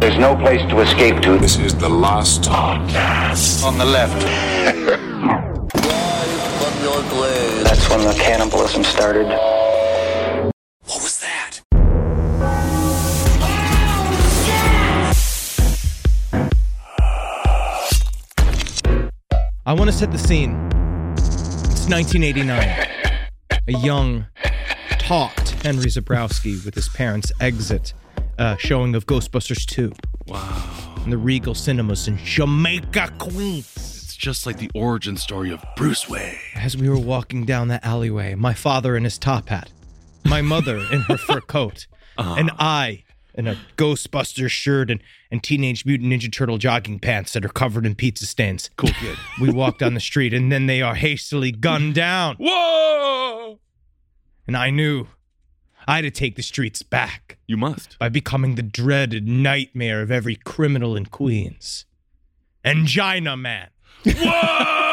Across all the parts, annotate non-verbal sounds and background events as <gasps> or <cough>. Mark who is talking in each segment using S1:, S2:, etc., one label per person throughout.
S1: There's no place to escape to.
S2: This is the last
S3: on the left.
S1: That's when the cannibalism started.
S2: What was that?
S4: I want to set the scene. It's 1989. A young, taut Henry Zabrowski with his parents exit a showing of Ghostbusters 2. Wow. In the Regal Cinemas in Jamaica, Queens.
S5: It's just like the origin story of Bruce Wayne.
S4: As we were walking down the alleyway, my father in his top hat, my mother in her fur
S5: <laughs>
S4: coat,
S5: Ah.
S4: and I in a Ghostbuster shirt and, and Teenage Mutant Ninja Turtle jogging pants that are covered in pizza stains.
S5: Cool kid.
S4: <laughs> We walk down the street and then they are hastily gunned down. <laughs>
S5: Whoa!
S4: And I knew I had to take the streets back
S5: You must.
S4: by becoming the dreaded nightmare of every criminal in Queens. Angina Man,
S5: Whoa!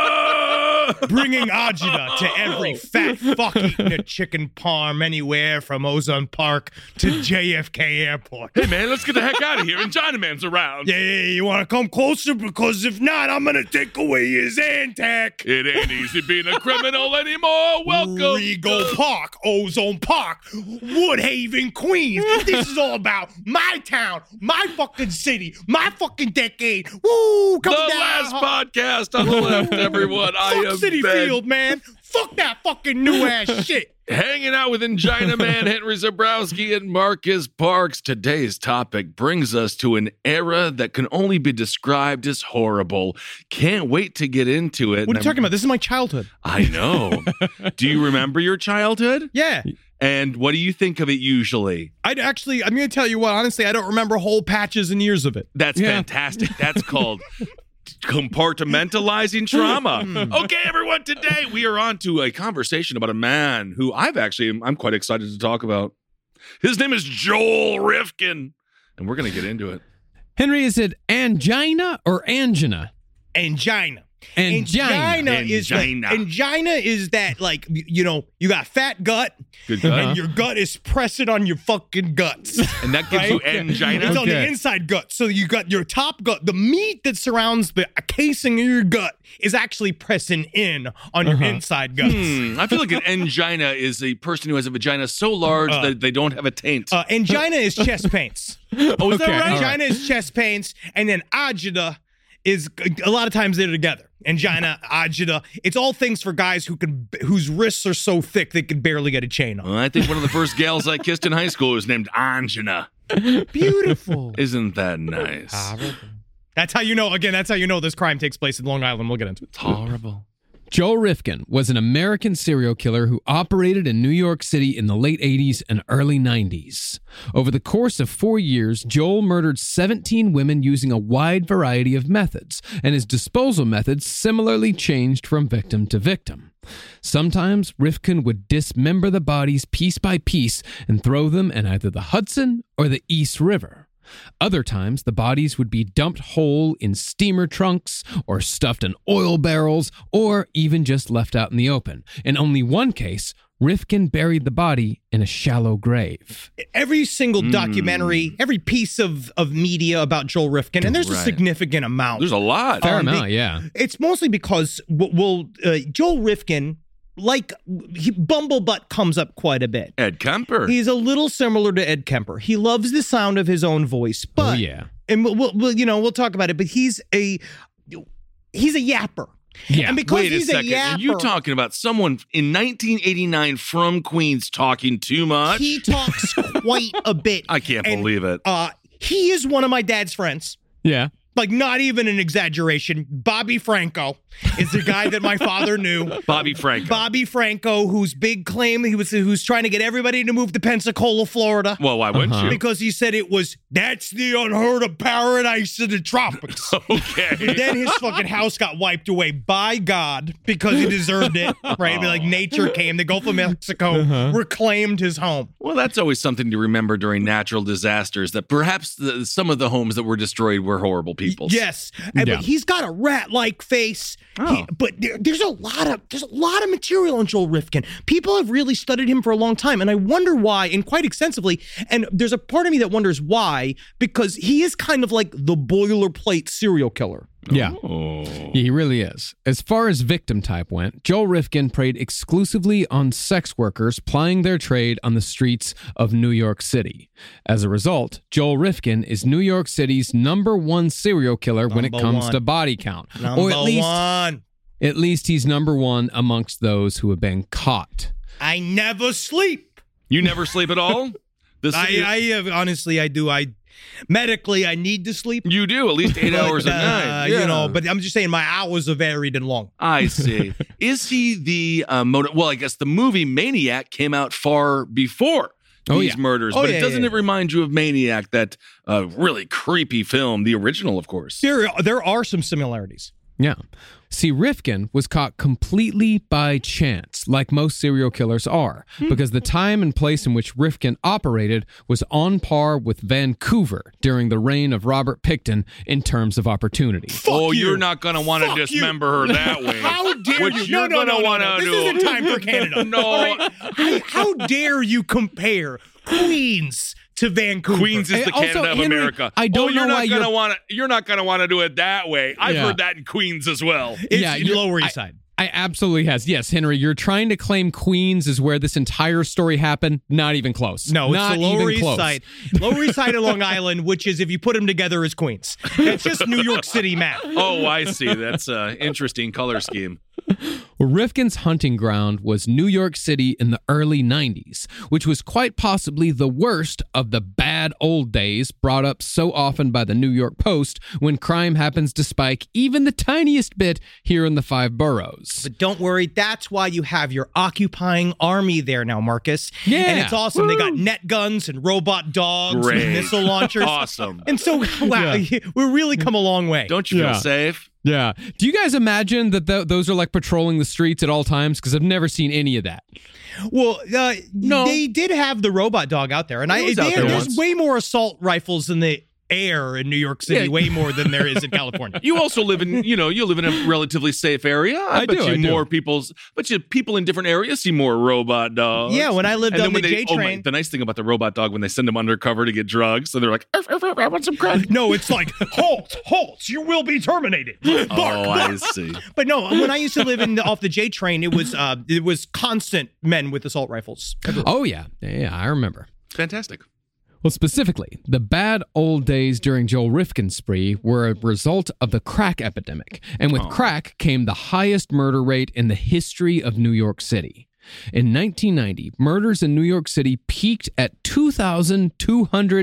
S4: <laughs> bringing agita to every fat fuck eating a chicken parm anywhere from Ozone Park to JFK Airport.
S5: hey man, let's get the heck out of here. And China Man's around.
S4: Yeah, yeah, yeah, you want to come closer because if not, I'm gonna take away his Antac.
S5: It ain't easy being a criminal anymore. Welcome.
S4: Regal
S5: to-
S4: Park, Ozone Park, Woodhaven,
S5: <laughs>
S4: Queens. this is all about my town, my fucking city, my fucking decade. Woo!
S5: the
S4: Come down.
S5: last podcast on the left, everyone. I
S4: Fuck
S5: am
S4: City
S5: Ben.
S4: Field, man. Fuck that fucking
S5: <laughs>
S4: new ass shit.
S5: Hanging out with Angina Man Henry Zabrowski and Marcus Parks. Today's topic brings us to an era that can only be described as horrible. Can't wait to get into
S4: What
S5: it.
S4: are
S5: And
S4: you talking about? This is my childhood.
S5: I'm-
S4: <laughs>
S5: I know. do you remember your childhood?
S4: Yeah.
S5: And what do you think of it usually?
S4: I'd actually, I'm going to tell you what, honestly, I don't remember whole patches and years of it.
S5: That's fantastic.
S4: <laughs>
S5: That's called compartmentalizing trauma.
S4: Hmm.
S5: okay, everyone, today we are on to a conversation about a man who I've actually I'm quite excited to talk about. His name is Joel Rifkin, and we're going to get into it.
S6: Henry, is it angina or angina?
S4: Angina.
S6: Angina.
S4: is like-
S5: Angina.
S4: angina is that like y- you know you got fat gut
S5: Good guy.
S4: and your gut is pressing on your fucking <laughs> guts.
S5: And that gives you angina.
S4: It's on the
S6: Okay.
S4: inside gut. So you got your top gut. The meat that surrounds the casing of your gut is actually pressing in on
S6: Uh-huh.
S4: your inside guts.
S5: Hmm, I feel like an angina is a person who has a vagina so large that they don't have a taint.
S4: Uh, angina is
S6: <laughs>
S4: chest pains.
S5: oh, is
S6: okay,
S5: that right?
S6: all right.
S4: Angina is chest pains, and then agita is a lot of times they're together. Angina, agita, it's all things for guys who can whose wrists are so thick they can barely get a chain on.
S5: Well, I think one of the first gals I kissed in high school was named Angina.
S6: <laughs>
S4: Beautiful.
S5: Isn't
S4: Ah.
S5: that nice?
S4: That's how you know. Again, that's how you know this crime takes place in Long Island. We'll get into it.
S5: It's horrible.
S6: Joel Rifkin was an American serial killer who operated in New York City in the late 80s and early 90s. Over the course of four years, Joel murdered 17 women using a wide variety of methods, and his disposal methods similarly changed from victim to victim. Sometimes Rifkin would dismember the bodies piece by piece and throw them in either the Hudson or the East River. Other times, the bodies would be dumped whole in steamer trunks or stuffed in oil barrels or even just left out in the open. In only one case, Rifkin buried the body in a shallow grave.
S4: Every single
S5: Hmm.
S4: documentary, every piece of of media about Joel Rifkin, and there's a
S5: Right.
S4: significant amount.
S5: There's a lot.
S6: Fair
S4: Um,
S6: amount,
S4: the-
S6: yeah. Oh,
S4: It's mostly because w- well, uh, Joel Rifkin, like he, Bumblebutt, comes up quite a bit.
S5: Ed Kemper.
S4: He's a little similar to Ed Kemper. He loves the sound of his own voice, but
S6: oh, yeah.
S4: and we'll, we'll, we'll you know we'll talk about it. But he's a he's a yapper,
S6: Yeah.
S4: and because
S5: Wait a
S4: he's
S5: second.
S4: yapper,
S5: Are you talking about someone in 1989 from Queens talking too much?
S4: he talks quite a bit.
S5: <laughs> I can't
S4: And,
S5: believe it.
S4: Uh, he is one of my dad's friends.
S6: Yeah.
S4: Like not even an exaggeration. Bobby Franco is the guy that my father knew.
S5: Bobby Frank.
S4: Bobby Franco, whose big claim he was who's trying to get everybody to move to Pensacola, Florida.
S5: well, why
S4: <laughs>
S5: wouldn't you?
S4: because he said it was that's the unheard of paradise of the tropics.
S5: Okay.
S4: then his fucking house got wiped away by God because he deserved it, right? Like nature came, the Gulf of Mexico reclaimed his home.
S5: <laughs> Well, that's always something to remember during natural disasters that perhaps the, some of the homes that were destroyed were horrible people. people.
S4: Yes, And-
S6: Yeah.
S4: but he's got a rat-like face. He- but there, there's a lot of there's a lot of material on Joel Rifkin. People have really studied him for a long time, and I wonder why, and quite extensively. And there's a part of me that wonders why, because he is kind of like the boilerplate serial killer.
S6: Yeah.
S4: Oh.
S6: Yeah, he really is. As far as victim type went, Joel Rifkin preyed exclusively on sex workers plying their trade on the streets of New York City. As a result, Joel Rifkin is New York City's number one serial killer when it
S4: Number
S6: comes
S4: one.
S6: to body count.
S4: Number
S6: or at least
S4: one.
S6: at least he's number one amongst those who have been caught.
S4: I never sleep.
S5: You never sleep
S4: <laughs>
S5: at all? The
S4: I,
S5: city-
S4: I have, honestly, I do. I medically, I need to sleep.
S5: you do at least eight
S4: but,
S5: hours a
S4: uh,
S5: night. Yeah.
S4: You know, but I'm just saying my hours are varied and long. <laughs>
S5: I see. Is he the uh, motive? Well, I guess the movie Maniac came out far before
S6: Oh,
S5: these
S6: yeah.
S5: murders,
S4: Oh,
S5: but it
S4: yeah,
S5: doesn't
S4: yeah,
S5: it remind you of Maniac, that uh, really creepy film, the original, of course.
S4: There, there are some similarities.
S6: Yeah. See, Rifkin was caught completely by chance, like most serial killers are, because the time and place in which Rifkin operated was on par with Vancouver during the reign of Robert Picton in terms of opportunity.
S5: oh,
S4: you.
S5: are not going to want to
S4: Fuck you.
S5: dismember
S4: <laughs>
S5: her that way.
S4: How dare
S5: Which
S4: you?
S5: you're
S4: no, no,
S5: gonna
S4: no, no,
S5: wanna
S4: no. This
S5: do.
S4: isn't time
S5: <laughs>
S4: for Canada.
S5: No.
S4: All right? I- how dare you compare Queens to Vancouver?
S5: Queens is
S6: Hey,
S5: the
S6: also,
S5: Canada of
S6: Henry,
S5: America.
S6: I
S5: oh,
S6: don't
S5: you're
S6: know why
S5: not
S6: you're-
S5: gonna want to. You're not gonna want to do it that way. I've
S6: Yeah.
S5: heard that in Queens as well.
S4: It's
S6: Yeah, you're-
S4: Lower
S6: I-
S4: East Side.
S6: I absolutely has. Yes, Henry, you're trying to claim Queens is where this entire story happened. Not even close.
S4: No, it's
S6: Not
S4: the Lower
S6: even
S4: East
S6: close.
S4: Side. Lower East Side of Long Island, which is, if you put them together, is Queens. It's just New York City map.
S5: Oh, I see. That's an interesting color scheme.
S6: Rifkin's hunting ground was New York City in the early 90s, which was quite possibly the worst of the bad old days brought up so often by the New York Post when crime happens to spike even the tiniest bit here in the five boroughs.
S4: But don't worry, that's why you have your occupying army there now, Marcus.
S6: Yeah.
S4: And it's awesome. They got net guns and robot dogs
S5: Great.
S4: and missile launchers.
S5: Awesome.
S4: And so, <laughs> wow, we've really come a long way.
S5: Don't you
S6: Yeah.
S5: feel safe?
S6: Yeah. Do you guys imagine that th- those are like patrolling the streets at all times? Because I've never seen any of that.
S4: Well, uh,
S6: No.
S4: they did have the robot dog out there, and I
S5: was out
S4: they-
S5: there
S4: there's
S5: once.
S4: way more assault rifles in the air in New York City,
S6: Yeah.
S4: way more than there is in California.
S5: <laughs> You also live in, you know, you live in a relatively safe area. I,
S6: I
S5: bet
S6: do,
S5: you
S6: I do.
S5: more people's, but you people in different areas see more robot dogs.
S4: yeah, when I lived
S5: and then
S4: on the
S5: when
S4: J
S5: they, oh my-
S4: train.
S5: the nice thing about the robot dog when they send them undercover to get drugs, so they're like, "Arf, arf, arf, I want some credit.
S4: no, it's like halt, halt! You will be terminated. Bark,
S5: <laughs> Oh,
S4: bark.
S5: I see.
S4: But no, when I used to live in the, off the J train, it was uh, it was constant men with assault rifles.
S6: Oh, yeah. Yeah, I remember.
S5: Fantastic.
S6: Well, specifically, the bad old days during Joel Rifkin's spree were a result of the crack epidemic, and with crack came the highest murder rate in the history of New York City. In 1990, murders in New York City peaked at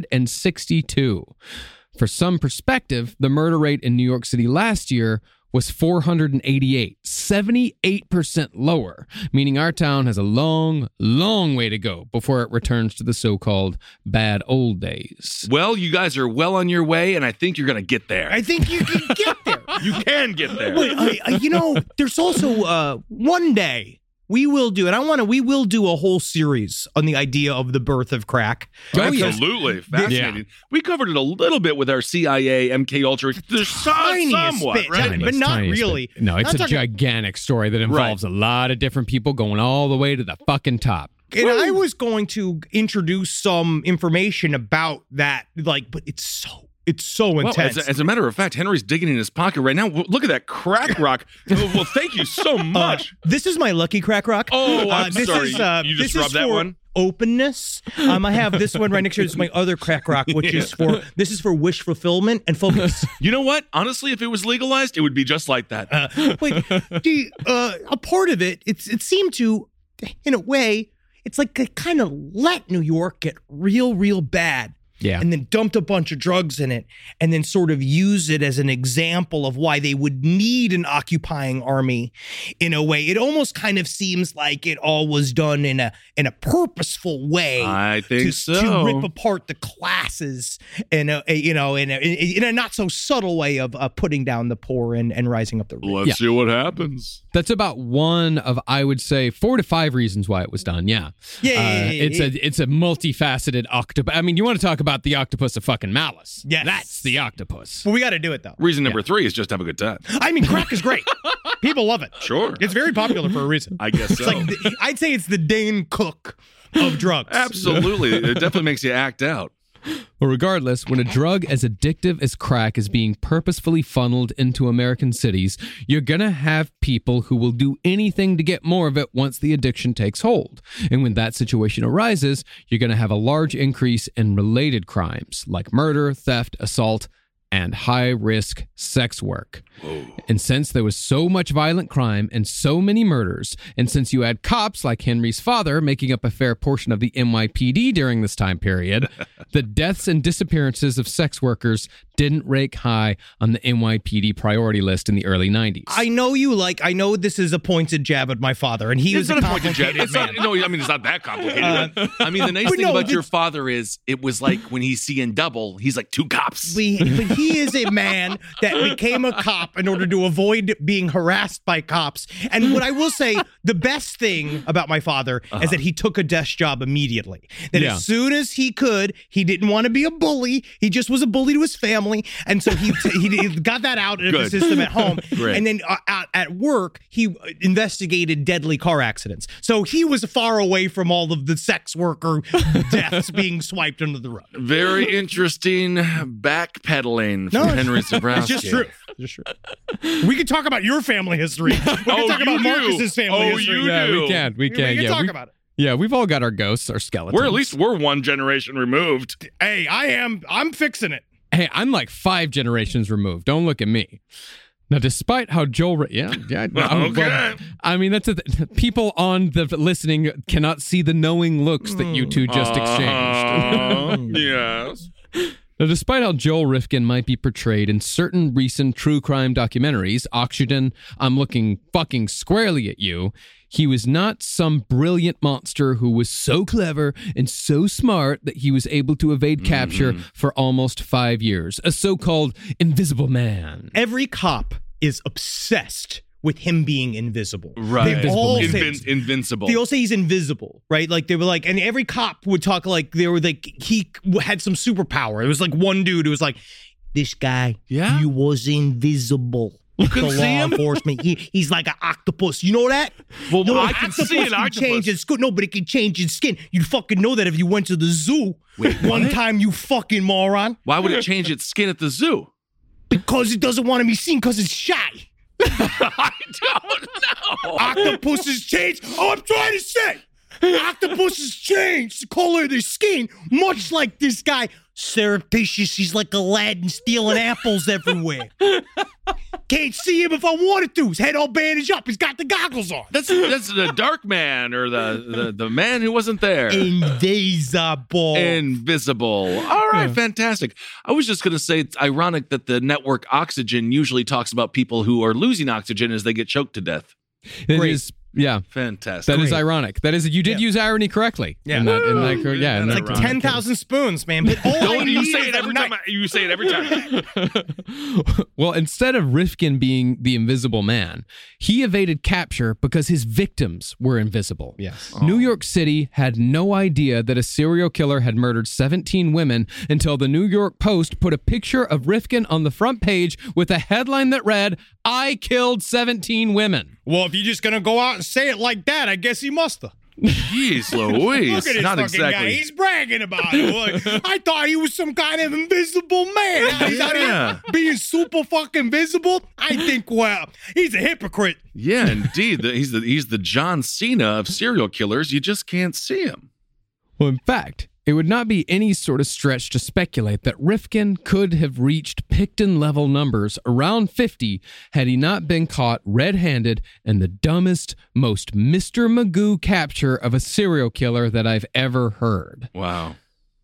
S6: 2,262. For some perspective, the murder rate in New York City last year was 488, 78% lower, meaning our town has a long, long way to go before it returns to the so called bad old days.
S5: Well, you guys are well on your way, and I think you're gonna get there.
S4: I think you can get there.
S5: you can get
S4: <laughs>
S5: there.
S4: But I, I, you know, there's also uh, one day we will do, and I want to. We will do a whole series on the idea of the birth of crack.
S6: Oh, yeah.
S5: Absolutely fascinating. We covered it a little bit with our CIA, MK Ultra. There's so,
S4: Tiniest
S5: somewhat,
S4: bit,
S5: right?
S4: tiny. But not really.
S6: But no, it's
S4: I'm
S6: a
S4: talking-
S6: gigantic story that involves a lot of different people going all the way to the fucking top.
S4: And I was going to introduce some information about that, like, but it's so it's so
S5: Well,
S4: intense.
S5: as, a, as a matter of fact, Henry's digging in his pocket right now. W- Look at that crack
S4: <laughs>
S5: rock. well, well, thank you so
S4: Uh,
S5: much.
S4: this is my lucky crack rock.
S5: Oh,
S4: Uh,
S5: I'm
S4: this
S5: sorry.
S4: Is, uh,
S5: You
S4: this
S5: just
S4: is
S5: rubbed that
S4: for
S5: one?
S4: Openness. Um, I have this one right next to it. This is my other crack rock, which
S5: <laughs>
S4: is for this is for wish fulfillment and focus.
S5: you know what? Honestly, if it was legalized, it would be just like that.
S4: Uh, Wait, the, uh, a part of it, it's, it seemed to, in a way, it's like they kind of let New York get real, real bad.
S6: Yeah.
S4: And then dumped a bunch of drugs in it and then sort of use it as an example of why they would need an occupying army in a way. It almost kind of seems like it all was done in a in a purposeful way
S5: I think
S4: to,
S5: so.
S4: to rip apart the classes in a, a- you know in a, in a not so subtle way of uh, putting down the poor and, and rising up the rich.
S5: Let's
S6: Yeah.
S5: see what happens.
S6: That's about one of I would say four to five reasons why it was done. Yeah,
S4: Yeah,
S6: Uh,
S4: yeah, yeah,
S6: it's a it's a multifaceted octopus. I mean, you want to talk about the octopus of fucking malice.
S4: Yes.
S6: That's the octopus.
S4: Well, we got to do it though.
S5: Reason number three is just have a
S4: <gasps>
S5: good time.
S4: I mean, crack is
S5: <laughs>
S4: great. People love it.
S5: Sure.
S4: It's very popular for a reason.
S5: I guess so.
S4: <laughs> It's like the, I'd say it's the Dane Cook
S5: <gasps>
S4: of drugs.
S5: <laughs> Absolutely. it definitely makes you act out.
S6: But regardless, when a drug as addictive as crack is being purposefully funneled into American cities, you're going to have people who will do anything to get more of it once the addiction takes hold. And when that situation arises, you're going to have a large increase in related crimes like murder, theft, assault, and high risk sex work. And since there was so much violent crime and so many murders, and since you had cops like Henry's father making up a fair portion of the NYPD during this time <laughs> period, the deaths and disappearances of sex workers didn't rake high on the NYPD priority list in the early 90s.
S4: I know you like. I know this is a pointed jab at my father, and he was a
S5: not point to
S4: complicated
S5: Jeff. It's
S4: man. Uh,
S5: not, no, I mean it's not that complicated.
S4: <laughs>
S5: I mean the nice
S4: but
S5: thing
S4: no,
S5: about
S4: the-
S5: your father is it was like when he's seeing double, he's like two cops.
S4: We- but he is a man that became a cop in order to avoid being harassed by cops. And what I will say, the best thing about my father
S5: Uh-huh.
S4: is that he took a desk job immediately. That
S6: Yeah.
S4: as soon as he could, he didn't want to be a bully. He just was a bully to his family, and so he he, he got that out of the
S5: Good.
S4: system at home.
S5: <laughs> Great.
S4: And then uh, at, at work, he uh, investigated deadly car accidents. So he was far away from all of the sex worker <laughs> deaths being swiped under the rug. <laughs>
S5: Very interesting backpedaling
S4: No,
S5: from
S4: it's-
S5: Henry Zabrowski.
S4: <laughs> It's just true. It's just true. <laughs> We could talk about your family history. We could
S5: <laughs> Oh,
S4: talk
S5: you
S4: about
S5: do.
S4: Marcus's family
S5: Oh,
S4: history.
S5: you
S6: yeah,
S5: do.
S6: we can.
S4: We
S6: We can.
S4: can
S6: yeah,
S4: talk
S6: we-
S4: about it.
S6: yeah, we've all got our ghosts, our skeletons.
S5: We're at least we're one generation removed.
S4: Hey, I am. I'm fixing it.
S6: Hey, I'm like five generations removed. Don't look at me. Now, despite how Joel, Ra- yeah, yeah, no, I'm-
S5: Okay.
S6: well, I mean that's a th- people on the listening cannot see the knowing looks that you two just
S5: Uh-huh.
S6: exchanged.
S4: <laughs>
S6: <laughs>
S5: Uh, yes.
S6: Now, despite how Joel Rifkin might be portrayed in certain recent true crime documentaries, Oxygen, I'm looking fucking squarely at you, he was not some brilliant monster who was so clever and so smart that he was able to evade
S5: Mm-hmm.
S6: capture for almost five years. A so called invisible man.
S4: Every cop is obsessed with him being invisible.
S5: Right.
S4: They all
S5: Invin-
S4: say,
S5: invincible.
S4: they all say he's invisible, right? Like they were like, and every cop would talk like they were like he had some superpower. There was like one dude who was like, "This guy,
S5: Yeah?
S4: he was invisible." You
S5: couldn't
S4: law
S5: see him?
S4: enforcement. He, he's like an octopus. You know that? Well, no,
S5: I can see an octopus.
S4: change his skin. No, but it can change his skin. You'd fucking know that if you went to the zoo one time. You fucking moron.
S5: Why would it change its skin at the zoo?
S4: Because it doesn't want to be seen. Because it's shy.
S5: <laughs> I don't know.
S4: Octopuses change. Oh, I'm trying to say. Octopuses change the color of their skin, much like this guy, surreptitious. He's like Aladdin stealing apples everywhere. Can't see him if I wanted to. His head all bandaged up. He's got the goggles on.
S5: That's that's the dark man or the the, the man who wasn't there.
S4: Invisible.
S5: Invisible. All right, fantastic. I was just going to say it's ironic that the network Oxygen usually talks about people who are losing oxygen as they get choked to death.
S6: It
S4: Great.
S6: is, yeah,
S5: Fantastic.
S6: that is ironic. That is, you did use irony correctly.
S4: Yeah.
S6: In that, in that,
S5: Woo!
S6: yeah, in
S5: That's
S6: that
S5: like
S6: correct-
S4: 10,000 spoons, man.
S5: <laughs>
S4: But all I
S5: Don't you
S4: need
S5: say
S4: is
S5: it
S4: a
S5: every
S4: knife.
S5: time. I- You say it every <laughs> time.
S6: <laughs> well, instead of Rifkin being the invisible man, he evaded capture because his victims were invisible.
S4: Yes.
S6: New York City had no idea that a serial killer had murdered 17 women until the New York Post put a picture of Rifkin on the front page with a headline that read, I killed 17 women.
S4: Well, if you're just going to go out and say it like that, I guess he must have.
S5: Jeez Louise.
S4: <laughs> Look at this
S5: Not
S4: fucking guy.
S5: exactly.
S4: He's bragging about it. Like, I thought he was some kind of invisible man.
S5: <laughs>
S4: Now He's out
S5: Yeah.
S4: here being super fucking visible. I think, well, he's a hypocrite.
S5: Yeah, indeed. The- he's the he's the John Cena of serial killers. You just can't see him.
S6: Well, in fact, it would not be any sort of stretch to speculate that Rifkin could have reached Picton level numbers around 50 had he not been caught red handed in the dumbest, most Mr. Magoo capture of a serial killer that I've ever heard.
S5: Wow.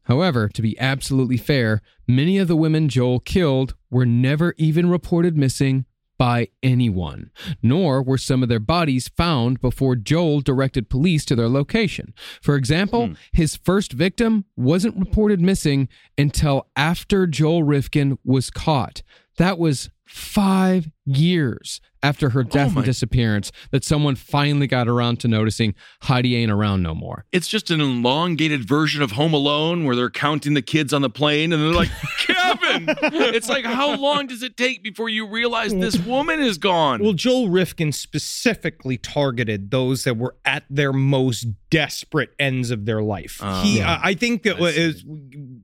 S6: However, to be absolutely fair, many of the women Joel killed were never even reported missing by anyone, nor were some of their bodies found before Joel directed police to their location. For example, his first victim wasn't reported missing until after Joel Rifkin was caught. That was five years after her death
S5: my-
S6: and disappearance that someone finally got around to noticing Heidi ain't around no more.
S5: It's just an elongated version of Home Alone where they're counting the kids on the plane and
S4: <laughs>
S5: they're like, Kevin! It's like, how long does it take before you realize this woman is gone?
S4: Well, Joel Rifkin specifically targeted those that were at their most desperate ends of their life. he, I I think that was,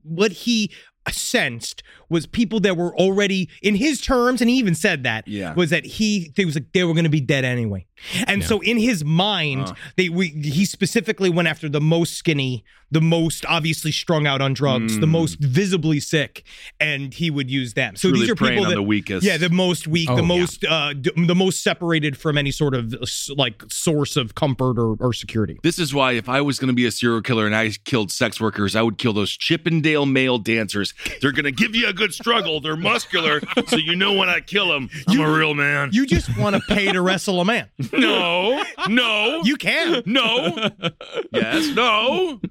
S4: what he sensed was people that were already in his terms, and he even said that
S5: Yeah.
S4: was that he they was like they were going to be dead anyway, and so in his mind, they we, he specifically went after the most skinny, the most obviously strung out on drugs, the most visibly sick, and he would use them. So
S5: Truly
S4: these are
S5: preying
S4: people
S5: on
S4: that
S5: the weakest.
S4: yeah, the most weak,
S6: Oh,
S4: the
S6: yeah.
S4: most uh, d- the most separated from any sort of uh, s- like source of comfort or, or security.
S5: This is why if I was going to be a serial killer and I killed sex workers, I would kill those Chippendale male dancers. They're going to give you a good struggle. They're muscular, so you know when I kill them, I'm a real man.
S4: You just want to pay to wrestle a man.
S5: no, no,
S4: You can.
S5: <laughs> no, yes, no.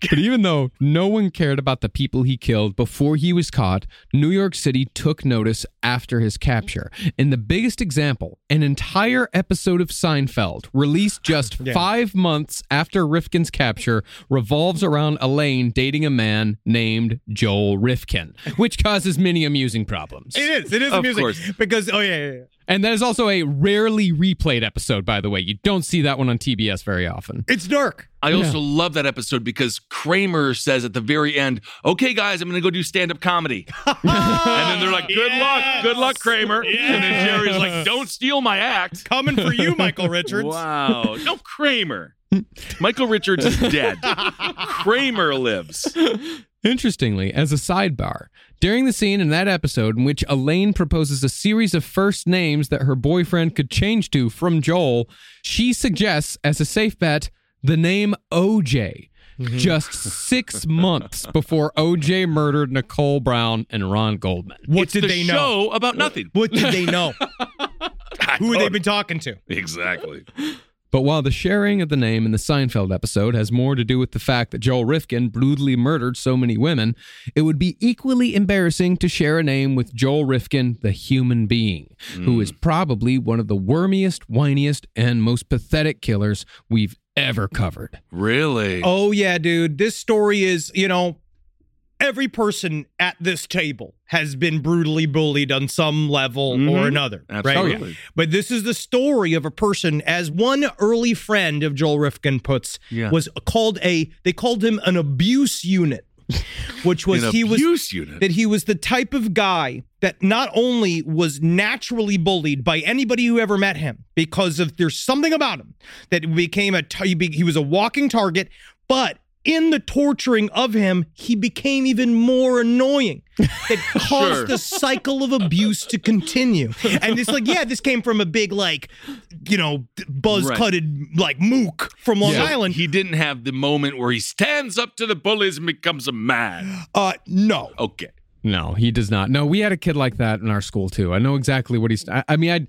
S6: But even though no one cared about the people he killed before he was caught, New York City took notice after his capture. And the biggest example, an entire episode of Seinfeld, released just five months after Rifkin's capture, revolves around Elaine dating a man named Joel Rifkin, which causes many amusing problems.
S4: It is. It is
S5: Of
S4: music
S5: course.
S4: because oh yeah, yeah, yeah.
S6: And that is also a rarely replayed episode, by the way. You don't see that one on TBS very often.
S4: it's dark.
S5: I also love that episode because Kramer says at the very end, okay, guys, I'm going to go do stand up comedy. <laughs> and then they're like, good luck, good luck, Kramer. And then Jerry's like, don't steal my act.
S4: Coming for
S5: <laughs>
S4: you, Michael Richards.
S5: Wow. No, Kramer. Michael Richards is
S4: <laughs>
S5: dead. Kramer lives.
S6: Interestingly, as a sidebar, during the scene in that episode in which Elaine proposes a series of first names that her boyfriend could change to from Joel, she suggests, as a safe bet, the name OJ. Just six months before OJ murdered Nicole Brown and Ron Goldman.
S4: What
S5: It's
S4: did
S5: the
S4: they
S5: show
S4: know?
S5: about nothing.
S4: What did they
S5: <laughs>
S4: know? Who had they been talking to?
S5: Exactly.
S6: But while the sharing of the name in the Seinfeld episode has more to do with the fact that Joel Rifkin brutally murdered so many women, it would be equally embarrassing to share a name with Joel Rifkin, the human being, who is probably one of the wormiest, whiniest, and most pathetic killers we've ever covered.
S5: Really?
S4: Oh yeah, dude. This story is, you know, every person at this table has been brutally bullied on some level or another. Right?
S5: Mm-hmm. Absolutely.
S4: But this is the story of a person, as one early friend of Joel Rifkin puts,
S5: Yeah.
S4: was called a they called him an abuse unit. Which was
S5: <laughs> An
S4: he was
S5: abuse unit.
S4: that he was the type of guy that not only was naturally bullied by anybody who ever met him because of there's something about him that became a tar- he be- he was a walking target, but in the torturing of him, he became even more annoying. That caused
S5: Sure.
S4: the cycle of abuse to continue. And it's like, yeah, this came from a big, like, you know, buzz cutted, like, mook from Long
S5: So
S4: Island.
S5: He didn't have the moment where he stands up to the bullies and becomes
S4: <gasps>
S5: a man.
S4: Uh, no.
S5: Okay.
S6: No, he does not. No, we had a kid like that in our school too. I know exactly what he's. I, I mean, I,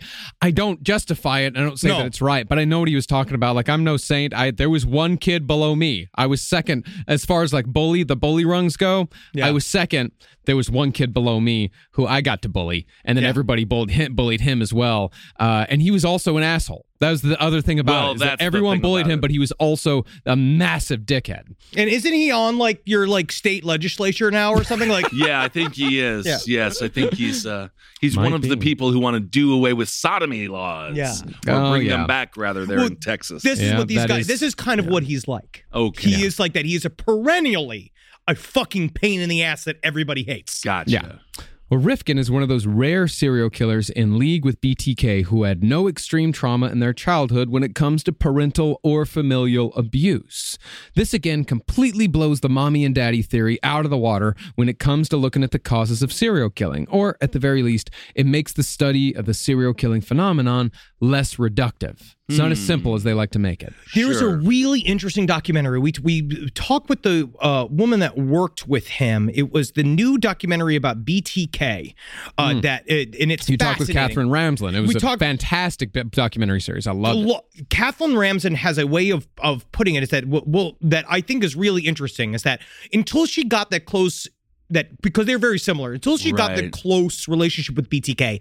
S6: I don't justify it. I don't say
S4: No.
S6: that it's right, but I know what he was talking about. Like, I'm no saint. I there was one kid below me. I was second as far as like bully the bully rungs go.
S4: Yeah.
S6: I was second. There was one kid below me who I got to bully, and then everybody bullied him, bullied him as well. Uh, and he was also an asshole. That was the other thing about
S5: Well,
S6: it. is that
S5: that's the
S6: everyone
S5: thing
S6: bullied
S5: about
S6: him,
S5: it.
S6: but he was also a massive dickhead.
S4: And isn't he on, like, your, like, state legislature now or something? Like,
S5: Yeah, I think he is.
S4: Yeah.
S5: Yes, I think he's uh, he's
S6: Might
S5: one of the
S6: be.
S5: people who want to do away with sodomy laws.
S4: Yeah.
S5: Or
S6: Oh,
S5: bring
S6: yeah.
S5: them back rather there
S4: Well,
S5: in Texas.
S4: This is
S6: Yeah,
S4: what these
S6: that
S4: guys.
S6: is-
S4: this is kind of what he's like.
S5: Okay.
S4: He is like that. He is a perennially a fucking pain in the ass that everybody hates.
S5: gotcha.
S6: Yeah. Well, Rifkin is one of those rare serial killers in league with BTK who had no extreme trauma in their childhood when it comes to parental or familial abuse. This again completely blows the mommy and daddy theory out of the water when it comes to looking at the causes of serial killing, or at the very least, it makes the study of the serial killing phenomenon less reductive. It's not as
S4: Hmm.
S6: simple as they like to make it.
S4: There's a really interesting documentary. We we talked with the uh, woman that worked with him. It was the new documentary about BTK. Uh, That it, and it's
S6: Hmm. You talked with
S4: fascinating.
S6: Catherine Ramsland. It was
S4: We
S6: a
S4: talked-
S6: fantastic bi- documentary series. I loved it.
S4: Lo- Kathleen Ramsden has a way of of putting it is that well that I think is really interesting is that until she got that close that because they're very similar. Until she got the
S5: Right.
S4: close relationship with BTK,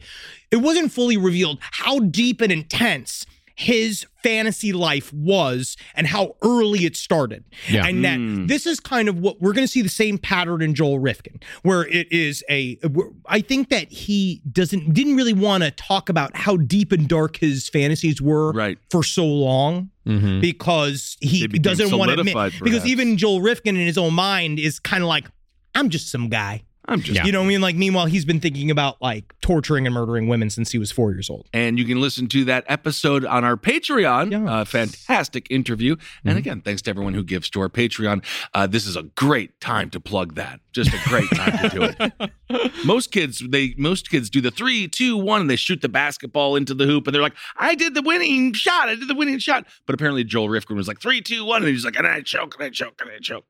S4: it wasn't fully revealed how deep and intense his fantasy life was and how early it started.
S6: Yeah. Hmm.
S4: And that this is kind of what we're going to see the same pattern in Joel Rifkin, where it is a. where- I think that he doesn't didn't really want to talk about how deep and dark his fantasies were
S5: Right. Mm-hmm.
S4: for so long
S6: Mhm.
S4: because he
S5: They became
S4: doesn't want to admit
S5: solidified,
S4: because
S5: perhaps.
S4: even Joel Rifkin in his own mind is kind of like I'm just some guy.
S5: I'm just.
S4: You know what I mean? Like meanwhile he's been thinking about like torturing and murdering women since he was 4 years old.
S5: And you can listen to that episode on our Patreon.
S4: Yeah.
S5: Uh, fantastic interview. And again, thanks to everyone who gives to our Patreon. Uh, this is a great time to plug that. Just a great time to do it. Most kids, they most kids do the three, two, one, and they shoot the basketball into the hoop, and they're like, "I did the winning shot. I did the winning shot." But apparently, Joel Rifkin was like three, two, one, and he's like, "And I choke, and I choke, and I choke."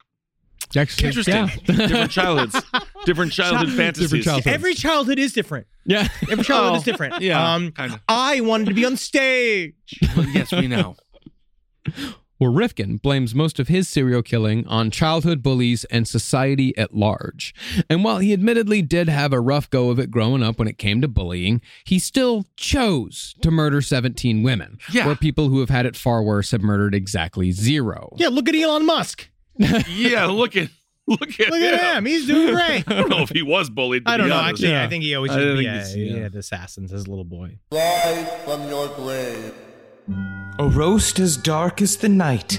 S6: Actually,
S5: Interesting.
S6: <laughs>
S5: different childhoods, different childhood
S6: Different
S5: fantasies.
S6: childhoods.
S4: Every childhood is different.
S6: Yeah.
S4: Every childhood is different.
S5: Oh, <laughs> yeah,
S4: Um
S5: kinda.
S4: I wanted to be on stage.
S5: yes, we know.
S6: Well, Rifkin blames most of his serial killing on childhood bullies and society at large. And while he admittedly did have a rough go of it growing up when it came to bullying, he still chose to murder 17 women,
S5: Yeah.
S6: where people who have had it far worse have murdered exactly zero.
S4: Yeah, look at Elon Musk.
S5: Yeah, look at look at
S4: Look at him. He's doing great.
S5: <laughs> I don't know if he was bullied. To
S4: I don't
S5: be
S4: know.
S5: honest.
S4: Actually, I think he always
S5: I
S4: should be
S5: think
S4: uh,
S5: he's-
S4: yeah.
S5: yeah.
S4: the assassins as a little boy.
S7: Rise from your grave.
S8: A roast as dark as the night,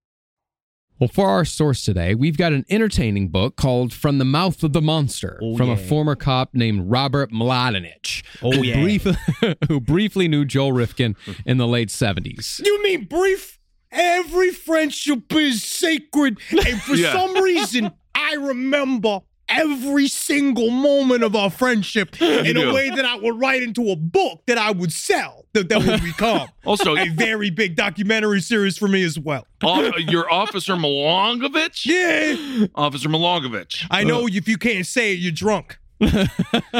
S6: Well, for our source today, we've got an entertaining book called From the Mouth of the Monster from a former cop named Robert Mladenich,
S4: Oh,
S6: who,
S4: yeah.
S6: <laughs> who briefly knew Joel Rifkin in the late 70s.
S4: You mean brief? Every friendship is sacred. And
S6: <laughs>
S4: for
S5: Yeah.
S4: some reason, I remember every single moment of our friendship <gasps> in
S5: do.
S4: a way that I would write into a book that I would sell, that, that would become <laughs>
S5: Also,
S4: a very big documentary series for me as well.
S5: off, your officer Milongovich.
S4: Yeah.
S5: Officer Milongovich.
S4: I know if you can't say it, you're drunk.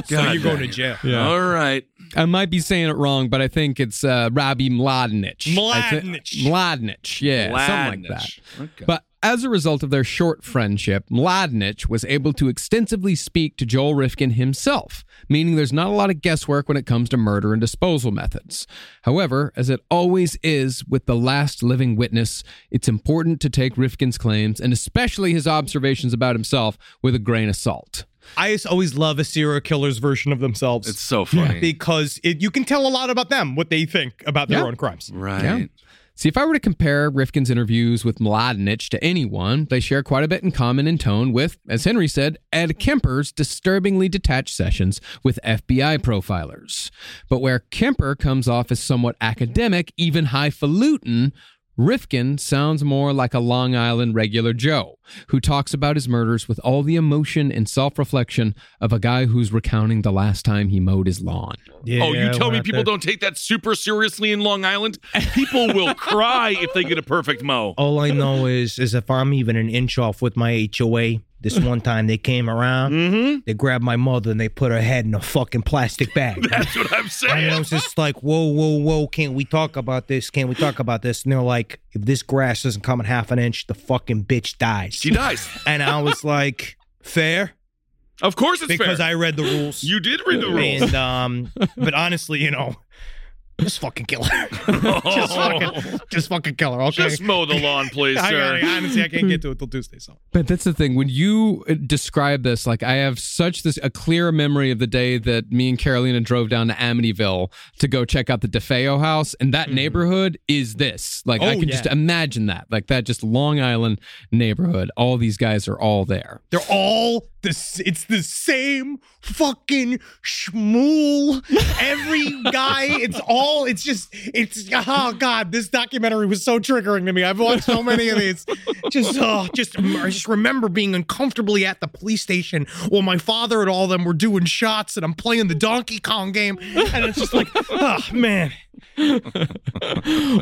S4: so you're going to jail.
S5: All right.
S6: I might be saying it wrong, but I think it's uh, Robbie Mladenich. I thi-
S4: Mladenich.
S6: Mladenich, yeah, something like that.
S5: Mladenich. Okay.
S6: But as a result of their short friendship, Mladenich was able to extensively speak to Joel Rifkin himself, meaning there's not a lot of guesswork when it comes to murder and disposal methods. However, as it always is with the last living witness, it's important to take Rifkin's claims, and especially his observations about himself, with a grain of salt.
S4: I just always love a serial killer's version of themselves.
S5: It's so
S4: <laughs>
S5: funny.
S4: because it, you can tell a lot about them, what they think about their
S6: Yeah.
S4: own crimes.
S5: right.
S6: Yeah. See, if I were to compare Rifkin's interviews with Mladenich to anyone, they share quite a bit in common in tone with, as Henry said, Ed Kemper's disturbingly detached sessions with FBI profilers. But where Kemper comes off as somewhat academic, even highfalutin, Rifkin sounds more like a Long Island regular Joe, who talks about his murders with all the emotion and self reflection of a guy who's recounting the last time he mowed his lawn.
S4: Yeah,
S5: oh, you tell
S4: we're
S5: me
S4: out
S5: people
S4: there.
S5: don't take that super seriously in Long Island? People
S4: <laughs>
S5: will cry if they get a perfect mo.
S4: All I know is, is if I'm even an inch off with my HOA, <laughs> this one time they came around, they grabbed my mother and they put her head in a fucking plastic bag. <laughs>
S5: That's what I'm saying.
S4: And I was just like, whoa, whoa, whoa, can't we talk about this? Can't we talk about this? And they're like, if this grass doesn't come in half an inch, the fucking bitch dies.
S5: She dies.
S4: And I was like, fair?
S5: Of course it's
S4: Because
S5: fair.
S4: I read the rules.
S5: you did read the rules.
S4: And um but honestly, you know, just fucking kill her. <laughs> <laughs> just, fucking, just fucking kill her, okay?
S5: Oh. <laughs> Just mow the lawn, please,
S4: I,
S5: sir.
S4: I- honestly I can't get to it till Tuesday, so
S6: But that's the thing. When you uh, describe this, like I have such this a clear memory of the day that me and Carolina drove down to Amityville to go check out the DeFeo house, and that neighborhood is this. Like I
S4: Mm-hmm. Oh,
S6: can
S4: yeah.
S6: just imagine that, like that just Long Island neighborhood. All these guys are all there.
S4: They're all the s- it's the same fucking schmool. Every guy, it's all it's just it's oh god, this documentary was so triggering to me. I've watched so many of these. Just oh, just I just remember being uncomfortably at the police station while my father and all them were doing shots and I'm playing the Donkey Kong game and it's just like, oh man.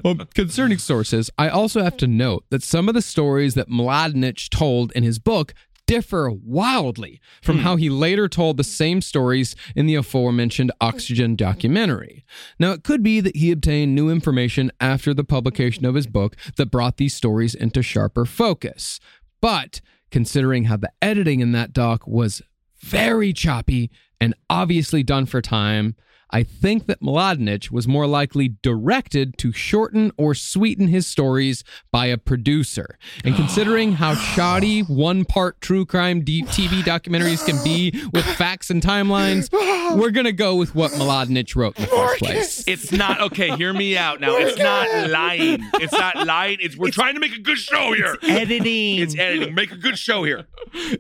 S6: well, concerning sources, I also have to note that some of the stories that Mladenich told in his book differ wildly from how he later told the same stories in the aforementioned Oxygen documentary. Now, it could be that he obtained new information after the publication of his book that brought these stories into sharper focus. But considering how the editing in that doc was very choppy and obviously done for time, I think that Mladenich was more likely directed to shorten or sweeten his stories by a producer. And considering how shoddy one part true crime deep TV documentaries can be with facts and timelines, we're going to go with what Mladenich wrote in the first place.
S5: It's not okay. Hear me
S4: <laughs>
S5: out now. It's not lying. It's not lying. It's we're trying to make a good show here.
S4: Editing.
S5: It's editing. Make a good show here.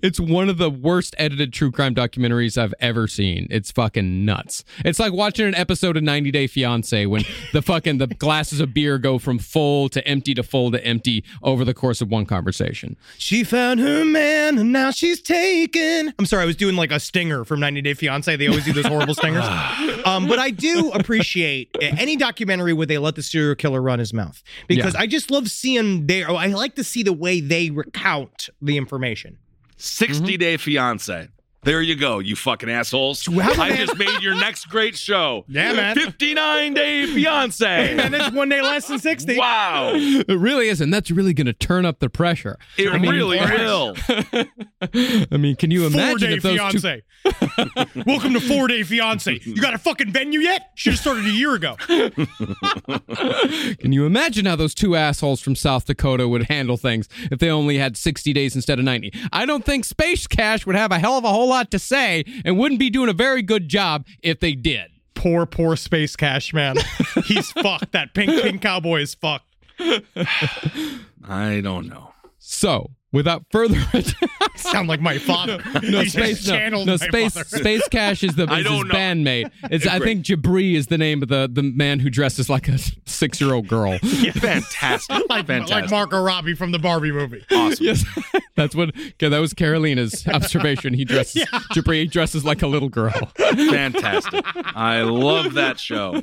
S6: It's one of the worst edited true crime documentaries I've ever seen. It's fucking nuts. It's like watching an episode of 90 Day Fiance when the fucking the glasses of beer go from full to empty to full to empty over the course of one conversation.
S4: She found her man and now she's taken. I'm sorry, I was doing like a stinger from 90 Day Fiance. They always do those horrible
S6: <sighs>
S4: stingers. Um, but I do appreciate any documentary where they let the serial killer run his mouth because I just love seeing their. oh, I like to see the way they recount the information.
S5: 60
S4: Mm-hmm.
S5: Day Fiance. There you go, you fucking assholes.
S4: have a
S5: I
S4: man-
S5: just made your next great show.
S4: Yeah, man.
S5: 59 Day Fiance.
S4: <laughs> And it's one day less than 60.
S5: wow. It
S6: It really is, and that's really going to turn up the pressure.
S4: <laughs>
S5: really will.
S6: I mean, can you
S4: Four
S6: imagine
S4: day
S6: if those two?
S4: fiance. <laughs> Welcome to four day fiance. You got a fucking venue yet? Should have started a year ago.
S6: Can you imagine how those two assholes from South Dakota would handle things if they only had 60 days instead of 90? I don't think Space Cash would have a hell of a whole lot to say, and wouldn't be doing a very good job if they did.
S4: Poor, poor space cash
S6: <laughs>
S4: man. He's fucked. That pink pink cowboy is fucked.
S5: I don't know.
S6: So, without further <laughs> ado,
S4: sound like my father. <laughs>
S6: no,
S4: You
S6: space,
S4: just
S6: no,
S4: channeled
S6: no
S4: my
S6: space,
S4: father.
S6: space Cash is the
S5: <laughs> I
S6: is his
S5: don't know. <laughs>
S6: bandmate. It's, I think Jabri is the name of the, the man who dresses like a six year old
S5: <laughs>
S6: girl.
S5: Fantastic.
S4: Like, like
S5: Fantastic.
S4: Marco Robbie from the Barbie movie.
S5: awesome.
S6: Yes, <laughs> that's what. Okay, that
S5: <laughs>
S6: was Carolina's observation. He dresses. Jabri dresses like a little girl.
S4: <laughs>
S5: Fantastic. I love that show.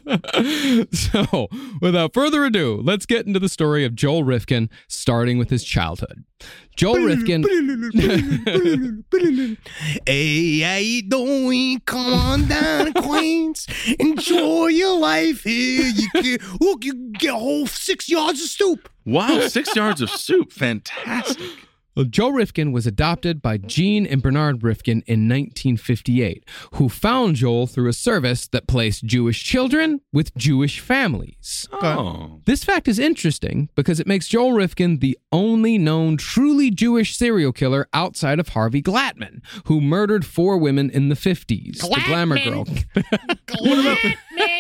S6: <laughs> so, without further ado, let's get into the story of Joel Rifkin, starting with his childhood. Joel Rifkin. <laughs>
S4: hey, how you doing? Come on down, to Queens. Enjoy your life here. You can, look, you can get a whole six yards of stoop.
S5: Wow, six yards of soup. Fantastic.
S6: Well, Joe Rifkin was adopted by Gene and Bernard Rifkin in 1958, who found Joel through a service that placed Jewish children with Jewish families.
S5: Oh.
S6: This fact is interesting because it makes Joel Rifkin the only known truly Jewish serial killer outside of Harvey Glattman, who murdered four women in the 50s. The Glamour Girl.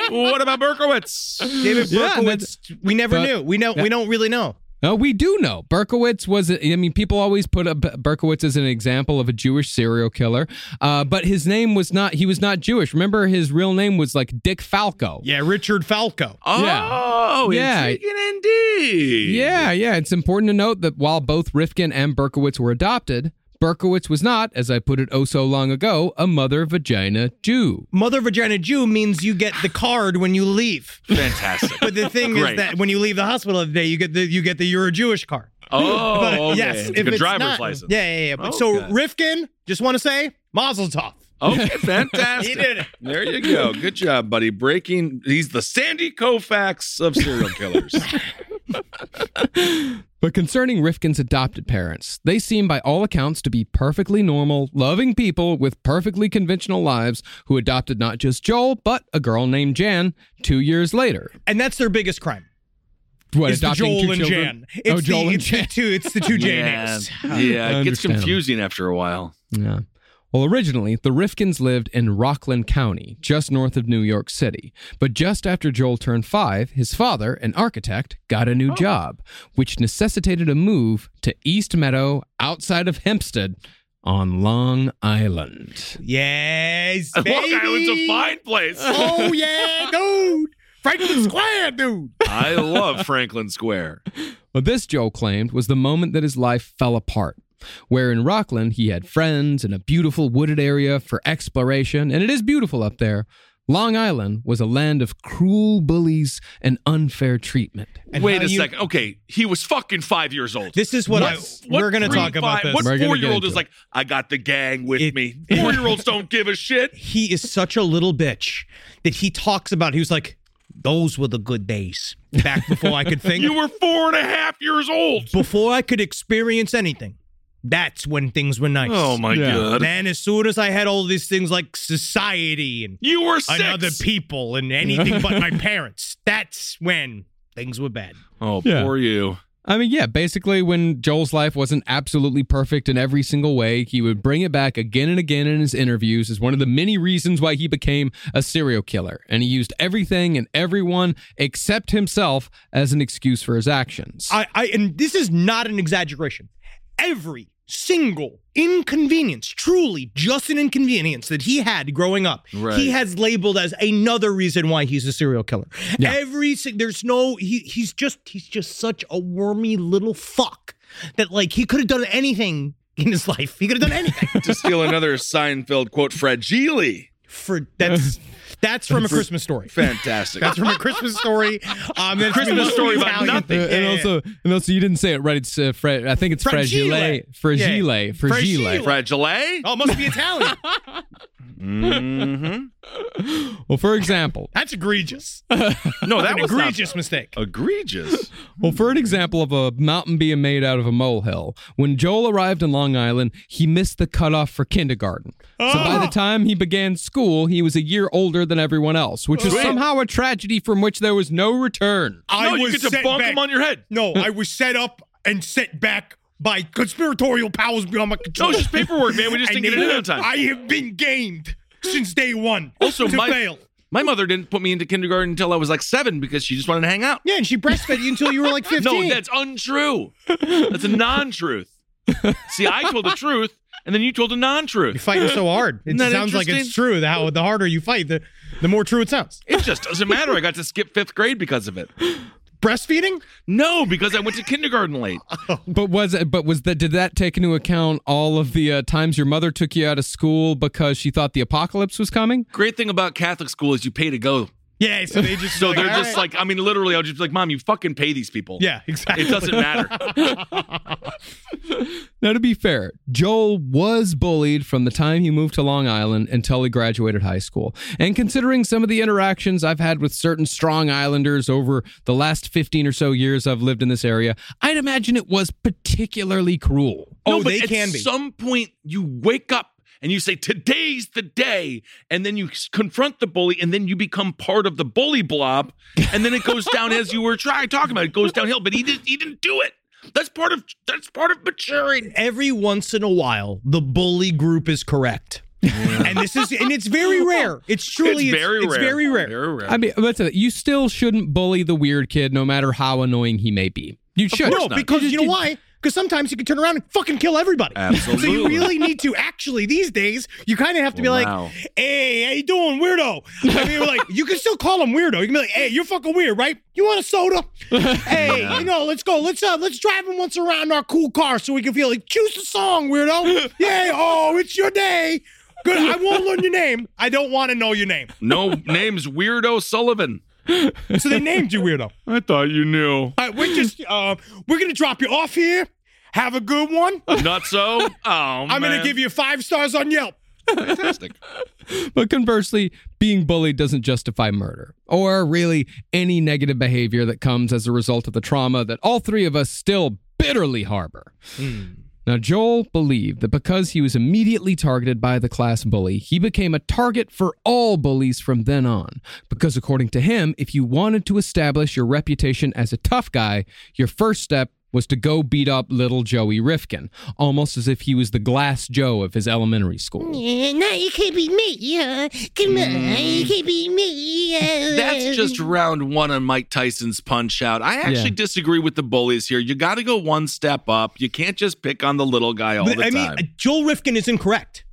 S5: what about Berkowitz?
S4: <laughs> David
S6: Yeah, and
S4: Berkowitz. we never
S6: but-
S4: knew. We know. We don't really know.
S6: No, we do know. Berkowitz was, I mean, people always put up Berkowitz as an example of a Jewish serial killer, uh, but his name was not, he was not Jewish. Remember, his real name was like Dick Falco.
S4: Yeah, Richard Falco.
S5: Oh,
S6: Yeah.
S5: intriguing indeed.
S6: Yeah, yeah. It's important to note that while both Rifkin and Berkowitz were adopted, Berkowitz was not, as I put it oh so long ago, a mother vagina Jew.
S4: Mother vagina Jew means you get the card when you leave.
S5: Fantastic.
S4: But the thing
S5: Great.
S4: is that when you leave the hospital the day, you get the you get the you're a Jewish card.
S5: oh,
S4: But
S5: okay.
S4: yes,
S5: It's
S4: if
S5: like a
S4: it's
S5: driver's
S4: not-
S5: license.
S4: Yeah, yeah, yeah. But
S5: Okay.
S4: so Rifkin, just want to say, Mazel Tov.
S5: Okay, fantastic.
S4: He did it.
S5: There you go. Good job, buddy. Breaking. He's the Sandy Koufax
S4: <laughs>
S5: of serial killers.
S6: But concerning Rifkin's adopted parents, they seem by all accounts to be perfectly normal, loving people with perfectly conventional lives who adopted not just Joel, but a girl named Jan two years later.
S4: And that's their biggest crime.
S6: What,
S4: It's the Joel
S6: two
S4: and
S6: children?
S4: Jan. It's
S6: Oh, Joel
S4: the,
S6: and
S4: it's the
S6: Jan.
S4: two. It's the
S6: <laughs>
S4: two J names.
S5: Yeah, it gets
S6: Understandable.
S5: confusing after a while. <laughs>
S6: Yeah. Well, originally, the Rifkins lived in Rockland County, just north of New York City. But just after Joel turned five, his father, an architect, got a new job, which necessitated a move to East Meadow, outside of Hempstead, on Long Island.
S5: <laughs>
S4: Yes,
S5: Long
S4: baby.
S5: Island's a fine place.
S4: <laughs>
S5: <laughs>
S4: Oh yeah, dude. Franklin Square, dude.
S5: I love Franklin Square.
S6: Well, this, Joel claimed, was the moment that his life fell apart. Where in Rockland, he had friends and a beautiful wooded area for exploration, and it is beautiful up there. Long Island was a land of cruel bullies and unfair treatment.
S4: And
S5: Wait
S4: how
S5: a
S4: you-
S5: second. Okay, he was fucking five years old.
S4: This is what, I, we're going to
S5: three,
S4: talk about.
S5: five-
S4: This.
S5: What
S6: We're gonna
S5: four year old
S6: get
S5: is
S6: into
S5: like, I got the gang with
S4: It- <laughs>
S5: me. Four year olds don't give a shit.
S4: he is such a little bitch that he talks about. He was like, "Those were the good days back before I
S5: <laughs>
S4: could think,
S5: You were four and a half years old.
S4: before I could experience anything. That's when things were nice."
S5: Oh my god.
S4: Then as soon as I had all these things like society and
S5: You were six.
S4: other people and anything but my parents, that's when things were bad.
S5: oh,
S6: Yeah.
S5: poor you.
S6: I mean, yeah, basically, when Joel's life wasn't absolutely perfect in every single way, he would bring it back again and again in his interviews as one of the many reasons why he became a serial killer. And he used everything and everyone except himself as an excuse for his actions.
S4: I, I and this is not an exaggeration. Every single inconvenience, truly just an inconvenience that he had growing up,
S5: Right.
S4: he has labeled as another reason why he's a serial killer.
S6: Yeah.
S4: Every si- there's no he he's just he's just such a wormy little fuck that like he could have done anything in his life. He could have done <laughs> anything.
S5: to steal another Seinfeld quote, fragile.
S4: For that's that's from a Christmas story.
S5: Fantastic.
S4: That's from a Christmas story. Um, that's from
S5: Christmas
S4: a
S5: story about
S4: Italian
S5: nothing.
S4: thing.
S6: and
S4: Yeah, yeah, yeah.
S6: also, and also, you didn't say it right. It's uh, fra- I think it's fragile,
S4: Fragile.
S6: fragile,
S4: Yeah.
S6: fragile.
S4: Fragile.
S5: fragile? eh?
S4: oh, it must be Italian. <laughs>
S5: Mm-hmm.
S6: Well, for example,
S4: That's egregious.
S5: No, that
S4: An
S5: was not-
S4: egregious mistake.
S5: egregious.
S6: Well, for an example of a mountain being made out of a molehill, when Joel arrived in Long Island, he missed the cutoff for kindergarten. So by
S5: Oh.
S6: the time he began school, he was a year older than everyone else, which was
S5: Sweet.
S6: somehow a tragedy from which there was no return.
S5: no, you get to bonk him on your head.
S4: No, I was set up and set back by conspiratorial powers beyond my
S5: No,
S4: control.
S5: it's just paperwork, man. We just didn't get it in on time.
S4: I have been gamed since day one.
S5: also,
S4: to
S5: my,
S4: fail.
S5: my mother didn't put me into kindergarten until I was like seven because she just wanted to hang out.
S4: Yeah, and she breastfed you until you <laughs> were like 15.
S5: No, that's untrue. That's a non truth. See, I told the truth, and then you told a non
S4: You're
S5: truth.
S4: fighting so <laughs> hard. It
S5: Isn't that
S4: sounds like it's
S5: interesting?
S4: true. The, how, the harder you fight, the, the more true it sounds.
S5: It just doesn't matter. I got to skip fifth grade because of it.
S4: Breastfeeding?
S5: No, because I went to kindergarten late.
S6: But was it, but was that did that take into account all of the uh, times your mother took you out of school because she thought the apocalypse was coming?
S5: Great thing about Catholic school is you pay to go.
S4: Yeah, <laughs> so they just.
S5: So they're
S4: "All
S5: just
S4: right."
S5: like, I mean, literally, I was just like, Mom, you fucking pay these people.
S4: <laughs> Yeah, exactly.
S5: It doesn't matter.
S6: <laughs> Now, to be fair, Joel was bullied from the time he moved to Long Island until he graduated high school. And considering some of the interactions I've had with certain strong islanders over the last 15 or so years I've lived in this area, I'd imagine it was particularly cruel.
S4: Oh,
S5: no, but
S4: they
S5: at
S4: can be.
S5: some point you wake up and you say, "Today's the day," and then you s- confront the bully, and then you become part of the bully blob, and then
S4: <laughs>
S5: it goes down as you were trying talking about. It goes downhill, but he didn't. He didn't do it. That's part of. That's part of maturing.
S4: Every once in a while, the bully group is correct. and this is and it's
S5: <laughs>
S4: very rare. It's truly
S5: it's very rare.
S4: very rare.
S5: Very rare.
S6: I mean, let's say that you still shouldn't bully the weird kid, no matter how annoying he may be. You should.
S4: No, because you know why? Because sometimes you can turn around and fucking kill everybody. <laughs> So you
S5: Absolutely.
S4: really need to actually these days. You kind of have to be
S5: Wow.
S4: like, "Hey, how you doing, weirdo?" I mean, like you can still call him weirdo. You can be like, "Hey, you're fucking weird, right? You want a <laughs> soda? hey, you know, let's go. Let's uh, let's drive him once around our cool car so we can feel like choose the song, <laughs> weirdo. Yay! Oh, it's your day. Good. I won't learn your name. I don't want to know your name. <laughs>
S5: no name's weirdo Sullivan.
S4: So they named you weirdo.
S5: I thought you knew.
S4: All right, we're just uh, we're gonna drop you off here. Have a good one.
S5: Not so. Oh,
S4: I'm going to give you five stars on Yelp.
S5: fantastic.
S6: But conversely, being bullied doesn't justify murder or really any negative behavior that comes as a result of the trauma that all three of us still bitterly harbor. Now, Joel believed that because he was immediately targeted by the class bully, he became a target for all bullies from then on. Because according to him, if you wanted to establish your reputation as a tough guy, your first step was to go beat up little Joey Rifkin, almost as if he was the glass Joe of his elementary school.
S9: No, you can't be me. Uh, come on, you
S5: Mm.
S9: can't be me. Uh,
S5: That's just round one on Mike Tyson's punch out. I actually
S6: Yeah.
S5: disagree with the bullies here. You got to go one step up. You can't just pick on the little guy all
S4: But,
S5: the
S4: I
S5: time.
S4: mean, Joel Rifkin is incorrect.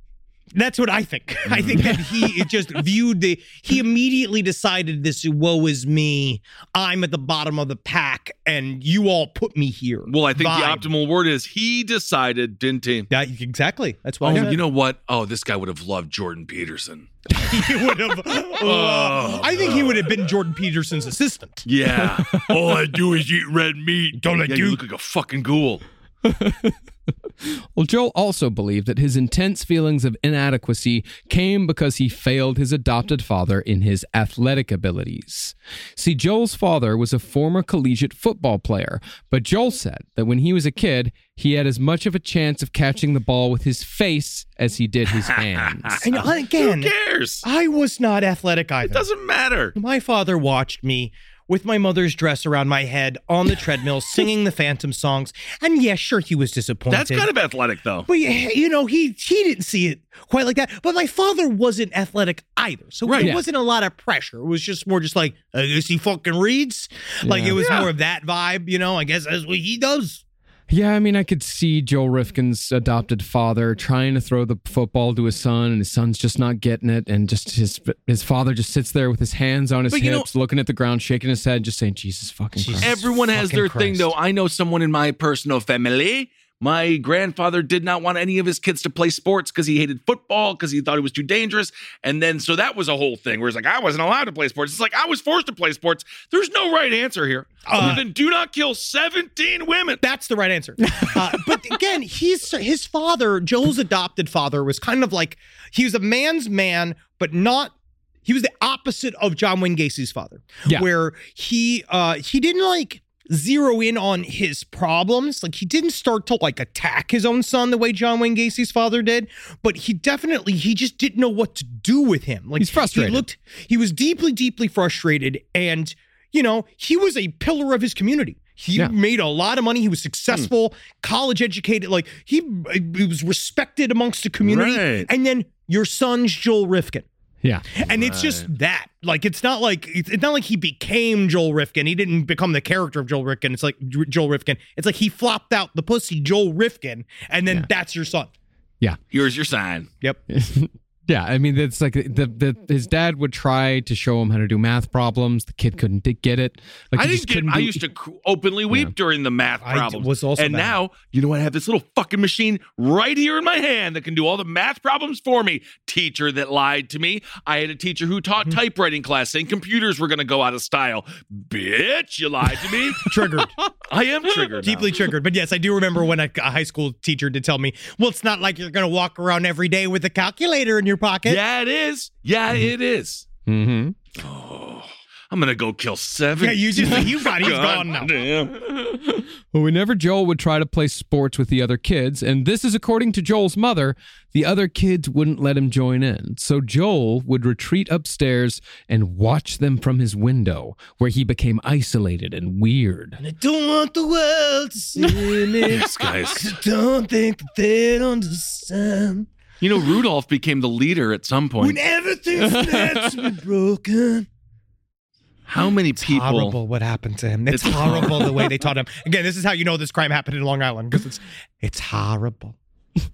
S4: That's what I think. <laughs> I think that he
S5: <laughs>
S4: just viewed the. He immediately decided this woe is me. I'm at the bottom of the pack, and you all put me here.
S5: well, I think
S4: Vibe.
S5: the optimal word is he decided, didn't he?
S4: That- exactly. That's
S5: Oh,
S4: why
S5: you know what? Oh, this guy would have loved Jordan Peterson.
S4: <laughs>
S5: Oh,
S4: he would have.
S5: <laughs>
S4: uh, I think he would have been Jordan Peterson's assistant. <laughs>
S5: Yeah. all I do is eat red meat. Don't I do? You look like a fucking ghoul.
S6: Well, Joel also believed that his intense feelings of inadequacy came because he failed his adopted father in his athletic abilities. See, Joel's father was a former collegiate football player, but Joel said that when he was a kid, he had as much of a chance of catching the ball with his face as he did his hands.
S4: And again,
S5: Who cares?
S4: I was not athletic either.
S5: Doesn't matter.
S4: My father watched me with my mother's dress around my head on the
S5: <laughs>
S4: treadmill singing the Phantom songs. And yeah, sure, he was disappointed.
S5: That's kind of athletic, though.
S4: But yeah, you know, he he didn't see it quite like that. But my father wasn't athletic either, so
S5: Right.
S4: it
S5: Yeah.
S4: wasn't a lot of pressure. It was just more just like I guess he fucking reads. Like it was
S5: Yeah.
S4: more of that vibe, you know. I guess that's what he does.
S6: Yeah, I mean, I could see Joel Rifkin's adopted father trying to throw the football to his son, and his son's just not getting it, and just his his father just sits there with his hands on his
S5: But you know-
S6: hips, looking at the ground, shaking his head, just saying, "Jesus fucking Christ."
S5: Everyone has
S4: fucking
S5: their thing,
S4: Christ.
S5: though. I know someone in my personal family. My grandfather did not want any of his kids to play sports because he hated football because he thought it was too dangerous. And then, so that was a whole thing where it's like, I wasn't allowed to play sports. It's like, I was forced to play sports. There's no right answer here.
S4: Uh,
S5: Other than do not kill 17 women.
S4: That's the right
S6: <laughs>
S4: answer. Uh, but again, he's his father, Joel's adopted father, was kind of like he was a man's man, but not. He was the opposite of John Wayne Gacy's father,
S6: Yeah.
S4: where he uh, he didn't like zero in on his problems. Like he didn't start to like attack his own son the way John Wayne Gacy's father did, but he definitely he just didn't know what to do with him. Like
S6: He's frustrated.
S4: He looked he was deeply deeply frustrated and you know, he was a pillar of his community. He
S6: Yeah. Hmm.
S4: made a lot of money. He was successful, college educated. Like he, he was respected amongst the community.
S5: Right.
S4: And then your son's Joel Rifkin.
S6: yeah,
S4: And it's just that. Like it's not like it's it's not like he became Joel Rifkin. He didn't become the character of Joel Rifkin. It's like J- Joel Rifkin. It's like he flopped out the pussy Joel Rifkin, and then that's your son.
S5: Here's your sign.
S4: Yep.
S6: <laughs> Yeah, I mean, it's like the, the his dad would try to show him how to do math problems. The kid couldn't di- get it. Like
S5: I
S6: he
S5: didn't
S6: just
S5: get.
S6: couldn't
S5: I
S6: do-
S5: used to cr- openly weep during the math
S4: I d-
S5: problems.
S4: was also
S5: and
S4: bad.
S5: now you know what? I have this little fucking machine right here in my hand that can do all the math problems for me. Teacher that lied to me. I had a teacher who taught
S4: Mm-hmm.
S5: typewriting class saying computers were going to go out of style. Bitch, you lied to me.
S4: Triggered. <laughs>
S5: I am triggered. now.
S4: deeply triggered. But yes, I do remember when a, a high school teacher did tell me, "Well, it's not like you're going to walk around every day with a calculator in your pocket."
S5: Yeah, it is. Yeah,
S4: Mm-hmm.
S5: it is.
S6: Mhm.
S5: I'm gonna go kill seven.
S4: Yeah, you just you got
S5: <laughs>
S4: he's gone now.
S6: Well, whenever Joel would try to play sports with the other kids, and this is according to Joel's mother, the other kids wouldn't let him join in. So Joel would retreat upstairs and watch them from his window, where he became isolated and weird.
S4: I don't want the world to see
S5: <laughs>
S4: me.
S5: This guy's.
S4: don't think that they understand.
S5: You know, Rudolph became the leader at some point.
S4: everything's naturally broken.
S5: How many people?
S4: Horrible what happened to him. It's,
S5: It's
S4: horrible the way they taught him. Again, this is how you know this crime happened in Long Island because it's it's horrible.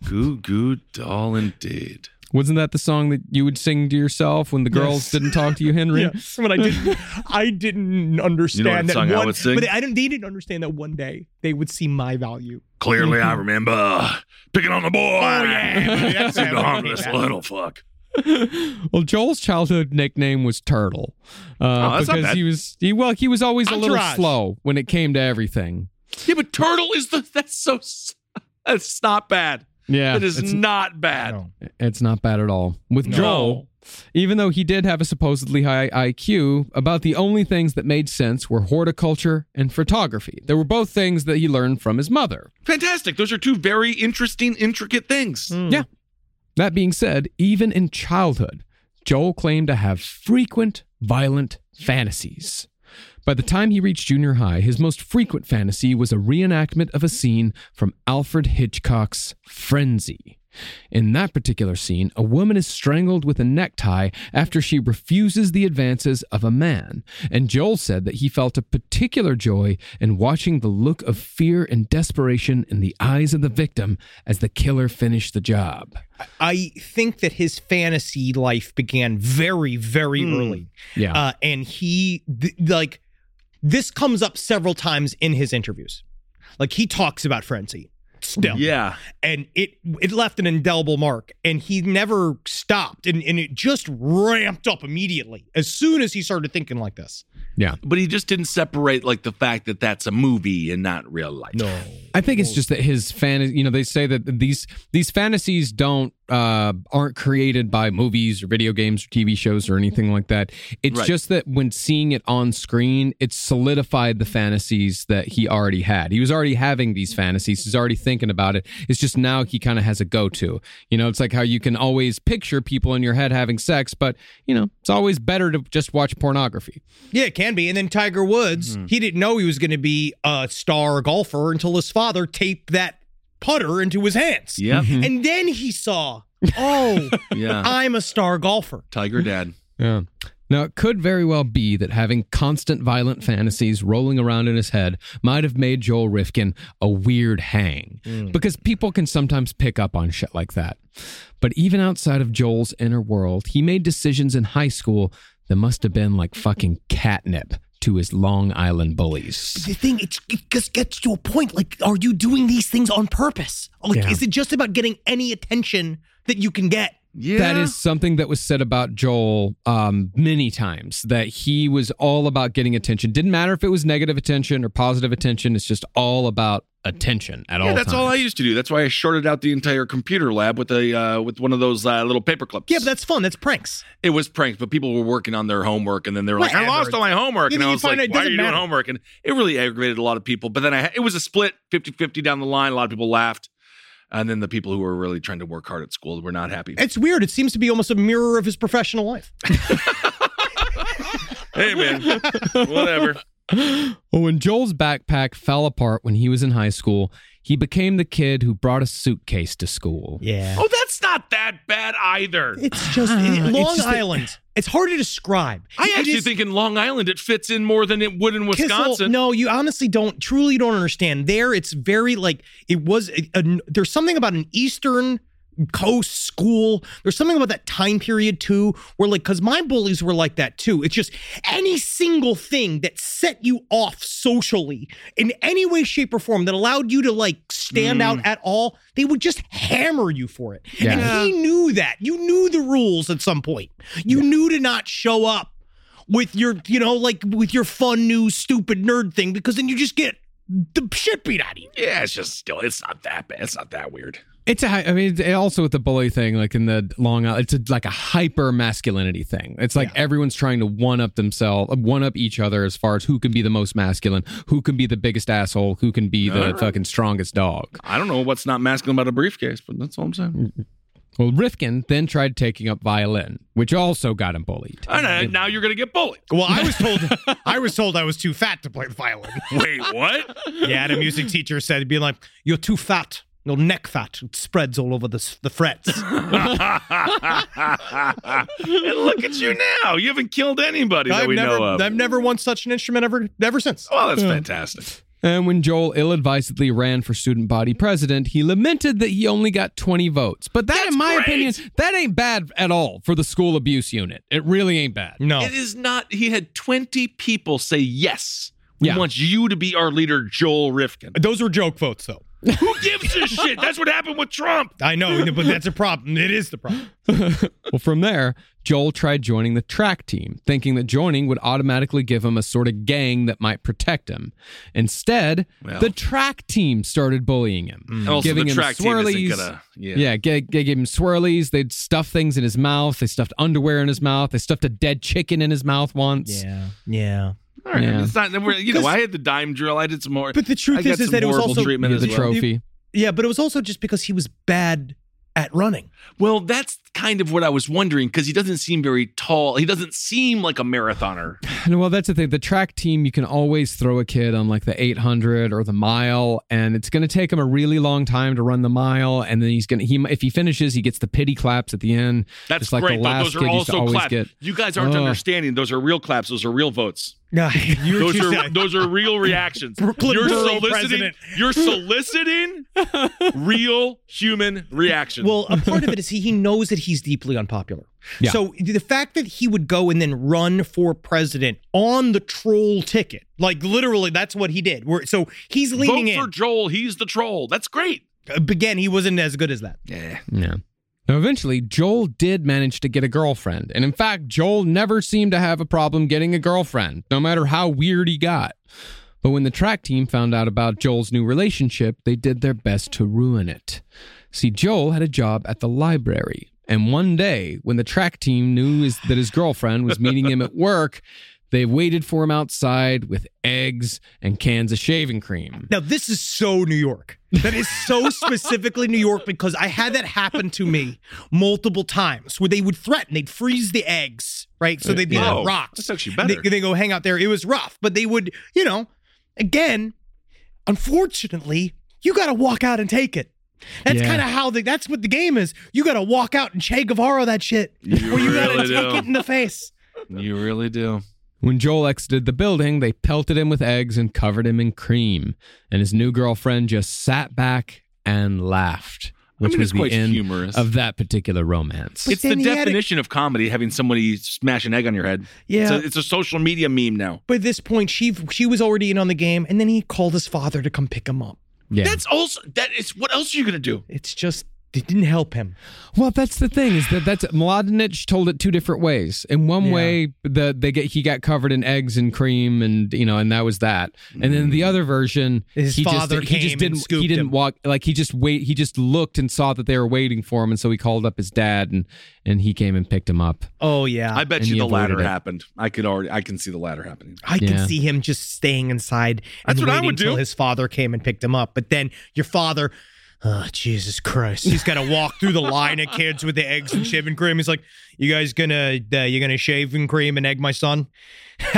S5: Goo goo doll, indeed.
S6: Wasn't that the song that you would sing to yourself when the girls
S4: Yes.
S6: didn't talk to you,
S5: <laughs>
S6: Henry?
S4: when I didn't, I didn't understand that
S5: song I
S4: one.
S5: would sing?
S4: But I didn't. They didn't understand that one day they would see my value.
S5: Clearly, I remember uh, picking on the boy. Mm-hmm. Oh, <laughs>
S4: yeah. That's
S5: you
S4: him.
S5: harmless
S4: Yeah.
S5: little fuck.
S6: <laughs> Well, Joel's childhood nickname was Turtle uh,
S5: Oh, that's not
S6: because
S5: bad.
S6: he was he well he was always a little
S4: Entourage.
S6: slow when it came to everything.
S5: Yeah, but turtle is the. That's so. s- That's not bad.
S6: Yeah,
S5: That is
S6: it's-
S5: not bad.
S4: No.
S6: It's not bad at all. With
S5: No.
S6: Joel, even though he did have a supposedly high IQ, about the only things that made sense were horticulture and photography. They were both things that he learned from his mother.
S5: Fantastic. Those are two very interesting, intricate things.
S6: Yeah. That being said, even in childhood, Joel claimed to have frequent violent fantasies. By the time he reached junior high, his most frequent fantasy was a reenactment of a scene from Alfred Hitchcock's Frenzy. In that particular scene, a woman is strangled with a necktie after she refuses the advances of a man, and Joel said that he felt a particular joy in watching the look of fear and desperation in the eyes of the victim as the killer finished the job.
S4: I think that his fantasy life began very, very
S5: Hmm.
S4: early.
S6: Yeah.
S4: Uh, and he, th- like, this comes up several times in his interviews. Like, he talks about frenzy still.
S5: Yeah.
S4: And it it left an indelible mark, and he never stopped, and, and it just ramped up immediately as soon as he started thinking like this.
S5: But he just didn't separate like the fact that that's a movie and not real life. No.
S6: I think it's just that his fantasy. You know, they say that these these fantasies don't uh, aren't created by movies or video games or TV shows or anything like that. It's
S5: Right.
S6: just that when seeing it on screen, it solidified the fantasies that he already had. He was already having these fantasies. He's already thinking about it. It's just now he kind of has a go to. You know, it's like how you can always picture people in your head having sex, but you know, it's always better to just watch pornography.
S4: Yeah, it can be. And then Tiger Woods,
S5: Mm-hmm.
S4: he didn't know he was going to be a star golfer until his father taped that putter into his hands.
S5: Yep.
S6: Mm-hmm.
S4: And then he
S5: <laughs>
S4: saw, oh,
S5: Yeah.
S4: I'm a star golfer.
S5: Tiger
S6: Mm-hmm.
S5: Dad.
S6: Yeah. Now, it could very well be that having constant violent fantasies rolling around in his head might have made Joel Rifkin a weird hang, because people can sometimes pick up on shit like that. But even outside of Joel's inner world, he made decisions in high school that must have been like fucking catnip to his Long Island bullies.
S4: The thing, it, it just gets to a point. Like, are you doing these things on purpose? Like,
S6: Yeah.
S4: is it just about getting any attention that you can get?
S5: Yeah.
S6: That is something that was said about Joel um, many times that he was all about getting attention. Didn't matter if it was negative attention or positive attention. It's just all about attention at all.
S5: Yeah, that's all I
S6: times.
S5: used to do. That's why I shorted out the entire computer lab with a uh, with one of those uh, little paper clips.
S4: Yeah, but that's fun. That's pranks.
S5: it was pranks, but people were working on their homework, and then they were like, "I
S4: Whatever.
S5: lost all my homework,"
S4: Yeah,
S5: and
S4: but
S5: I
S4: you
S5: was
S4: find
S5: like,
S4: it
S5: "Why are
S4: doesn't
S5: you
S4: matter.
S5: doing homework?" And it really aggravated a lot of people. But then I, it was a split 50-50 down the line. A lot of people laughed, and then the people who were really trying to work hard at school were not
S4: <laughs>
S5: happy.
S4: It's weird. It seems to be almost a mirror of his professional life.
S5: hey man, whatever.
S6: Well, when Joel's backpack fell apart when he was in high school, he became the kid who brought a suitcase to school.
S4: Yeah.
S5: Oh, that's not that bad either.
S4: <sighs> It's just it-
S6: it's
S4: Long
S6: just that-
S4: Island. it's hard to describe.
S5: I
S4: It
S5: actually
S4: is-
S5: think in Long Island it fits in more than it would in
S4: Kissel,
S5: Wisconsin.
S4: no, you honestly don't. Truly, don't understand. There, it's very like it was. A, a- there's something about an Eastern coast school. There's something about that time period too, where like, cause my bullies were like that too. It's just any single thing that set you off socially in any way, shape, or form that allowed you to like stand out at all, they would just hammer you for it.
S6: Yeah.
S4: And he knew that. You knew the rules at some point. You knew to not show up with your, you know, like with your fun new stupid nerd thing, because then you just get the shit beat out of you.
S5: Yeah, it's just still, it's not that bad. It's not that weird.
S6: It's a, hy- I mean, it- also with the bully thing, like in the Long Island, it's a, like a hyper masculinity thing. It's like everyone's trying to one up themselves, one up each other as far as who can be the most masculine, who can be the biggest asshole, who can be the fucking strongest dog.
S5: I don't know what's not masculine about a briefcase, but that's all I'm
S4: Mm.
S5: saying.
S6: Well, Rifkin then tried taking up violin, which also got him bullied.
S5: And uh, now you're going to
S4: <laughs>
S5: get bullied.
S4: Well, I was told I was told I was too fat to play the violin.
S5: Wait, what?
S4: Yeah, and a music teacher said, "Be like, you're too fat. Your neck fat it spreads all over the s- the
S5: <laughs>
S4: frets."
S5: and look at you now. You haven't killed anybody that
S4: I've
S5: we
S4: never,
S5: know of.
S4: I've never won such an instrument ever, ever since.
S5: well, that's fantastic.
S6: And when Joel ill advisedly ran for student body president, he lamented that he only got 20 votes. But that, in my opinion, that ain't bad at all for the school abuse unit. It really ain't bad.
S4: No,
S5: It is not. He had 20 people say yes. We
S6: Yeah.
S5: want you to be our leader, Joel Rifkin.
S4: those were joke votes, though.
S5: <laughs> Who gives a shit? That's what happened with Trump.
S4: I know, but that's a problem. It is the problem.
S6: Well, from there, Joel tried joining the track team, thinking that joining would automatically give him a sort of gang that might protect him. Instead, the track team started bullying him,
S5: Also,
S6: giving
S5: the
S6: him
S5: track team isn't
S6: swirlies.
S5: gonna- Mm, yeah.
S6: yeah, ga- they gave him swirlies. They'd stuff things in his mouth. They stuffed underwear in his mouth. They stuffed a dead chicken in his mouth
S4: <gasps>
S6: once.
S4: Yeah, yeah.
S5: All right. I mean,
S6: Yeah.
S5: It's not, we're- you know, I had the dime drill. I did some more.
S4: But the truth
S5: I got
S4: is- is
S5: some
S4: that it was
S5: horrible
S4: also-
S5: treatment
S4: Yeah,
S5: as
S6: the
S5: well.
S6: trophy.
S4: Yeah, but it was also just because he was bad at running.
S5: Well, that's kind of what I was wondering because he doesn't seem very tall. He doesn't seem like a marathoner.
S6: And <sighs> well, that's the thing. The track team, you can always throw a kid on like the 800 or the mile, and it's going to take him a really long time to run the mile. And then he's going to, he if he finishes, he gets the pity claps at the end.
S5: That's
S6: just like
S5: great.
S6: The
S5: though.
S6: last
S5: those
S6: kid
S5: are
S6: used to
S5: also
S6: always
S5: claps.
S6: get. Oh.
S5: You guys aren't
S6: Ugh.
S5: understanding. Those are real claps. Those are real votes.
S4: <laughs> you
S5: Those are those are
S4: <laughs>
S5: real reactions.
S4: Brooklyn
S5: you're
S4: Borough
S5: soliciting.
S4: president. <laughs>
S5: You're soliciting real human reaction.
S4: Well, a part of it is
S5: <laughs>
S4: he, he knows that he's deeply unpopular.
S6: Yeah.
S4: So the fact that he would go and then run for president on the troll ticket, like literally, that's what he did. Where so he's
S5: vote
S4: leaning
S5: for
S4: in.
S5: Joel. He's the troll. That's great.
S4: Again, he wasn't as good as that.
S5: Yeah.
S6: Yeah. Now, eventually, Joel did manage to get a girlfriend. And in fact, Joel never seemed to have a problem getting a girlfriend, no matter how weird he got. But when the track team found out about Joel's new relationship, they did their best to ruin it. See, Joel had a job at the library. And one day, when the track team knew his, that his girlfriend was meeting him at work, they waited for him outside with eggs and cans of shaving cream.
S4: Now this is so New York. That is so
S5: <laughs>
S4: specifically New York because I had that happen to me multiple times where they would threaten, they'd freeze the eggs, right? So they'd be
S5: Yeah.
S4: like rocks.
S5: Uh, That's actually
S4: And
S5: better.
S4: They, they go hang out there. It was rough, but they would, you know, again, unfortunately, you got to walk out and take it. That's
S6: Yeah.
S4: kind of how the, that's what the game is. You got to walk out and Che Guevara that shit,
S5: You
S4: or you got
S5: really
S4: to take
S5: do.
S4: it in the face.
S5: You really do.
S6: When Joel exited the building, they pelted him with eggs and covered him in cream. And his new girlfriend just sat back and laughed, which
S5: mean,
S6: was
S5: it's
S6: the
S5: quite
S6: end
S5: humorous.
S6: of that particular romance.
S5: It's the
S4: then he had a-
S5: definition of comedy having somebody smash an egg on your head.
S4: Yeah.
S5: It's a, it's a social media meme now.
S4: By this point, she she was already in on the game, and then he called his father to come pick him up.
S6: yeah.
S5: That's also that is what else are you gonna do?
S4: It's just it didn't help him.
S6: well, that's the thing is that that's Mladenich told it two different ways. In one way, the they get he got covered in eggs and cream, and you know, and that was that. And then the other version,
S4: Mm. His
S6: he
S4: father
S6: just, he
S4: came
S6: just
S4: and
S6: didn't
S4: scooped
S6: he didn't
S4: him.
S6: walk like he just wait he just looked and saw that they were waiting for him, and so he called up his dad and and he came and picked him up.
S4: Oh yeah,
S5: I
S4: I,
S5: bet
S6: Uh, and
S5: you
S6: he
S5: the
S6: avoided
S5: latter
S6: it.
S5: happened. I could already I can see the latter happening.
S6: Yeah.
S4: can see him just staying inside and
S5: That's what I
S4: waiting
S5: would do.
S4: until his father came and picked him up. But then your father, oh Jesus Christ, he's got to walk through the line of kids with the eggs and shaving cream. He's like, "You guys gonna uh, you gonna shave and cream and egg my son?" <laughs>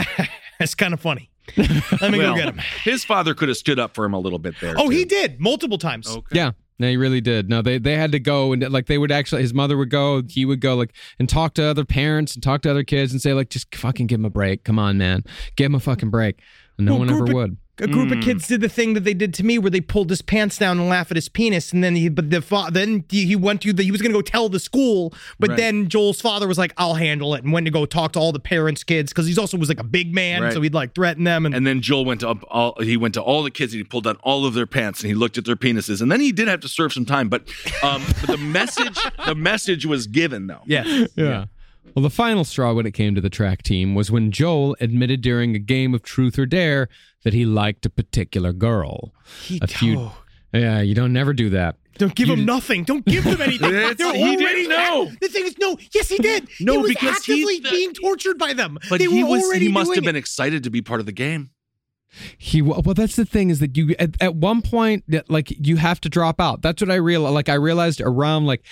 S4: That's kind of funny. Let me
S5: Well,
S4: go get him.
S5: his father could have stood up for him a little bit there.
S4: Oh,
S5: too.
S4: he did multiple times.
S6: Yeah. No, he really did. No, they they had to go and like they would actually his mother would go, he would go like and talk to other parents and talk to other kids and say, like, just fucking give him a break. Come on, man. Give him a fucking break. And no
S4: Well,
S6: one ever
S4: group-
S6: would.
S4: a group
S5: Hmm.
S4: of kids did the thing that they did to me, where they pulled his pants down and laugh at his penis, and then he, but the fa- then he he went to the, he was gonna go tell the school, but
S5: Right.
S4: then Joel's father was like, "I'll handle it," and went to go talk to all the parents' kids because he's also was like a big man,
S5: Right.
S4: so he'd like threaten them, and,
S5: And then Joel went to up all he went to all the kids and he pulled down all of their pants and he looked at their penises and then he did have to serve some time but um but the message <laughs> the message was given though <laughs>
S4: yeah,
S6: Yeah. Well, the final straw when it came to the track team was when Joel admitted during a game of Truth or Dare that he liked a particular girl.
S4: he,
S6: A few.
S4: oh,
S6: Yeah, you don't never do that.
S4: don't give him nothing, don't give them anything.
S5: <laughs> It's-
S4: They're
S5: he didn't
S4: already
S5: know.
S4: The thing is, no, yes, he did.
S5: No,
S4: he was
S5: because he's
S4: actively
S5: the-
S4: being tortured by them.
S5: but
S4: they
S5: he
S4: were
S5: was
S4: already
S5: he must
S4: doing
S5: have
S4: it.
S5: been excited to be part of the game
S6: He wa- well, that's the thing is that you at, at one point that, like you have to drop out. That's what I realized. Like I realized around like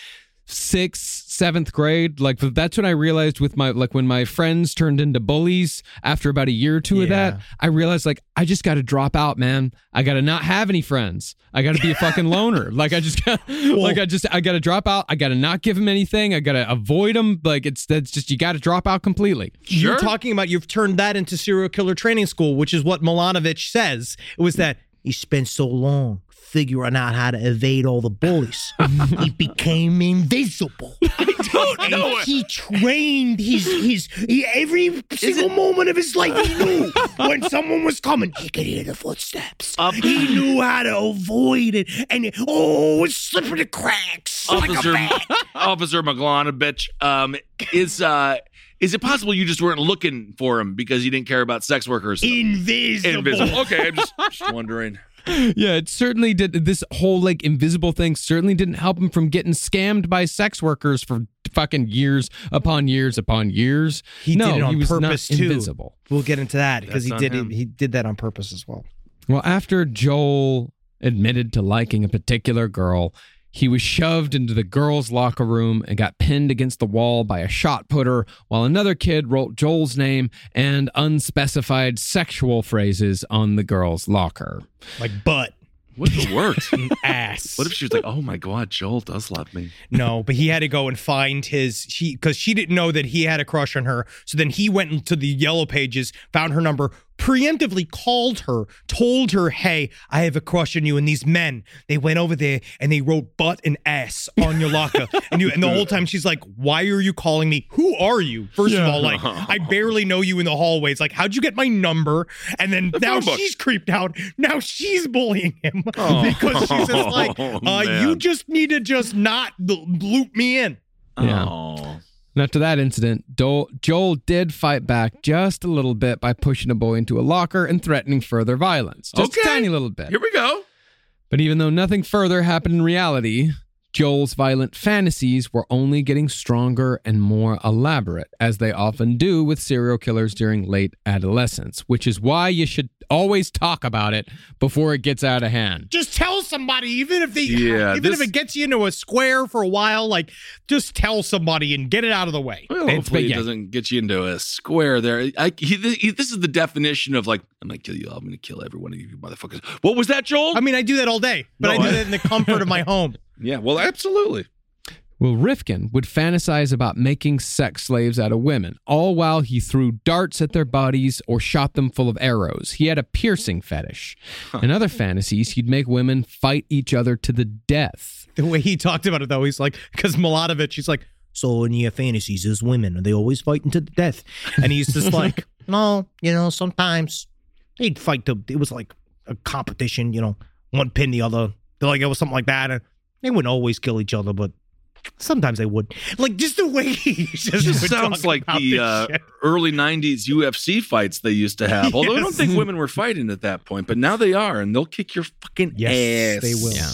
S6: sixth, seventh grade. Like that's when I realized with my like when my friends turned into bullies after about a year or two of that. I realized like I just got to drop out, man. I got to not have any friends. I got to be a fucking loner. Like I just <laughs> got like I just I got to drop out. I got to not give him anything. I got to avoid him. Like it's that's just you got to drop out completely.
S4: You're talking about you've turned that into serial killer training school, which is what Milanovic says. It was that he spent so long figuring out how to evade all the bullies. he <laughs> became invisible. <laughs> I don't know. he trained his his he, every single moment of his life. He knew when someone was coming, he could hear the footsteps. He knew how to avoid it, and it, oh, it's slipping the cracks.
S5: Officer <laughs> Officer McGlonovich, um, is uh, is it possible you just weren't looking for him because you didn't care about sex workers?
S4: Invisible.
S5: Invisible. Okay, I'm just, just wondering.
S6: Yeah, it certainly did. This whole like invisible thing certainly didn't help him from getting scammed by sex workers for fucking years upon years upon years.
S4: He
S6: no,
S4: did it on
S6: he was
S4: purpose
S6: not
S4: too.
S6: Invisible.
S4: We'll get into that because
S5: That's
S4: he
S5: on
S4: did
S5: him.
S4: he did that on purpose as well.
S6: Well, after Joel admitted to liking a particular girl, he was shoved into the girls' locker room and got pinned against the wall by a shot putter while another kid wrote Joel's name and unspecified sexual phrases on the girls' locker.
S4: Like <laughs> butt,
S5: What
S4: <laughs>
S5: if it worked?
S4: ass.
S5: What if she was like, "Oh my God, Joel does love me"?
S4: no, but he had to go and find his she because she didn't know that he had a crush on her. So then he went into the yellow pages, found her number, preemptively called her, told her, "Hey, I have a crush on you." And these men, they went over there and they wrote butt and ass on your locker. and you and the whole time she's like, "Why are you calling me? Who are you?" First of all, like I barely know you in the hallways. Like, how'd you get my number? And then now
S5: book.
S4: she's creeped out. Now she's bullying him <laughs> because she's just like,
S5: Oh,
S4: uh, you
S5: man.
S4: just need to just not l- loop me in.
S6: Yeah.
S5: Oh.
S6: And after that incident, Dol- Joel did fight back just a little bit by pushing a boy into a locker and threatening further violence. Just a
S5: Okay.
S6: tiny little bit.
S5: Here we go.
S6: But even though nothing further happened in reality, Joel's violent fantasies were only getting stronger and more elaborate, as they often do with serial killers during late adolescence, which is why you should always talk about it before it gets out of hand.
S4: Just tell somebody, even if they,
S5: Yeah,
S4: even if
S5: this-
S4: it gets you into a square for a while, like just tell somebody and get it out of the way.
S5: Well,
S6: It's-
S5: hopefully,
S6: but yeah.
S5: it doesn't get you into a square there. I, he, he, this is the definition of like, "I'm gonna kill you. I'm gonna kill every one of you, motherfuckers." What was that, Joel?
S4: I mean, I do that all day, but
S5: No,
S4: I do
S5: I-
S4: that in the comfort of
S5: <laughs>
S4: my home.
S5: yeah. Well, absolutely.
S6: Well, Rifkin would fantasize about making sex slaves out of women, all while he threw darts at their bodies or shot them full of arrows. He had a piercing fetish. In other fantasies, he'd make women fight each other to the death.
S4: <laughs> The way he talked about it, though, he's like, because Milanovich, he's like, so in your fantasies as women, are they always fighting to the death? And he's
S5: <laughs>
S4: just like, no, you know, sometimes they'd fight to, it was like a competition, you know, one pin the other. They're like, it was something like that. And they wouldn't always kill each other, but sometimes they would. Like, just the way he <laughs> just,
S5: This
S4: would
S5: sounds
S4: talk
S5: like
S4: about
S5: the
S4: this
S5: uh,
S4: shit.
S5: early 90s UFC fights they used to have. Although I don't
S4: Yes.
S5: think women were fighting at that point, but now they are, and they'll kick your fucking
S4: Yes,
S5: ass.
S4: they will.
S6: Yeah.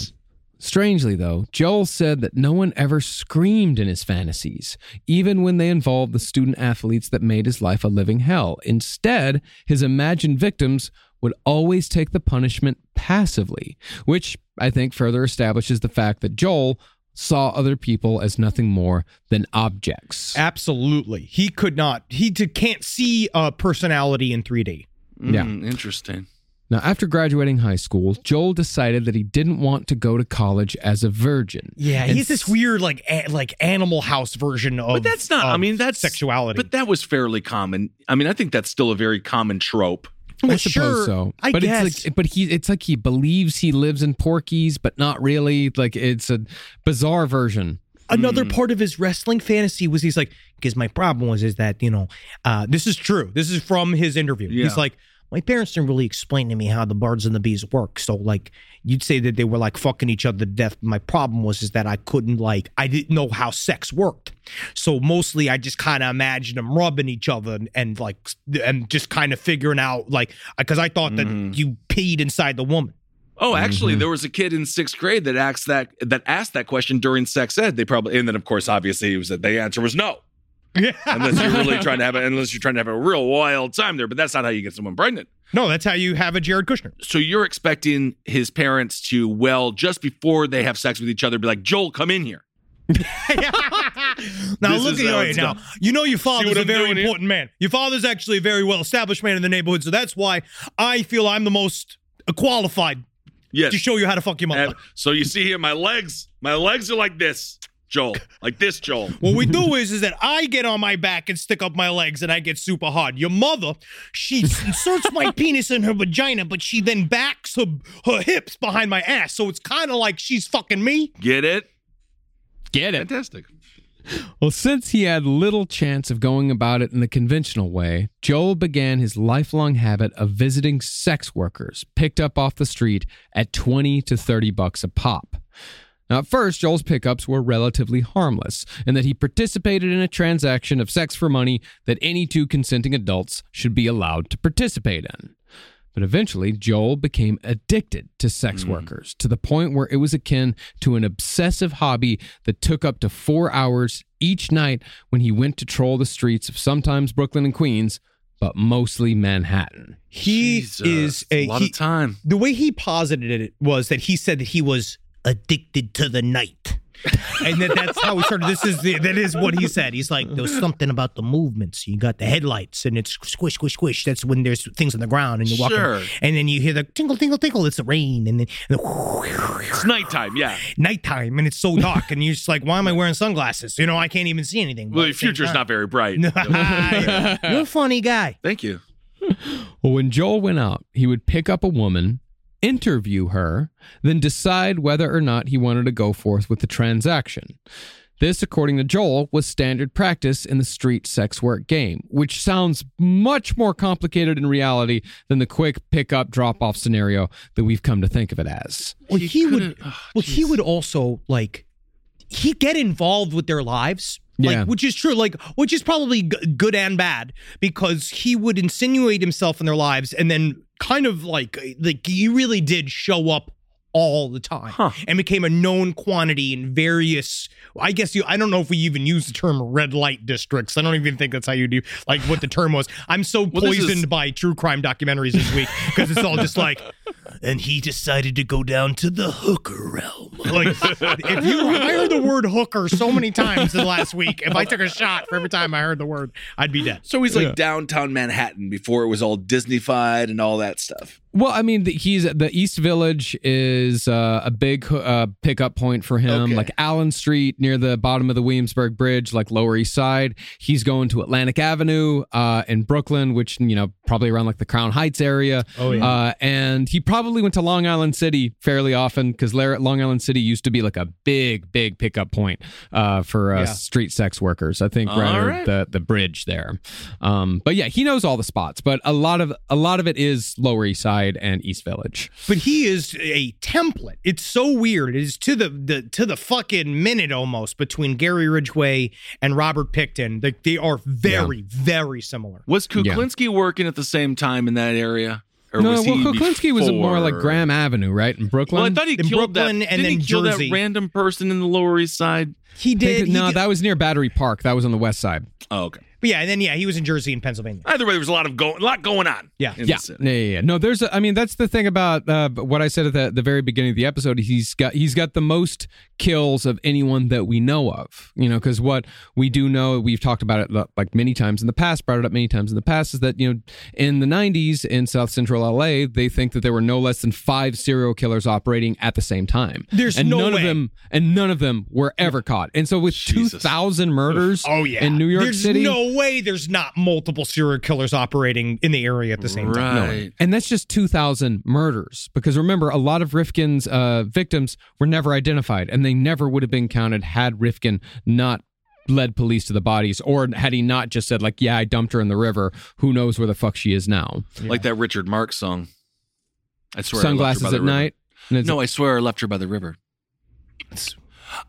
S6: Strangely, though, Joel said that no one ever screamed in his fantasies, even when they involved the student athletes that made his life a living hell. Instead, his imagined victims would always take the punishment passively, which I think further establishes the fact that Joel saw other people as nothing more than objects.
S4: Absolutely. He could not, he t- can't see uh, personality in 3D.
S6: Yeah.
S5: Mm, Interesting.
S6: Now, after graduating high school, Joel decided that he didn't want to go to college as a virgin.
S4: Yeah,
S6: And
S4: he's this weird like a, like Animal House version of.
S5: But that's not, I
S4: of
S5: mean, that's
S4: sexuality.
S5: But that was fairly common. I mean, I think that's still a very common trope.
S6: I
S4: Well, sure,
S6: suppose so.
S4: I
S6: but it's
S4: guess.
S6: like, but he, it's like he believes he lives in Porky's, but not really. Like it's a bizarre version.
S4: another part of his wrestling fantasy was he's like because my problem was is that you know uh, this is true this is from his interview
S5: Yeah.
S4: he's like my parents didn't really explain to me how the birds and the bees work so like you'd say that they were like fucking each other to death my problem was is that i couldn't like i didn't know how sex worked so mostly i just kind of imagined them rubbing each other and, and like s- and just kind of figuring out like because i thought that you peed inside the woman
S5: Oh, actually,
S4: Mm-hmm.
S5: there was a kid in sixth grade that asked that that asked that question during sex ed. They probably and then of course obviously it was that the answer was no.
S4: Yeah.
S5: Unless
S4: <laughs>
S5: you're really trying to have a, unless you're trying to have a real wild time there, but that's not how you get someone pregnant.
S4: no that's how you have a jared
S5: <laughs>
S4: kushner
S5: So you're expecting his parents to well just before they have sex with each other be like Joel, come in here.
S4: <laughs> Now
S5: This
S4: look
S5: is
S4: at you
S5: how
S4: right
S5: it's
S4: now.
S5: done.
S4: You know your father's
S5: what
S4: a
S5: I'm
S4: very
S5: doing here?
S4: important man. Your father's actually a very well established man in the neighborhood, so that's why I feel I'm the most qualified
S5: Yes.
S4: to show you how to fuck your mother.
S5: And so you see here, my legs, my legs are like this, Joel, like this, Joel.
S4: <laughs> what we
S5: <laughs>
S4: do is is that I get on my back and stick up my legs and I get super hard. Your mother, she inserts
S5: <laughs>
S4: my penis in her vagina, but she then backs her, her hips behind my ass. So it's kind of like she's fucking me.
S5: Get it?
S6: Get it?
S5: Fantastic.
S6: Well, since he had little chance of going about it in the conventional way, Joel began his lifelong habit of visiting sex workers picked up off the street at 20 to 30 bucks a pop. Now, at first, Joel's pickups were relatively harmless in that he participated in a transaction of sex for money that any two consenting adults should be allowed to participate in. But eventually, Joel became addicted to sex workers to the point where it was akin to an obsessive hobby that took up to four hours each night when he went to troll the streets of sometimes Brooklyn and Queens, but mostly Manhattan.
S4: <laughs> He is a,
S5: lot
S4: he-
S5: of time.
S4: the way he posited it was that he said that he was addicted to the night. and that that's how we started. This is the, that is what he said. He's like, there's something about the movements. You got the headlights, and it's squish, squish, squish. That's when there's things on the ground, and you walk,
S5: Sure.
S4: and then you hear the tingle, tingle, tingle. It's the rain, and then and the <laughs>
S5: It's nighttime, yeah.
S4: nighttime, and it's so dark, and you're just like, why am I wearing sunglasses? You know, I can't even see anything.
S5: Well,
S4: But
S5: the
S4: at the same
S5: future's
S4: time-
S5: not
S4: <laughs>
S5: very bright.
S4: you're a funny guy.
S5: Thank you.
S6: Well, when Joel went out, he would pick up a woman, interview her, then decide whether or not he wanted to go forth with the transaction. This, according to Joel, was standard practice in the street sex work game, which sounds much more complicated in reality than the quick pick up drop off scenario that we've come to think of it as.
S4: Well, he, would. well, he would also like he get involved with their lives.
S6: Yeah.
S4: Like, which is true, like, which is probably g- good and bad because he would insinuate himself in their lives and then kind of like, like he really did show up all the time and became a known quantity in various. I guess you, I don't know if we even use the term red light districts. I don't even think that's how you do, like, what the term was. I'm so
S5: this is-
S4: poisoned by true crime documentaries this week because it's all just like, and he decided to go down to the hooker realm. Like, <laughs> if you I heard the word hooker so many times in the last week, if I took a shot for every time I heard the word, I'd be dead.
S5: So he's like downtown Manhattan before it was all Disneyfied and all that stuff.
S6: Well, I mean, the, he's the East Village is uh, a big ho- uh, pickup point for him.
S5: Okay.
S6: Like Allen Street near the bottom of the Williamsburg Bridge, like Lower East Side. He's going to Atlantic Avenue uh, in Brooklyn, which you know probably around like the Crown Heights area. Oh yeah. Uh, and he probably went to Long Island City fairly often because Long Island City used to be like a big, big pickup point uh, for uh,
S4: Yeah.
S6: street sex workers. I think
S5: All
S6: rather
S5: right.
S6: the the bridge there. Um, but yeah, he knows all the spots. But a lot of a lot of it is Lower East Side and East Village.
S4: But he is a template. It's so weird. It is to the, the to the fucking minute almost between Gary Ridgway and Robert Picton. Like they are very, very similar.
S5: Was Kuklinski working at the same time in that area? Or
S6: no,
S5: was
S6: well,
S5: he
S6: Kuklinski was more like
S5: before?
S6: Graham Avenue, right in Brooklyn.
S5: Well, I thought he
S4: In
S5: killed
S4: Brooklyn
S5: that.
S4: and
S5: didn't
S4: then
S5: he kill
S4: Jersey.
S5: that random person in the Lower East Side?
S4: He
S6: Take
S4: did.
S6: it-
S4: he
S6: no,
S4: did-
S6: that was near Battery Park. That was on the West Side.
S5: Oh, okay.
S4: but yeah, and then yeah, he was in Jersey and Pennsylvania.
S5: Either way, there was a lot of going, a lot going on.
S4: Yeah.
S5: in the
S6: Yeah.
S5: city.
S6: yeah, yeah, yeah. No, there's. A, I mean, that's the thing about uh, what I said at the, the very beginning of the episode. He's got he's got the most kills of anyone that we know of. You know, because what we do know, we've talked about it lo- like many times in the past, brought it up many times in the past, is that you know, in the '90s in South Central LA, they think that there were no less than five serial killers operating at the same time.
S4: There's
S6: and
S4: no
S6: none
S4: way.
S6: of them, and none of them were ever caught. And so with two thousand murders,
S4: Oh yeah,
S6: in New York
S4: There's
S6: City,
S4: no way there's not multiple serial killers operating in the area at the same time.
S5: Right.
S6: And that's just 2,000 murders. Because remember, a lot of Rifkin's uh, victims were never identified, and they never would have been counted had Rifkin not led police to the bodies, or had he not just said, like, yeah, I dumped her in the river. Who knows where the fuck she is now?
S5: Like that Richard Marx song. I swear. I left her by
S6: Sunglasses
S5: the
S6: at
S5: river.
S6: night. and it's-
S5: No, I swear I left her by the river. I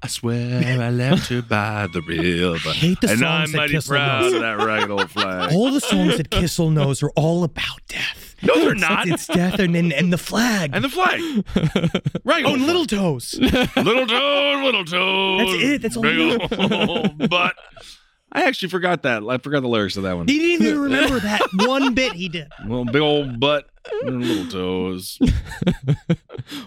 S5: swear I left her by the river. I
S4: hate the
S5: and
S4: songs
S5: I'm
S4: that
S5: mighty
S4: Kissel
S5: proud
S4: does.
S5: of that ragged old
S4: <laughs>
S5: flag.
S4: All the songs
S5: <laughs>
S4: that Kissel knows are all about death.
S5: No, they're
S4: <laughs> It's-
S5: not.
S4: It's death and, and, and the flag.
S5: <laughs> and the flag. Right.
S4: oh, and Little Toes.
S5: <laughs> little toad, little toad.
S4: That's it, that's all
S5: <laughs> Big
S4: you
S5: old butt. I actually forgot that. I forgot the lyrics of that one.
S4: He didn't even remember that one bit he did.
S5: Well, big old butt, and little
S4: <laughs>
S5: toes.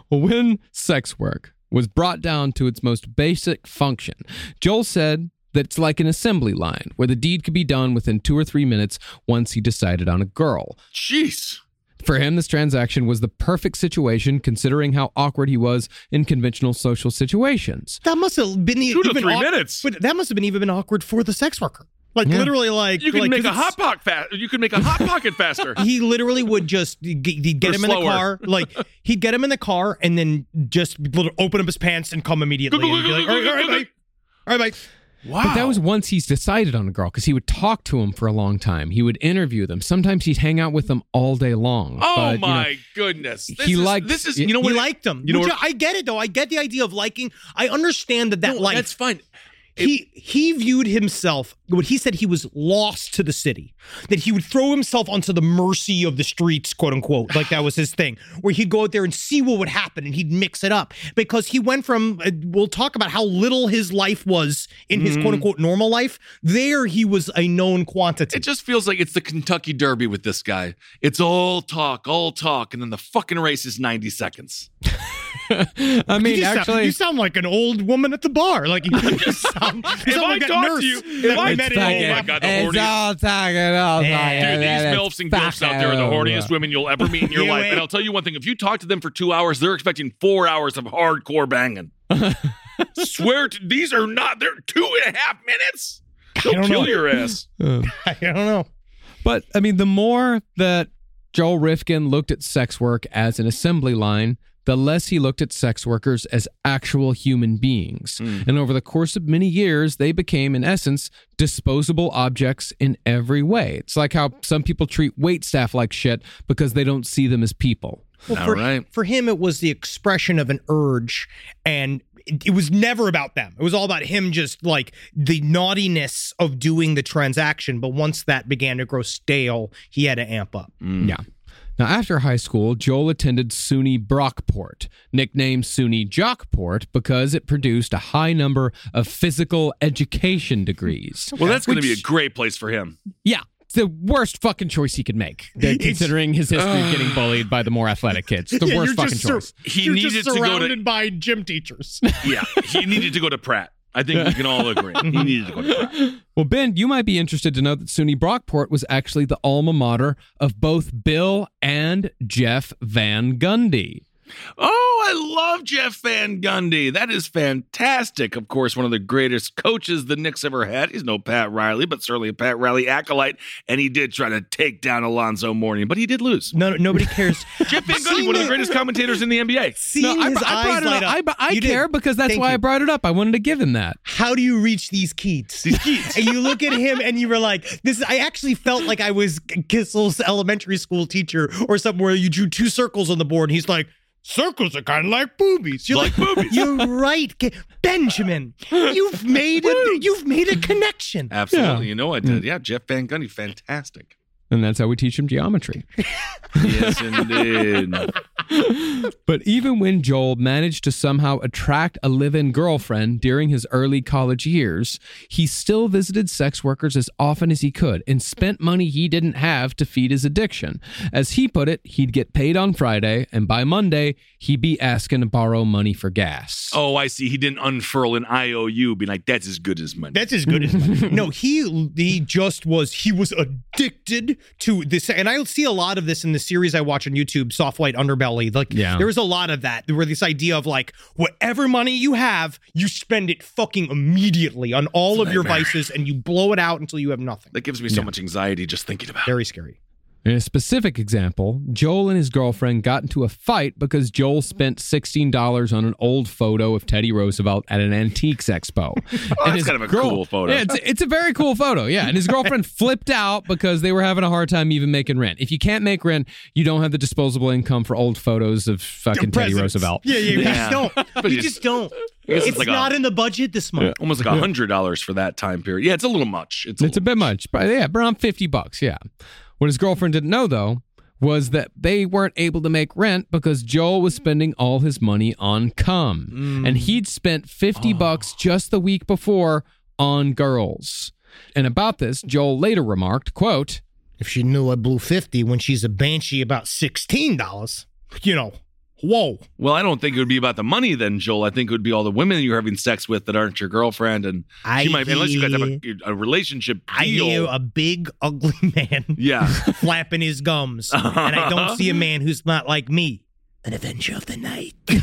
S6: When sex work was brought down to its most basic function, Joel said that it's like an assembly line where the deed could be done within two or three minutes once he decided on a girl.
S5: Jeez.
S6: For him, this transaction was the perfect situation considering how awkward he was in conventional social situations.
S4: That must have been
S5: Two to
S4: even
S5: three
S4: awk-
S5: minutes.
S4: But that must have been even awkward for the sex worker. Like literally, like
S5: You can
S4: like,
S5: make
S4: 'cause
S5: a
S4: it's-
S5: hot pocket fast. You can make a hot pocket
S4: <laughs>
S5: faster.
S4: He literally would just he'd get
S5: Or
S4: him in the
S5: slower.
S4: car,
S5: <laughs>
S4: like he'd get him in the car, and then just little- open up his pants and come immediately. and he'd be like, all right, all right, bye, all right, bye.
S5: <laughs> Wow.
S6: But that was once he's decided on a girl because he would talk to him for a long time. He would interview them. Sometimes he'd hang out with them all day long.
S5: Oh
S6: But, you know,
S5: my goodness. This
S6: he
S5: is,
S6: liked-
S5: this is
S6: he-
S5: you know what
S4: he liked them.
S5: You know
S4: Which
S5: what-
S4: I get it though. I get the idea of liking. I understand that that
S5: No,
S4: life.
S5: That's fine.
S4: he he viewed himself when he said he was lost to the city that he would throw himself onto the mercy of the streets quote unquote like that was his thing where he'd go out there and see what would happen and he'd mix it up because he went from uh, we'll talk about how little his life was in his
S5: Mm.
S4: quote unquote normal life there he was a known quantity
S5: It just feels like it's the Kentucky Derby with this guy. It's all talk, all talk, and then the fucking race is 90 seconds.
S6: I mean,
S4: you,
S6: actually,
S4: sound, you sound like an old woman at the bar. Like you just sound. you
S5: <laughs> If
S4: sound
S5: I
S4: like that
S5: talk to
S4: nurse
S5: you- if
S4: that
S5: I
S4: we
S5: met
S4: met
S5: you-
S4: at-
S5: oh my God, the horniest-
S6: talking, all
S4: Yeah.
S5: Dude, these MILFs and gilfs out there are the horniest women you'll ever meet in <laughs> your
S4: You
S5: life.
S4: ain't-
S5: And I'll tell you one thing if you talk to them for two hours, they're expecting four hours of hardcore <laughs> banging. Swear to these are not, they're two and a half minutes. They'll
S4: don't
S5: kill
S4: know.
S5: your ass.
S4: I don't know.
S6: But I mean, the more that Joel Rifkin looked at sex work as an assembly line, the less he looked at sex workers as actual human beings. And over the course of many years, they became, in essence, disposable objects in every way. It's like how some people treat waitstaff like shit because they don't see them as people.
S4: Well,
S5: All
S4: for,
S5: right.
S4: for him, it was the expression of an urge, and it, it was never about them. It was all about him, just like the naughtiness of doing the transaction. But once that began to grow stale, he had to amp up.
S5: Mm.
S6: Yeah. Now, after high school, Joel attended SUNY Brockport, nicknamed SUNY Jockport because it produced a high number of physical education degrees.
S5: <laughs> Well, that's going to
S6: Which-
S5: be a great place for him.
S6: Yeah. It's the worst fucking choice he
S4: <laughs>
S6: could make, considering his history of
S4: Ah.
S6: getting bullied by the more athletic kids.
S4: <laughs>
S6: The worst fucking choice.
S5: He needed to go to,
S4: by gym
S6: <laughs>
S4: teachers.
S5: yeah, he needed to go to Pratt. I think we can all <laughs> agree. He needed to go to Pratt.
S6: Well, Ben, you might be interested to know that SUNY Brockport was actually the alma mater of both Bill and Jeff Van Gundy.
S5: Oh, I love Jeff Van Gundy. That is fantastic. Of course, one of the greatest coaches the Knicks ever had. He's no Pat Riley, but certainly a Pat Riley acolyte. And he did try to take down Alonzo Mourning, but he did lose.
S4: no, no, nobody cares.
S5: Jeff Van Gundy, one of the greatest commentators in the <laughs> NBA.
S4: Seeing
S6: I,
S4: his
S6: br- I
S4: eyes
S6: brought it
S4: light
S6: up.
S4: up.
S6: I, br- I
S4: You did.
S6: care because that's
S4: Thank
S6: why I
S4: you.
S6: brought it up. I wanted to give him that.
S4: How do you reach these kids?
S5: These
S4: <laughs>
S5: kids.
S4: and you look at him and you were like, this is, I actually felt like I was Kissel's elementary school teacher or somewhere you drew two circles on the board and he's like, circles are kind of like boobies. You're
S5: Like boobies.
S4: You're right, Ki- Benjamin. You've
S5: <laughs>
S4: made a, you've made a connection.
S5: Absolutely. You know I did. Yeah, Jeff Van Gundy, <laughs> fantastic.
S6: And that's how we teach him geometry.
S5: Yes, indeed.
S6: But even when Joel managed to somehow attract a live in girlfriend during his early college years, he still visited sex workers as often as he could and spent money he didn't have to feed his addiction. As he put it, he'd get paid on Friday, and by Monday, he'd be asking to borrow money for gas.
S5: Oh, I see. He didn't unfurl an IOU, being like, that's as good as money.
S4: That's as good as <laughs> no. He he just was he was addicted to this, and I see a lot of this in the series I watch on YouTube, Soft Light Underbelly, definitely. Like
S6: Yeah.
S4: there was a lot of that. There were this idea of like whatever money you have, you spend it fucking immediately on all of your vices and you blow it out until you have nothing.
S5: That gives me so much anxiety just thinking about it.
S4: Very scary.
S6: In a specific example, Joel and his girlfriend got into a fight because Joel spent $16 on an old photo of Teddy Roosevelt at an antiques
S5: <laughs>
S6: expo. and his
S5: Oh, kind of a cool photo.
S6: Yeah, it's, it's a very cool photo. Yeah. And
S5: <laughs>
S6: his girlfriend flipped out because they were having a hard time even making rent. If you can't make rent, you don't have the disposable income for old photos of fucking Teddy
S4: Presidents.
S6: Roosevelt.
S4: Yeah, yeah, you
S5: Yeah.
S4: just don't.
S5: <laughs> But
S4: you
S5: it's-
S4: just don't.
S5: guess
S4: It's,
S5: it's like a-
S4: not in the budget this month.
S5: Almost like a hundred dollars for that time period. Yeah, it's a little much. It's a,
S6: It's a bit much, but yeah, around 50 bucks. Yeah. What his girlfriend didn't know, though, was that they weren't able to make rent because Joel was spending all his money on cum. And he'd spent 50 bucks just the week before on girls. And about this, Joel later remarked, quote,
S4: If she knew I blew fifty when she's a banshee about sixteen dollars, you know, whoa.
S5: well, I don't think it would be about the money then, Joel. I think it would be all the women you're having sex with that aren't your girlfriend, and
S4: I
S5: she might be, unless you guys have
S4: hear-
S5: a, a relationship
S4: I
S5: deal.
S4: hear a big ugly <laughs> man
S5: yeah, Uh-huh.
S4: flapping his gums, and I don't see a man who's not like me. An avenger of the night.
S5: <laughs>
S4: <laughs>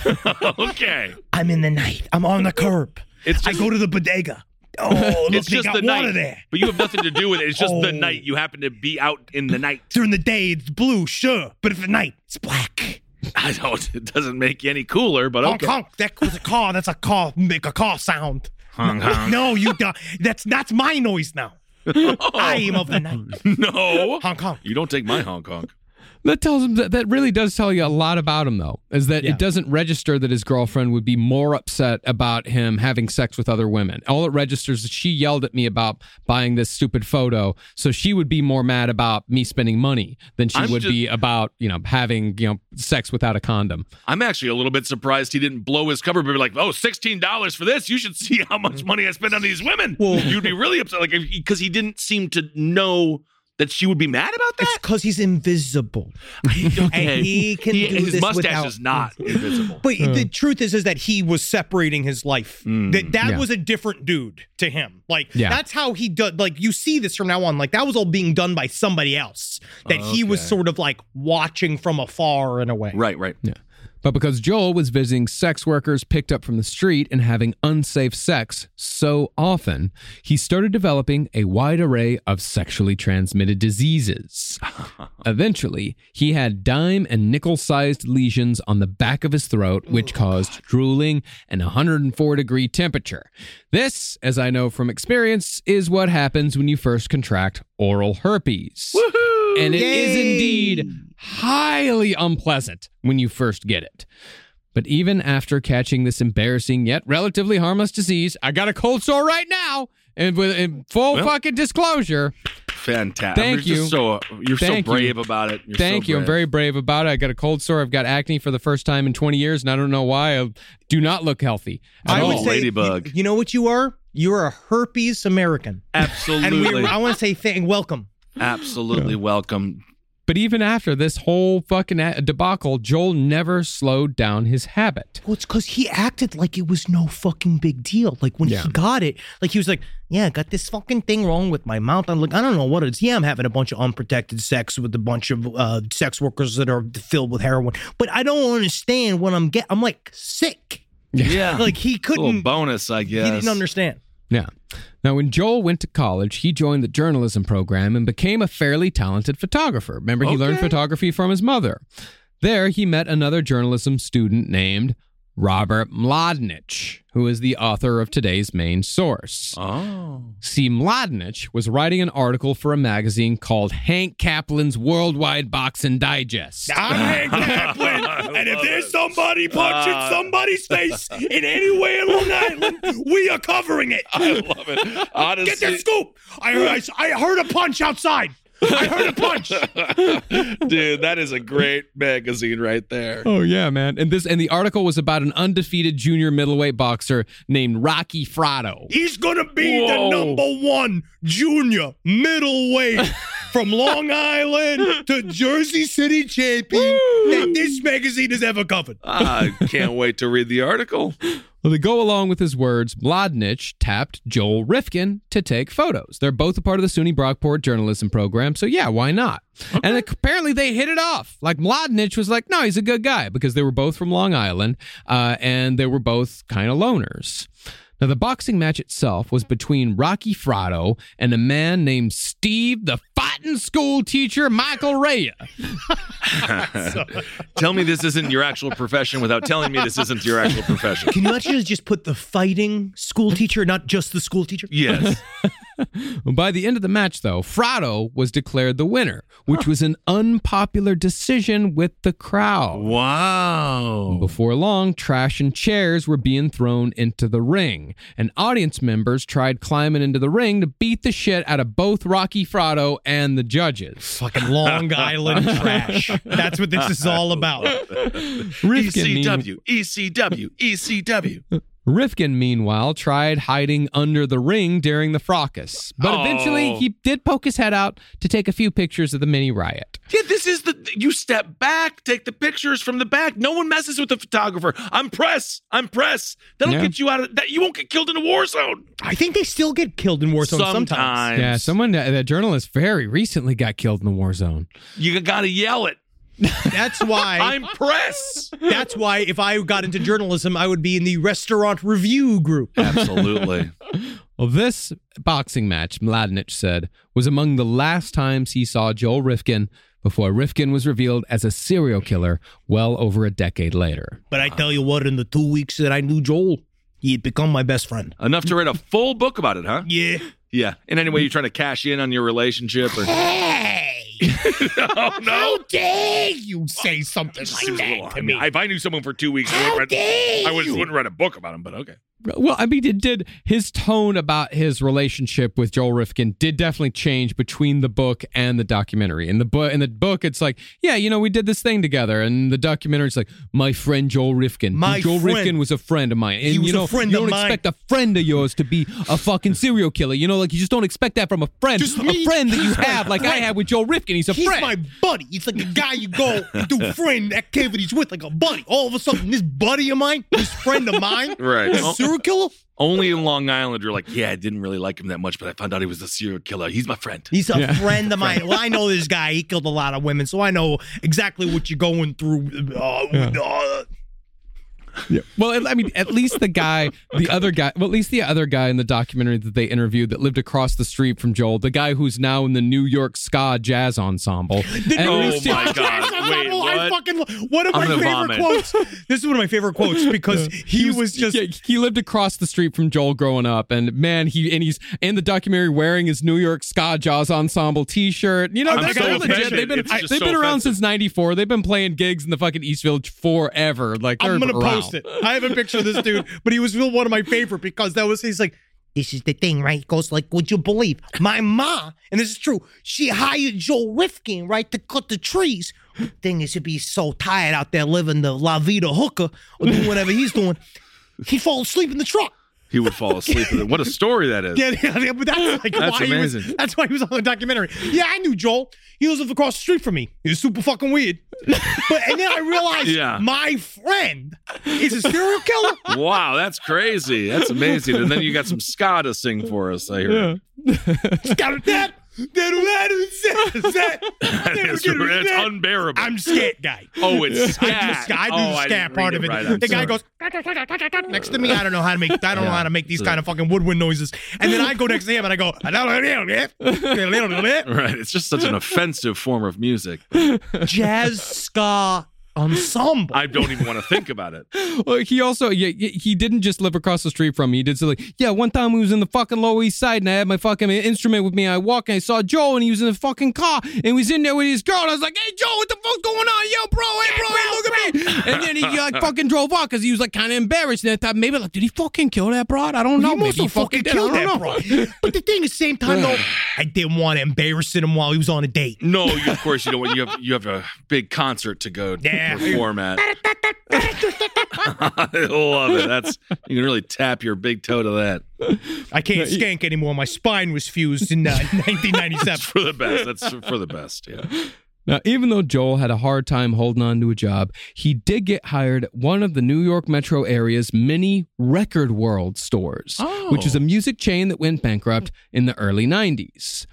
S5: okay.
S4: I'm in the night. I'm
S5: <laughs>
S4: on the curb.
S5: It's
S4: I
S5: just-
S4: go to the bodega. Oh, look,
S5: <laughs> It's
S4: they
S5: just
S4: got
S5: the
S4: water
S5: night,
S4: there.
S5: but you have nothing to do with it. It's just
S4: <laughs> Oh.
S5: the night you happen to be out in the night. <laughs>
S4: During the day, it's blue, sure, but if at night, it's black.
S5: I don't. It doesn't make you any cooler, but
S4: Honk,
S5: okay.
S4: honk. That was a car. That's a car. Make a car sound.
S5: Honk, honk.
S4: <laughs>
S5: Oh.
S4: No, you don't. That's that's my noise
S5: <laughs>
S4: now. I am of the night.
S5: <laughs> No,
S4: Honk, honk.
S5: you don't take my Hong Kong.
S6: That tells him that that really does tell you a lot about him, though, is that
S4: Yeah.
S6: it doesn't register that his girlfriend would be more upset about him having sex with other women. All it registers is she yelled at me about buying this stupid photo, so she would be more mad about me spending money than she
S5: I'm
S6: would
S5: just-
S6: be about you know having you know sex without a condom.
S5: I'm actually a little bit surprised he didn't blow his cover, but be like, oh, $16 for this. You should see how
S4: Mm.
S5: much money I spend on these women. You'd be really upset. Like, because he didn't seem to know that she would be mad about
S4: It's
S5: that.
S4: because he's invisible. And <laughs> he can do
S5: his
S4: this
S5: mustache
S4: without-
S5: is not invisible.
S4: But the truth is, is that he was separating his life. that that was a different dude to him. Like
S6: Yeah.
S4: that's how he did. Like you see this from now on. Like that was all being done by somebody else. That he was sort of like watching from afar in a way.
S5: Right, right.
S6: But because Joel was visiting sex workers picked up from the street and having unsafe sex so often, he started developing a wide array of sexually transmitted diseases. Eventually, he had dime and nickel sized lesions on the back of his throat, which caused drooling and 104 degree temperature. This, as I know from experience, is what happens when you first contract oral herpes. And it is
S4: Yay!
S6: indeed highly unpleasant when you first get it. But even after catching this embarrassing yet relatively harmless disease, I got a cold sore right now. And with in full
S5: Well-
S6: fucking disclosure,
S5: Fantastic.
S6: Thank
S5: you're
S6: you.
S5: Just so, uh, you're
S6: Thank
S5: so
S6: you.
S5: brave about it. You're so
S6: thank you. I'm
S5: brave.
S6: very brave about it. I got a cold sore. I've got acne for the first time in 20 years, and I don't know why. I do not look healthy at
S4: I
S6: all.
S4: would say,
S5: Ladybug.
S4: You, you know what you are? You're a herpes American. <laughs> And
S5: Absolutely.
S4: we, I want to say, thank, welcome.
S5: absolutely welcome.
S6: but even after this whole fucking a- debacle, Joel never slowed down his habit.
S4: Well, it's because he acted like it was no fucking big deal. Like when he got it, like he was like, "Yeah, I got this fucking thing wrong with my mouth." I'm like, I don't know what it is. Yeah, I'm having a bunch of unprotected sex with a bunch of uh, sex workers that are filled with heroin, but I don't understand what I'm getting. I'm like sick.
S5: Yeah.
S4: <laughs> Like he
S5: little
S4: couldn't.
S5: bonus, I
S4: He
S5: guess.
S4: didn't understand.
S6: Yeah. Now, when Joel went to college, he joined the journalism program and became a fairly talented photographer. Remember, he learned photography from his mother. There, he met another journalism student named Robert Mladenich, who is the author of today's main source.
S5: Oh.
S6: See, Mladenich was writing an article for a magazine called Hank Kaplan's Worldwide Boxing Digest.
S4: I'm Hank
S5: <laughs>
S4: Kaplan, and if there's somebody punching
S5: Uh,
S4: somebody's face in any way in Long Island, we are covering it.
S5: Love it. Honestly.
S4: Get the scoop! I heard, I, I heard a punch outside. I heard a punch.
S5: <laughs> Dude, that is a great magazine right there.
S6: Oh yeah, man. And this and the article was about an undefeated junior middleweight boxer named Rocky Frotto.
S4: He's gonna be <laughs>
S5: Whoa.
S4: the number one junior middleweight from Long Island to Jersey City champion that this magazine has ever covered.
S5: I can't wait to read the article.
S6: Well, to go along with his words, Mladenich tapped Joel Rifkin to take photos. They're both a part of the SUNY Brockport journalism program, so yeah, why not? And apparently they hit it off. Like Mladenich was like, no, he's a good guy because they were both from Long Island uh, and they were both kind of loners. Now, the boxing match itself was between Rocky Frado and a man named Steve, the fighting school teacher, Michael Rea.
S5: Tell me this isn't your actual profession without telling me this isn't your actual profession.
S4: Can you actually just put the fighting school teacher, not just the school teacher?
S5: Yes.
S6: By the end of the match, though, Frado was declared the winner, which was an unpopular decision with the crowd.
S5: Wow.
S6: Before long, trash and chairs were being thrown into the ring, and audience members tried climbing into the ring to beat the shit out of both Rocky Frado and
S4: <laughs>
S6: the judges.
S4: Fucking Long <laughs> Island trash. That's what this is all about.
S6: Rifkin,
S5: E
S6: mean-
S5: ECW, ECW, ECW.
S6: Rifkin, meanwhile, tried hiding under the ring during the fracas, but eventually
S5: Oh.
S6: he did poke his head out to take a few pictures of the mini riot.
S5: Yeah, this is the you step back, take the pictures from the back. No one messes with the photographer. I'm press. I'm press. That'll
S6: Yeah.
S5: get you out of that. You won't get killed in a war zone.
S4: I think they still get killed in war zones sometimes.
S6: Yeah, someone, that journalist very recently got killed in the war zone.
S5: you gotta yell it.
S4: That's why <laughs>
S5: I'm press.
S4: that's why if I got into journalism, I would be in the restaurant review group.
S5: <laughs> Absolutely.
S6: Well, this boxing match, Mladenich said, was among the last times he saw Joel Rifkin before Rifkin was revealed as a serial killer well over a decade later.
S4: But I tell you what, in the two weeks that I knew Joel, he had become my best friend.
S5: <laughs> Enough to write a full book about it, huh?
S4: Yeah.
S5: Yeah. In any way, you trying to cash in on your relationship or?
S9: Hey!
S5: <laughs> oh no.
S9: dare you say something like that to me?
S5: if I knew someone for two weeks, I
S9: How
S5: wouldn't,
S9: dare
S5: write, I wouldn't,
S9: you.
S5: wouldn't write a book about him. But okay.
S6: Well, I mean, it did. His tone about his relationship with Joel Rifkin did definitely change between the book and the documentary. In the book, in the book, it's like, yeah, you know, we did this thing together, and the documentary's like, my friend Joel Rifkin.
S4: My
S6: Joel
S4: friend.
S6: Rifkin was a friend of mine. And,
S4: was
S6: you
S4: a
S6: know,
S4: friend
S6: you
S4: of
S6: don't
S4: mine.
S6: expect a friend of yours to be a fucking serial killer. You know, like you just don't expect that from a friend,
S4: Just
S6: a
S4: me.
S6: friend that you have, like I had with Joel Rifkin. He's a
S4: He's
S6: friend.
S4: my buddy. He's like a guy you
S5: <laughs>
S4: go and do friend activities with, like a buddy. All of a sudden, this buddy of mine, this friend of mine,
S5: <laughs> Right.
S4: this serial killer,
S5: Only in Long Island, you're like, yeah, I didn't really like him that much, but I found out he was a serial killer. He's my friend.
S4: he's a friend of
S5: <laughs>
S4: mine. Well, I know this guy. He killed a lot of women, so I know exactly what you're going through. Uh, uh,
S6: Well, I mean, at least the guy, the other guy, well, at least the other guy in the documentary that they interviewed that lived across the street from Joel, the guy who's now in the New York Ska Jazz Ensemble. At
S4: New
S5: Oh
S6: least he-
S5: my God. Wait,
S4: I
S5: what?
S4: fucking lo- one of
S5: I'm
S4: my
S5: gonna
S4: favorite
S5: vomit.
S4: quotes. This is one of my favorite quotes because he, was, just
S6: <laughs> yeah, he lived across the street from Joel growing up, and man, he and he's in the documentary wearing his New York Ska Jazz Ensemble T-shirt. You know,
S5: I'm
S6: they're
S5: so
S6: legit.
S5: offended.
S6: They've been
S5: It's just
S6: they've been
S5: so
S6: around
S5: offensive.
S6: since '94. They've been playing gigs in the fucking East Village forever. Like
S4: I'm
S6: they're
S4: gonna post
S6: around.
S4: it. I have a picture of this
S5: <laughs>
S4: dude, but he was real one of my favorite because that was he's like, this is the thing, right? He goes like, would you believe my ma? And this is true. She hired Joel Rifkin, right, to cut the trees. Thing is, he'd be so tired out there living the La Vida hooker or doing whatever he's doing. He falls asleep in the truck. <laughs>
S5: He would fall asleep. with it. What a story that is.
S4: Yeah, yeah, yeah, but that's like
S5: That's
S4: why he was.
S5: amazing.
S4: That's why he was on the documentary. Yeah, I knew Joel. He was across the street from me. He was super fucking weird. But and then I realized
S5: <laughs> Yeah.
S4: my friend is a serial killer.
S5: Wow, that's crazy. That's amazing. And then you got some ska to sing for us. I hear.
S4: Got that?
S5: It's, it's unbearable.
S4: I'm scared, guy.
S5: oh, it's ska.
S4: <laughs> I do the ska, I do
S5: oh,
S4: the ska
S5: didn't
S4: part
S5: read
S4: of it.
S5: right. I'm
S4: the guy
S5: sorry.
S4: goes next to me. I don't know how to make. I don't know how to make these kind of fucking woodwind noises. And then I go next to him and I go.
S5: Right, it's just
S4: <laughs>
S5: such an offensive form of music.
S4: Jazz ska ensemble.
S5: I don't even want to think about it.
S6: Well, he also yeah, y- he didn't just live across the street from me. He did say like, yeah, one time we was in the fucking Lower East Side and I had my fucking instrument with me. I walked and I saw Joe and he was in the fucking car and he was in there with his girl. And I was like, hey Joe, what the fuck's going on, yo, bro? Hey bro, hey, look at me. And then he like fucking drove off because he was like kind of embarrassed. And I thought maybe like, did he fucking kill that broad? I don't know.
S4: You
S6: Maybe
S4: must
S6: he
S4: have fucking
S6: did. I
S4: killed
S6: don't
S4: that
S6: know.
S4: bro. But the thing is, same time though, I didn't want to embarrass him while he was on a date.
S5: No, you, of course you don't. want- You have you have a big concert to go. format. <laughs> I love it. That's you can really tap your big toe to that.
S4: I can't skank anymore. My spine was fused in uh, <laughs> 1997.
S5: For the best. That's for the best. Yeah.
S6: Now, even though Joel had a hard time holding on to a job, he did get hired at one of the New York metro area's many Record World stores, which is a music chain that went bankrupt in the early 90s.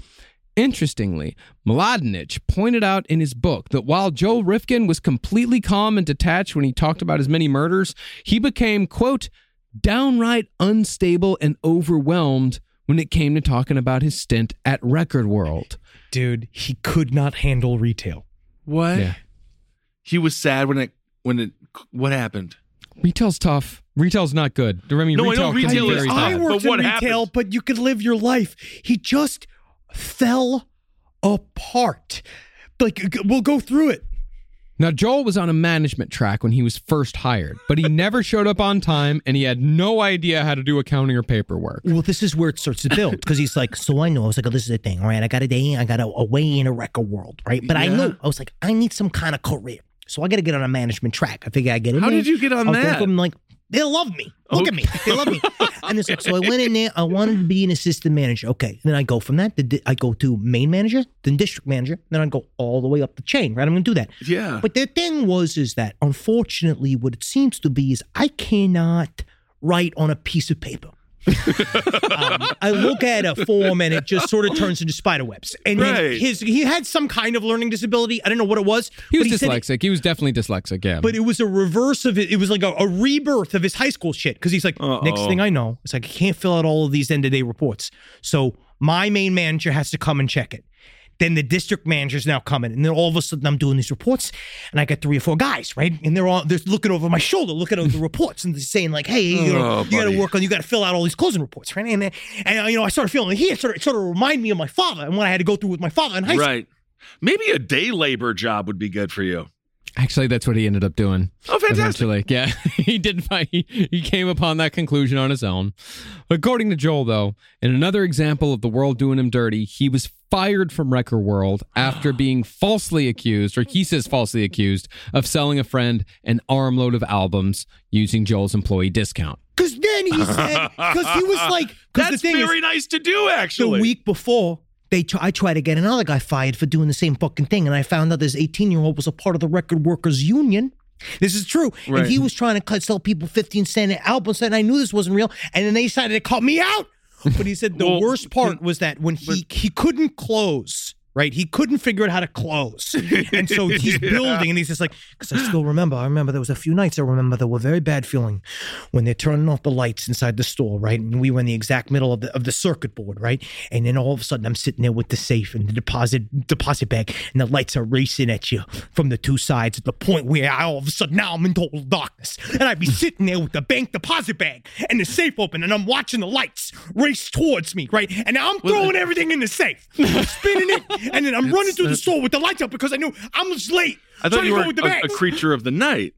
S6: Interestingly, Mladenich pointed out in his book that while Joel Rifkin was completely calm and detached when he talked about his many murders, he became, quote, downright unstable and overwhelmed when it came to talking about his stint at Record World.
S4: Dude, he could not handle retail.
S5: What?
S6: Yeah.
S5: He was sad when it when it what happened.
S6: Retail's tough. Retail's not good. I mean,
S5: No, I
S6: retail
S5: know
S6: can be
S5: retail is
S6: very
S5: tough.
S6: tough.
S4: I worked
S5: But what
S4: in retail,
S5: happens?
S4: but you could live your life. He just fell apart. Like g- we'll go through it.
S6: Now, Joel was on a management track when he was first hired, but he <laughs> never showed up on time and he had no idea how to do accounting or paperwork.
S4: Well, this is where it starts to build because he's like, so I know. I was like, oh, this is the thing, all right? I got a day, in, I got a, a way in a record world, right? But I know I was like, I need some kind of career, so I got to get on a management track. I figure I get in.
S5: How
S4: there,
S5: did you get on
S4: I'll go
S5: that?
S4: from, like they love me. Look at me, they
S5: <laughs>
S4: love me. And it's like, so I went in there. I wanted to be an assistant manager. Okay, then I go from that. To di- I go to main manager, then district manager, then I go all the way up the chain. Right? I'm going to do that.
S5: Yeah.
S4: But the thing was, is that unfortunately, what it seems to be is I cannot write on a piece of paper. Um, I look at a form and it just sort of turns into spider webs. And then
S5: Right.
S4: his he had some kind of learning disability. I don't know what it was.
S6: He was
S4: but said it-
S6: dyslexic. he was definitely dyslexic, yeah.
S4: but it was a reverse of it. It was like a, a rebirth of his high school shit. Because he's like, next
S5: Uh-oh.
S4: thing I know, it's like I can't fill out all of these end of day reports. So my main manager has to come and check it. Then the district manager's now coming, and then all of a sudden I'm doing these reports, and I got three or four guys, right? And they're all they're looking over my shoulder, looking at the reports, and they're saying like, "Hey, you, know,
S5: Oh,
S4: you got
S5: buddy.
S4: to work on, you got to fill out all these closing reports, right?" And then- and uh, you know I started feeling here, sort of it sort of remind me of my father and what I had to go through with my father in high school.
S5: Right. Maybe a day labor job would be good for you.
S6: Actually, that's what he ended up doing.
S5: Oh, fantastic.
S6: Eventually, yeah, <laughs> he did. Find, he, he came upon that conclusion on his own. According to Joel, though, in another example of the world doing him dirty, he was fired from Wrecker World
S4: <gasps>
S6: after being falsely accused, or he says falsely accused, of selling a friend an armload of albums using Joel's employee discount.
S4: Because then he said, because he was like, 'cause the
S5: That's
S4: thing is,
S5: very nice to do, actually.
S4: The week before, they tr- I tried to get another guy fired for doing the same fucking thing, and I found out this 18 year old was a part of the record workers union. This is true, and he was trying to cut, sell people 15 cent albums, and I knew this wasn't real. And then they decided to cut me out. But he said the
S5: Well,
S4: worst part was that when he he couldn't close. Right, he couldn't figure out how to close, and so he's building, and he's just like, "Cause I still remember. I remember there was a few nights I remember that were very bad feeling when they're turning off the lights inside the store, right? And we were in the exact middle of the of the circuit board, right? And then all of a sudden I'm sitting there with the safe and the deposit deposit bag and the lights are racing at you from the two sides at the point where I all of a sudden now I'm in total darkness. And I'd
S5: Hmm.
S4: be sitting there with the bank deposit bag and the safe open and I'm watching the lights race towards me, right? And now I'm
S5: uh,
S4: throwing everything in the safe. I'm spinning it and then I'm running through the store with the lights up because I knew I'm just late.
S5: I thought
S4: trying
S5: you
S4: to
S5: were
S4: go with the
S5: a,
S4: bag.
S5: a creature of the night.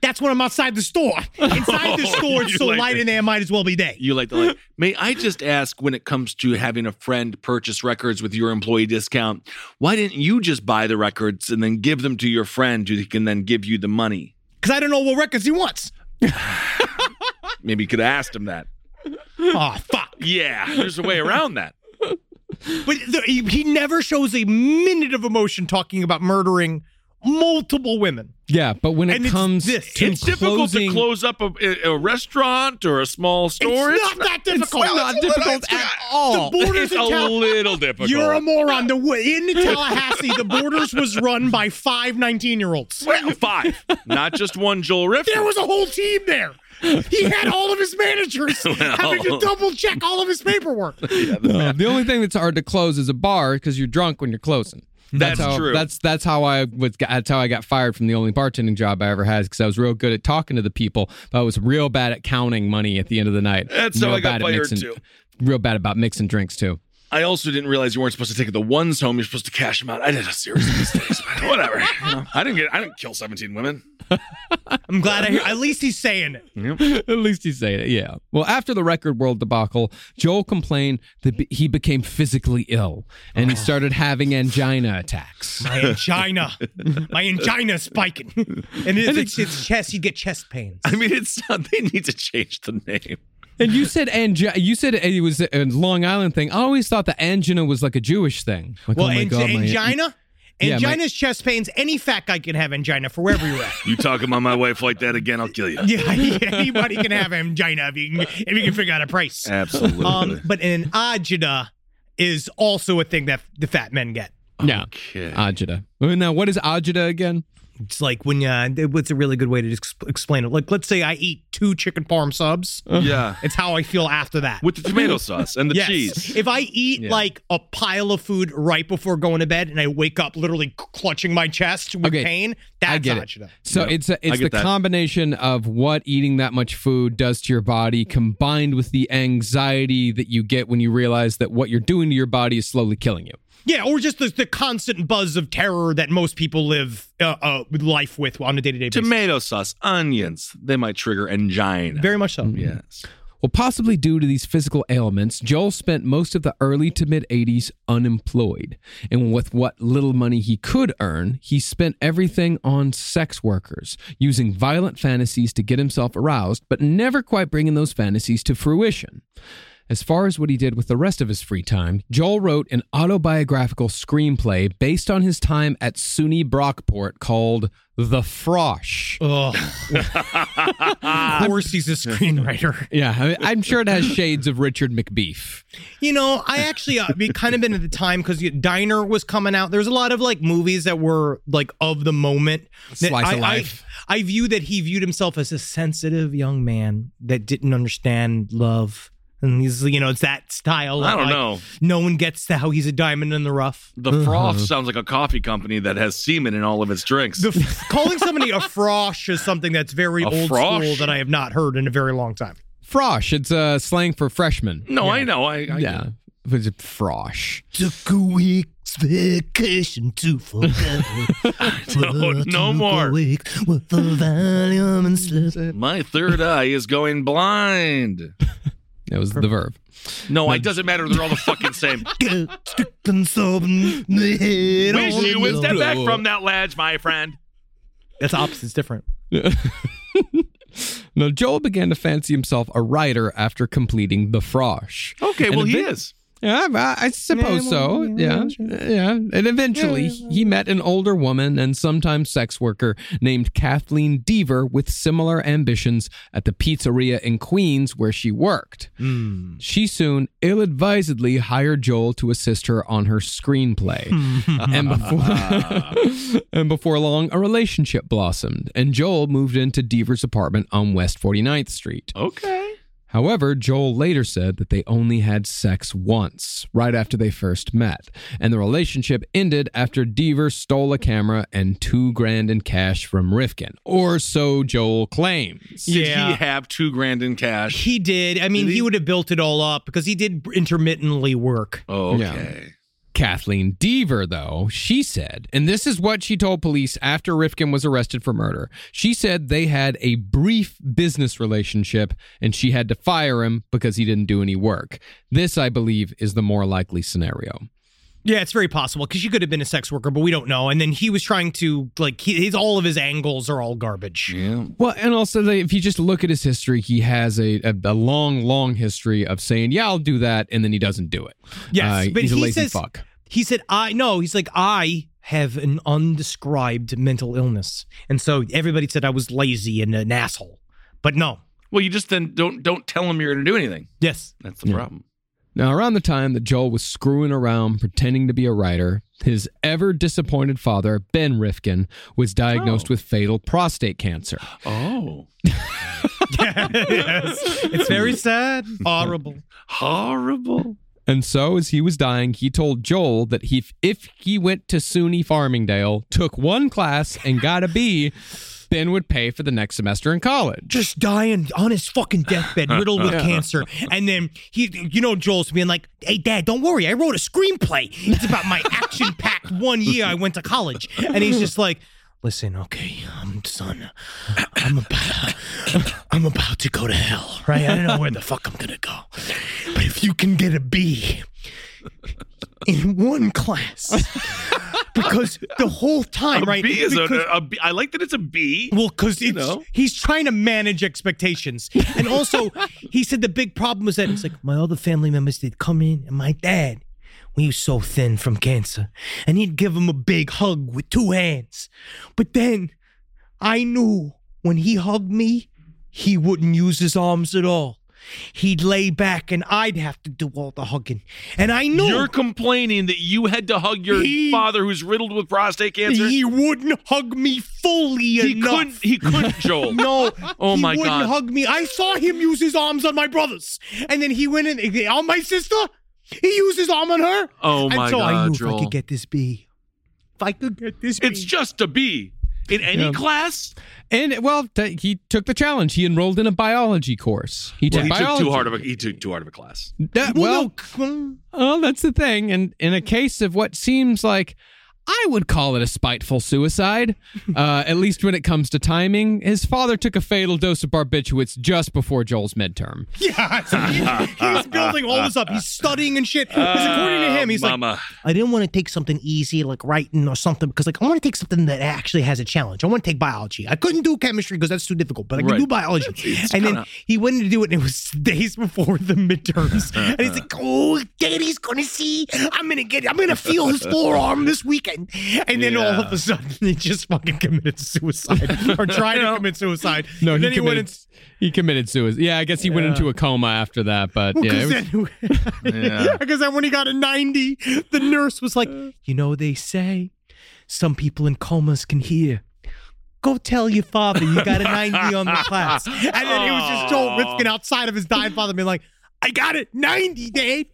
S4: That's when I'm outside the
S5: <laughs>
S4: store. Inside the store, it's
S5: Oh, You
S4: so
S5: like
S4: light
S5: it.
S4: in there, might as well be day.
S5: You like the like. May I just ask, when it comes to having a friend purchase records with your employee discount, why didn't you just buy the records and then give them to your friend who can then give you the money?
S4: Because I don't know what records he wants.
S5: Maybe you could have asked him that. Hmm.
S4: Oh, fuck.
S5: Yeah, there's a way around that.
S4: But the, he, he never shows a minute of emotion talking about murdering multiple women.
S6: <laughs> Yeah, but when it
S4: And it's
S6: comes
S4: this.
S6: to
S5: it's difficult to
S6: closing-
S5: close up a, a restaurant or a small store.
S4: it's, not
S5: <laughs>
S4: that difficult.
S6: It's not difficult at all.
S4: The borders
S5: It's
S4: in
S5: a
S4: Tal-
S5: little
S4: <laughs>
S5: difficult.
S4: You're a moron. The wa- in Tallahassee, the borders was run by five 19 year olds.
S5: Well, five, not just one Joel Rifkin.
S4: There was a whole team there. He had all of his managers having to double check all of his paperwork.
S6: Uh, the only thing that's hard to close is a bar because you're drunk when you're closing.
S5: That's
S6: how,
S5: true.
S6: That's that's how I was. That's how I got fired from the only bartending job I ever had because I was real good at talking to the people, but I was real bad at counting money at the end of the night.
S5: That's
S6: And
S5: how
S6: real
S5: I got
S6: bad at
S5: fired,
S6: mixing-
S5: too.
S6: Real bad about mixing drinks too. <laughs>
S5: I also didn't realize you weren't supposed to take the <laughs> ones home. You're supposed to cash them out. I did a series of mistakes, but whatever. You know, I didn't get. I didn't kill 17 women.
S4: I'm glad I hear. At least he's saying it.
S6: At least he's saying it. Yeah. Well, after the record world debacle, Joel complained that be- he became physically ill and he
S5: Oh.
S6: started having angina attacks.
S4: My angina, my angina's spiking, <laughs> and if it's, it's chest, you get chest pains.
S5: I mean, it's not, they need to change the name.
S6: And you said angi- you said it was a Long Island thing. I always thought that angina was like a Jewish thing. Like,
S4: Well,
S6: oh my
S4: ang-
S6: God, my- <laughs>
S4: angina,
S6: Yeah, my-
S4: angina's chest pains. Any fat guy can have angina for wherever you're
S6: <laughs>
S4: at.
S5: You talking about my wife like that again, I'll kill you.
S4: yeah, <laughs> anybody can have angina if you can, if you can figure out a price.
S5: Absolutely.
S4: Um, but an angina is also a thing that the fat men get.
S6: Yeah.
S5: Okay.
S6: Ajita. Now, what is Ajita again?
S4: It's like when uh, what's a really good way to ex- explain it? Like, let's say I eat two chicken parm subs.
S5: yeah.
S4: It's how I feel after that.
S5: With the tomato sauce and the cheese.
S4: If I eat like a pile of food right before going to bed and I wake up literally clutching my chest with
S6: Okay.
S4: pain,
S6: I
S4: that's
S6: get it.
S4: agita.
S6: So it's a, it's
S5: get
S6: the
S5: that.
S6: combination of what eating that much food does to your body, combined with the anxiety that you get when you realize that what you're doing to your body is slowly killing you.
S4: Yeah, or just the, the constant buzz of terror that most people live uh, uh, with life with on a day to day basis.
S5: Tomato sauce, onions, they might trigger angina.
S4: Very much so.
S6: Mm-hmm.
S5: yes.
S6: Well, possibly due to these physical ailments, Joel spent most of the early to mid 80s unemployed. And with what little money he could earn, he spent everything on sex workers, using violent fantasies to get himself aroused, but never quite bringing those fantasies to fruition. As far as what he did with the rest of his free time, Joel wrote an autobiographical screenplay based on his time at SUNY Brockport called The Frosh.
S4: <laughs> Ugh. of course, he's a screenwriter.
S6: Yeah, I- I'm sure it has shades of Richard McBeef.
S4: You know, I actually uh, we kind of been at the time because Diner was coming out. There's a lot of like movies that were like of the moment. that
S6: Slice
S4: I,
S6: of life.
S4: I, I view that he viewed himself as a sensitive young man that didn't understand love. And he's, you know, it's that style. of,
S5: I don't
S4: like,
S5: know.
S4: No one gets to how he's a diamond in the rough.
S5: The froth sounds like a coffee company that has semen in all of its drinks.
S4: The f- calling somebody a frosh is something that's very
S5: A
S4: old school
S5: frosh?
S4: that I have not heard in a very long time.
S6: Frosh. It's uh, slang for freshman.
S5: no, I know. I, I
S6: yeah. Was it frosh?
S4: Took a week's vacation to
S5: No, no more. My third eye is going blind.
S6: That was the verb.
S5: No, it doesn't matter. They're all the fucking same. Wish you would step back from that ledge, my friend.
S4: That's opposites different.
S6: Now, Joel began to fancy himself a writer after completing the frosh.
S5: Okay,
S6: And
S5: well, he
S6: event-
S5: is.
S6: Yeah, I, I suppose so. Yeah, yeah. And eventually, he met an older woman and sometimes sex worker named Kathleen Deaver with similar ambitions at the pizzeria in Queens where she worked. She soon ill advisedly hired Joel to assist her on her screenplay. and, before, <laughs> and before long, a relationship blossomed, and Joel moved into Deaver's apartment on West 49th Street.
S5: Okay.
S6: However, Joel later said that they only had sex once, right after they first met, and the relationship ended after Deaver stole a camera and two grand in cash from Rifkin, or so Joel claims.
S5: Did
S4: Yeah.
S5: he have two grand in cash?
S4: He did. I mean, he? would have built it all up because he did intermittently work.
S5: Oh, okay.
S6: Kathleen Deaver, though, she said, and this is what she told police after Rifkin was arrested for murder. She said they had a brief business relationship and she had to fire him because he didn't do any work. This, I believe, is the more likely scenario.
S4: Yeah, it's very possible because she could have been a sex worker, but we don't know. And then he was trying to like he, his all of his angles are all garbage.
S6: Well, and also, they, if you just look at his history, he has a, a, a long, long history of saying, "Yeah, I'll do that," and then he doesn't do it.
S4: Yes,
S6: Uh,
S4: but
S6: he's a
S4: he
S6: lazy
S4: says
S6: fuck.
S4: he said I no. He's like I have an undescribed mental illness, and so everybody said I was lazy and an asshole. But no,
S5: Well, you just then don't don't tell him you're going to do anything.
S4: yes, <laughs>
S5: That's the problem.
S6: Now, around the time that Joel was screwing around pretending to be a writer, his ever disappointed father, Ben Rifkin, was diagnosed
S4: Oh.
S6: with fatal prostate cancer.
S5: Oh,
S4: yes. it's very sad, horrible.
S5: horrible.
S6: And so, as he was dying, he told Joel that he, if he went to SUNY Farmingdale, took one class, and got a B, Ben would pay for the next semester in college.
S4: just dying on his fucking deathbed,
S5: <laughs>
S4: riddled with cancer. And then he, you know, Joel's being like, "Hey, Dad, don't worry. I wrote a screenplay. It's about my action-packed one year I went to college." And he's just like, Listen, okay, um, son, I'm about, I'm about to go to hell, right? I don't know where the fuck I'm gonna go, but if you can get a B in one class, because the whole time, right?
S5: B is a,
S4: because-
S5: a B. I like that it's a B.
S4: well, because
S5: know?
S4: he's trying to manage expectations, and
S5: <laughs>
S4: also he said the big problem was that it's like my other family members did come in, and my dad, we was so thin from cancer, and he'd give him a big hug with two hands, but then I knew when he hugged me, he wouldn't use his arms at all. He'd lay back, and I'd have to do all the hugging, and I knew
S5: You're complaining that you had to hug your
S4: He-
S5: father who's riddled with prostate cancer.
S4: he wouldn't hug me fully
S5: He
S4: enough.
S5: couldn't.
S4: <laughs>
S5: He couldn't, Joel.
S4: No.
S5: Oh
S4: he
S5: my
S4: wouldn't
S5: God.
S4: hug me. I saw him use his arms on my brothers, and then he went in eh, on my sister. He used his arm on her.
S5: Oh
S4: and
S5: my
S4: so I
S5: God,
S4: knew if I
S5: Joel.
S4: could get this B, if I could get this B,
S5: It's just a B in any
S6: Yeah.
S5: class.
S6: And well, t- he took the challenge. He enrolled in a biology course. He took
S5: he took
S6: biology.
S5: too hard of a he took too hard of
S4: <laughs>
S5: a class.
S6: That- well,
S4: well, no,
S6: oh, that's the thing. And in a case of what seems like, I would call it a spiteful suicide, uh, at least when it comes to timing. His father took a fatal dose of barbiturates just before Joel's midterm.
S4: yeah, he- he's building all this up. He's studying and shit. Because according to him, he's like,
S5: Ah, Mama,
S4: I didn't want to take something easy like writing or something because like I want to take something that actually has a challenge. I want to take biology. I couldn't do chemistry because that's too difficult, but I could
S5: Right.
S4: do biology. and then he went to do it, and it was days before the
S5: <laughs>
S4: midterms. and he's like, "Oh, Daddy's gonna see. I'm gonna get. I'm gonna feel
S5: <laughs>
S4: his forearm this weekend." And then all of a sudden, he just fucking committed suicide or tried
S5: <laughs>
S4: to commit suicide.
S6: No,
S4: and
S6: he
S4: then he went.
S6: committed,
S4: And,
S6: he committed suicide. Yeah, I guess he went into a coma after that. But yeah, it
S4: because
S6: was-
S4: then, <laughs> because then when he got a 90, the nurse was like, you know, they say some people in comas can hear. Go tell your father you got a 90 on the class. And then he was just Joel Rifkin outside of his dying father being like, I got it, 90, Dad.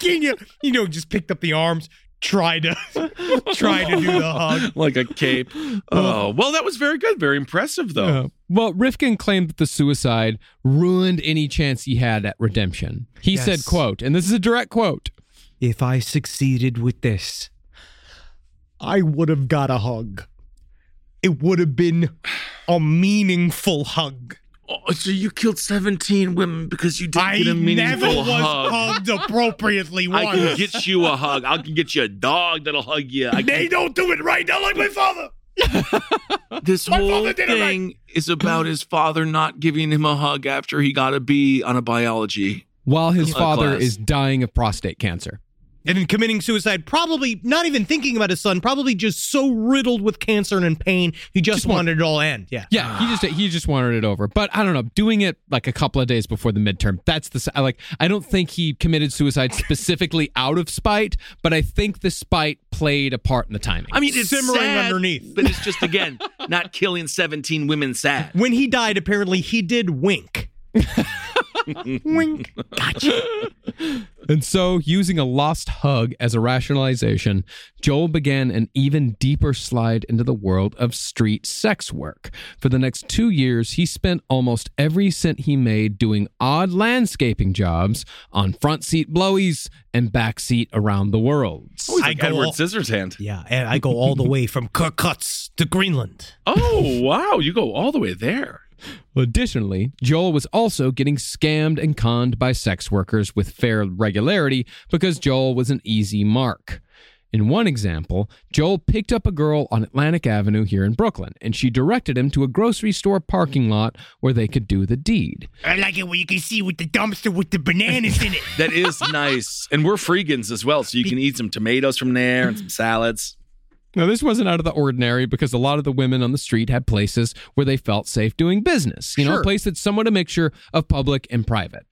S4: Can you, you know, just picked up the arms, tried to, <laughs> tried to do the hug.
S5: like a cape. Oh well, that was very good, very impressive though.
S6: Uh, well, Rifkin claimed that the suicide ruined any chance he had at redemption. He
S4: Yes.
S6: said, quote, and this is a direct quote,
S4: If I succeeded with this, I would have got a hug. It would have been a meaningful hug.
S5: Oh, so you killed seventeen women because you didn't
S4: I
S5: get a
S4: never
S5: meaningful
S4: was
S5: hug.
S4: hugged appropriately once.
S5: I can get you a hug. I can get you a dog that'll hug you. I
S4: they don't do it right now like my father.
S5: <laughs> this
S4: My
S5: whole
S4: father did it right.
S5: thing is about his father not giving him a hug after he got a B on a biology.
S6: while his
S5: Uh,
S6: father
S5: class.
S6: is dying of prostate cancer.
S4: And in committing suicide, probably not even thinking about his son, probably just so riddled with cancer and in pain, he just, wanted it all to end. Yeah.
S6: Yeah, he just he just wanted it over. But I don't know, doing it like a couple of days before the midterm. That's the s- I like I don't think he committed suicide specifically out of spite, but I think the spite played a part in the timing.
S5: I mean, it's
S4: Simmering
S5: sad,
S4: underneath.
S5: but it's
S4: <laughs>
S5: just again not killing seventeen women. Sad.
S4: When he died, apparently he did
S5: <laughs>
S4: wink. wink.
S6: And so, using a lost hug as a rationalization, Joel began an even deeper slide into the world of street sex work. For the next two years, he spent almost every cent he made doing odd landscaping jobs on front seat blowies and back seat around the world.
S5: I
S4: go
S5: Edward
S4: all-
S5: Scissorhand.
S4: Yeah, and I go all the way from Kirkutz to Greenland.
S5: Oh wow, you go all the way there.
S6: Additionally, Joel was also getting scammed and conned by sex workers with fair regularity because Joel was an easy mark. In one example, Joel picked up a girl on Atlantic Avenue here in Brooklyn, and she directed him to a grocery store parking lot where they could do the deed.
S4: I like it where you can see with the dumpster with the bananas in it.
S5: <laughs> That is nice. And we're freegans as well, so you can eat some tomatoes from there and some salads.
S6: Now, this wasn't out of the ordinary because a lot of the women on the street had places where they felt safe doing business. You know, a place that's somewhat a mixture of public and private.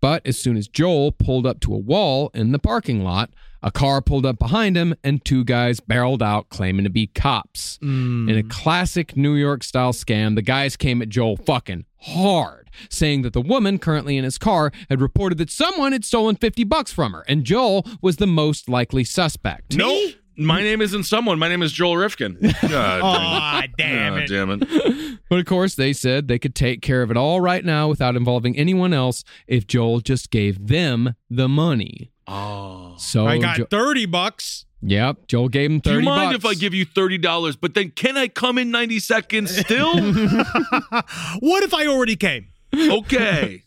S6: But as soon as Joel pulled up to a wall in the parking lot, a car pulled up behind him and two guys barreled out claiming to be cops. In a classic New York style scam, the guys came at Joel fucking hard, saying that the woman currently in his car had reported that someone had stolen 50 bucks from her, and Joel was the most likely suspect.
S5: No, my name isn't someone. My name is
S4: <laughs>
S5: Joel Rifkin. God <laughs>
S4: Aw, damn
S5: damn,
S4: it.
S5: damn it.
S6: But of course, they said they could take care of it all right now without involving anyone else if Joel just gave them the money.
S5: Oh.
S6: So
S4: I got
S6: Jo-
S4: 30 bucks.
S6: Yep. Joel gave him
S5: Do
S6: thirty.
S5: you mind
S6: bucks.
S5: if I give you thirty dollars? But then can I come in ninety seconds
S6: <laughs>
S5: still?
S4: <laughs> What if I already came?
S5: okay.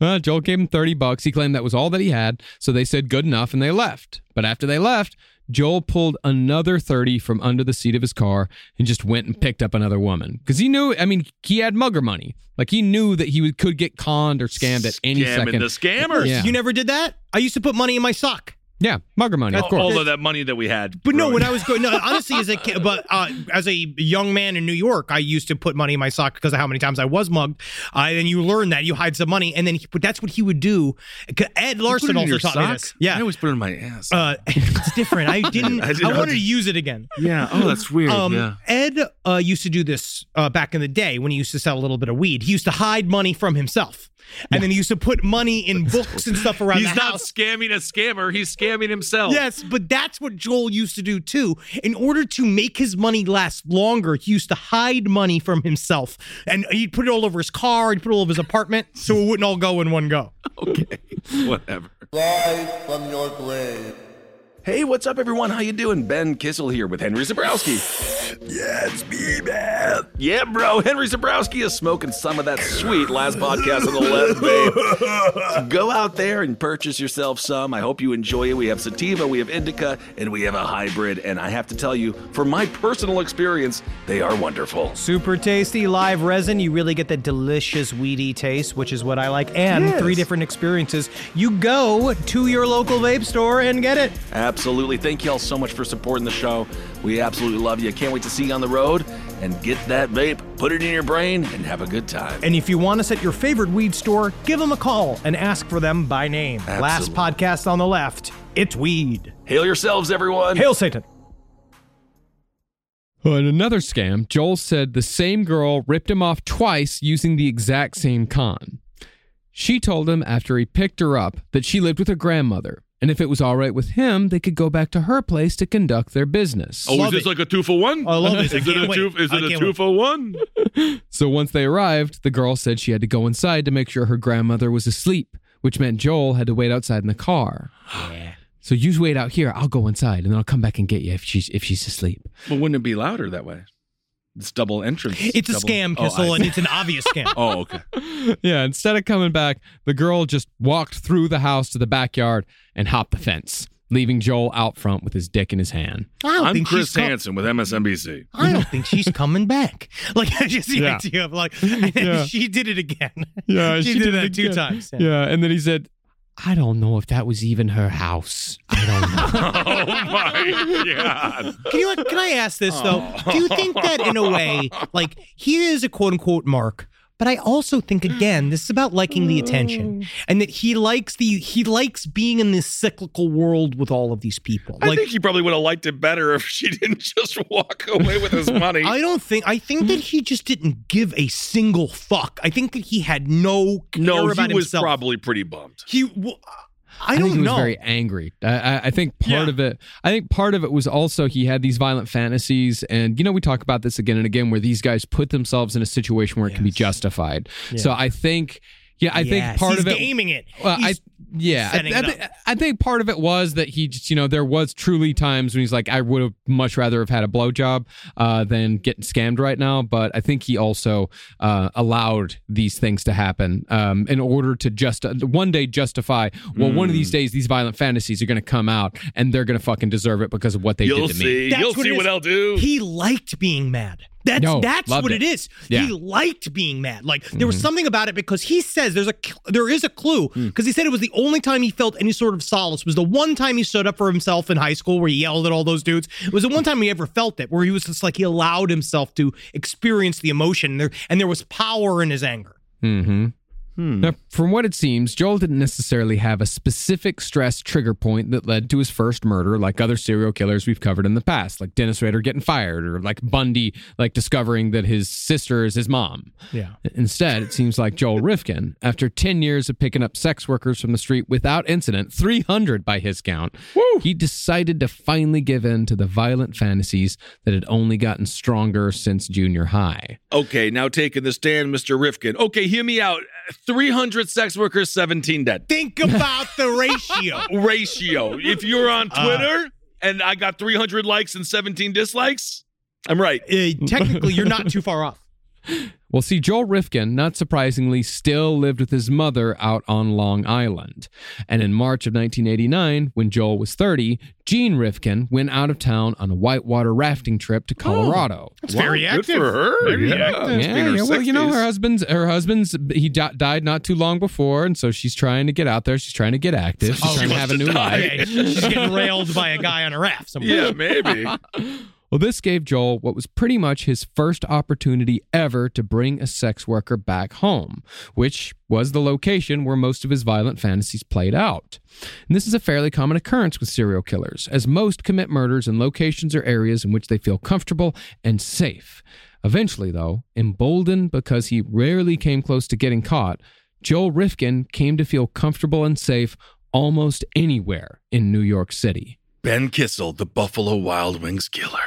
S6: Uh, Joel gave him 30 bucks. He claimed that was all that he had, so they said good enough and they left. But after they left, Joel pulled another 30 from under the seat of his car and just went and picked up another woman. Because he knew, I mean, he had mugger money. Like he knew that he would, could get conned or scammed at any
S5: Scamming
S6: second.
S5: the scammers.
S6: Yeah.
S4: You never did that? I used to put money in my sock.
S6: yeah, mugger money, of
S5: All-
S6: course.
S5: All of that money that we had.
S4: But no, when
S5: ruined.
S4: I was going, no, honestly, as a kid, but uh, as a young man in New York, I used to put money in my sock because of how many times I was mugged. Uh, and you learn that you hide some money, and then he, but that's what he would do. C- Ed
S5: put it
S4: Larson
S5: in
S4: also
S5: your
S4: taught me
S5: sock?
S4: this. Yeah,
S5: I always put it in my ass.
S4: uh, <laughs> it's different. I didn't.
S5: <laughs> I
S4: I,
S5: didn't know
S4: wanted
S5: that-
S4: to use it again.
S5: yeah. Oh, that's weird.
S4: Um,
S5: yeah.
S4: Ed uh, used to do this uh, back in the day when he used to sell a little bit of weed. He used to hide money from himself, and then he used to put money in books and stuff around
S5: He's
S4: the
S5: not
S4: house.
S5: scamming a scammer. He's scamming himself.
S4: Yes, but that's what Joel used to do too. In order to make his money last longer, he used to hide money from himself, and he'd put it all over his car. He'd put it all over his apartment, so it wouldn't all go in one go.
S5: Okay. Whatever.
S7: Rise from your grave.
S2: Hey, what's up, everyone? How you doing? Ben Kissel here with Henry Zabrowski. yeah, it's me, man.
S5: Yeah, bro. Henry Zabrowski is smoking some of that sweet last podcast on the left, babe. Go out there and purchase yourself some. I hope you enjoy it. We have sativa, we have indica, and we have a hybrid. And I have to tell you, from my personal experience, they are wonderful.
S4: Super tasty live resin. You really get the delicious weedy taste, which is what I like. And three different experiences. You go to your local vape store and get it.
S5: Absolutely. Thank y'all so much for supporting the show. We absolutely love you. Can't wait to see you on the road. And get that vape, put it in your brain, and have a good time.
S4: And if you want us at your favorite weed store, give them a call and ask for them by name. Last
S5: Absolutely.
S4: podcast on the left. It's weed.
S5: Hail yourselves, everyone.
S4: Hail Satan.
S6: On another scam, Joel said the same girl ripped him off twice using the exact same con. She told him after he picked her up that she lived with her grandmother, and if it was all right with him, they could go back to her place to conduct their business.
S5: Oh, is
S4: Love
S5: this
S4: it.
S5: like a two for one?
S4: I love this. I
S5: <laughs> Is it
S4: can't
S5: a
S4: wait.
S5: two? Is
S4: I
S5: it a
S4: can't
S5: two
S4: wait.
S5: for one?
S6: So once they arrived, the girl said she had to go inside to make sure her grandmother was asleep, which meant Joel had to wait outside in the car. So you wait out here. I'll go inside, and then I'll come back and get you if she's if she's asleep.
S5: But wouldn't it be louder that way? It's double entrance.
S4: It's a
S5: double-
S4: scam,
S5: Oh, I
S4: Kissel,
S5: see.
S4: and it's an
S5: <laughs>
S4: obvious scam.
S5: Oh, okay.
S6: yeah, instead of coming back, the girl just walked through the house to the backyard and hopped the fence, leaving Joel out front with his dick in his hand.
S4: <laughs> I don't
S5: I'm
S4: think
S5: Chris
S4: she's com-
S5: Hansen with MSNBC.
S4: I don't think she's coming back. Like <laughs> just the
S6: Yeah.
S4: idea of
S5: <laughs>
S4: like, and then <laughs>
S6: Yeah.
S4: she did it again.
S6: Yeah,
S4: she, did, that two times.
S6: Yeah. and then he said, "I don't know if that was even her house. I don't know."
S4: <laughs>
S5: Oh my god!
S4: Can you can I ask this though? Do you think that in a way, like he is a quote unquote mark, but I also think again, this is about liking the
S6: Mm.
S4: attention, and that he likes the he likes being in this cyclical world with all of these people.
S5: I
S4: like
S5: think he probably would have liked it better if she didn't just walk away with
S4: <laughs>
S5: his money.
S4: I don't think I think
S6: Mm.
S4: that he just didn't give a single fuck. I think that he had no care
S5: no, he
S4: about
S5: was
S4: himself.
S5: probably pretty bummed.
S4: he. w- I
S6: I
S4: don't
S6: think he was
S4: know.
S6: very angry. I, I, I think part
S4: Yeah.
S6: of it. I think part of it was also he had these violent fantasies, and you know we talk about this again and again, where these guys put themselves in a situation where it can be justified. So I think, yeah, I
S4: Yes,
S6: think part
S4: he's
S6: of it.
S4: gaming it.
S6: Well, I
S4: He's-
S6: yeah, I,
S4: setting
S6: I,
S4: it
S6: thi- I think part of it was that he just you know there was truly times when he's like I would have much rather have had a blowjob uh, than getting scammed right now, but I think he also uh, allowed these things to happen um, in order to just uh, one day justify well one of these
S4: Mm.
S6: days these violent fantasies are going to come out and they're going to fucking deserve it because of what they
S5: You'll
S6: did to me.
S5: see.
S4: That's
S5: You'll
S4: what
S5: see
S4: it
S5: what
S4: is.
S5: I'll do.
S4: He liked being mad. That's
S6: No,
S4: that's
S6: loved
S4: what
S6: it.
S4: it is.
S6: Yeah. Mm-hmm.
S4: He liked being mad. Like there was something about it because he says there's a cl- there is a clue
S6: Mm.
S4: because he said it was the only time he felt any sort of solace was the one time he stood up for himself in high school where he yelled at all those dudes. It was the one time he ever felt it where he was just like he allowed himself to experience the emotion there and there was power in his anger.
S6: Mm-hmm. Now, from what it seems, Joel didn't necessarily have a specific stress trigger point that led to his first murder, like other serial killers we've covered in the past, like Dennis Rader getting fired, or like Bundy, like discovering that his sister is his mom.
S4: Yeah.
S6: Instead, it seems like Joel Rifkin, after 10 years of picking up sex workers from the street without incident, 300 by his count, he decided to finally give in to the violent fantasies that had only gotten stronger since junior high.
S5: Okay, now taking the stand, Mr. Rifkin. Okay, hear me out. 300 sex workers, 17 dead.
S6: <laughs>
S4: Think about the ratio. Ah.
S5: Ratio. If you're on Twitter, and I got 300 likes and 17 dislikes? I'm right.
S4: Uh, technically, you're not too far off.
S6: Well, see, Joel Rifkin, not surprisingly, still lived with his mother out on Long Island. And in March of 1989, when Joel was 30, Gene Rifkin went out of town on a whitewater rafting trip to Colorado.
S5: Oh, Very active. Good for her. yeah. It's been
S6: yeah,
S5: her
S6: yeah, well, you know,
S5: 60s.
S6: her husband's her husband's he di- died not too long before, and so she's trying to get out there. She's trying to get active. She's trying to have a new life.
S4: Okay, she's getting railed by a guy on a raft somewhere. <laughs>
S5: Yeah, maybe.
S6: Well, this gave Joel what was pretty much his first opportunity ever to bring a sex worker back home, which was the location where most of his violent fantasies played out. And this is a fairly common occurrence with serial killers, as most commit murders in locations or areas in which they feel comfortable and safe. Eventually, though, emboldened because he rarely came close to getting caught, Joel Rifkin came to feel comfortable and safe almost anywhere in New York City.
S5: Ben Kissel, the Buffalo Wild Wings killer.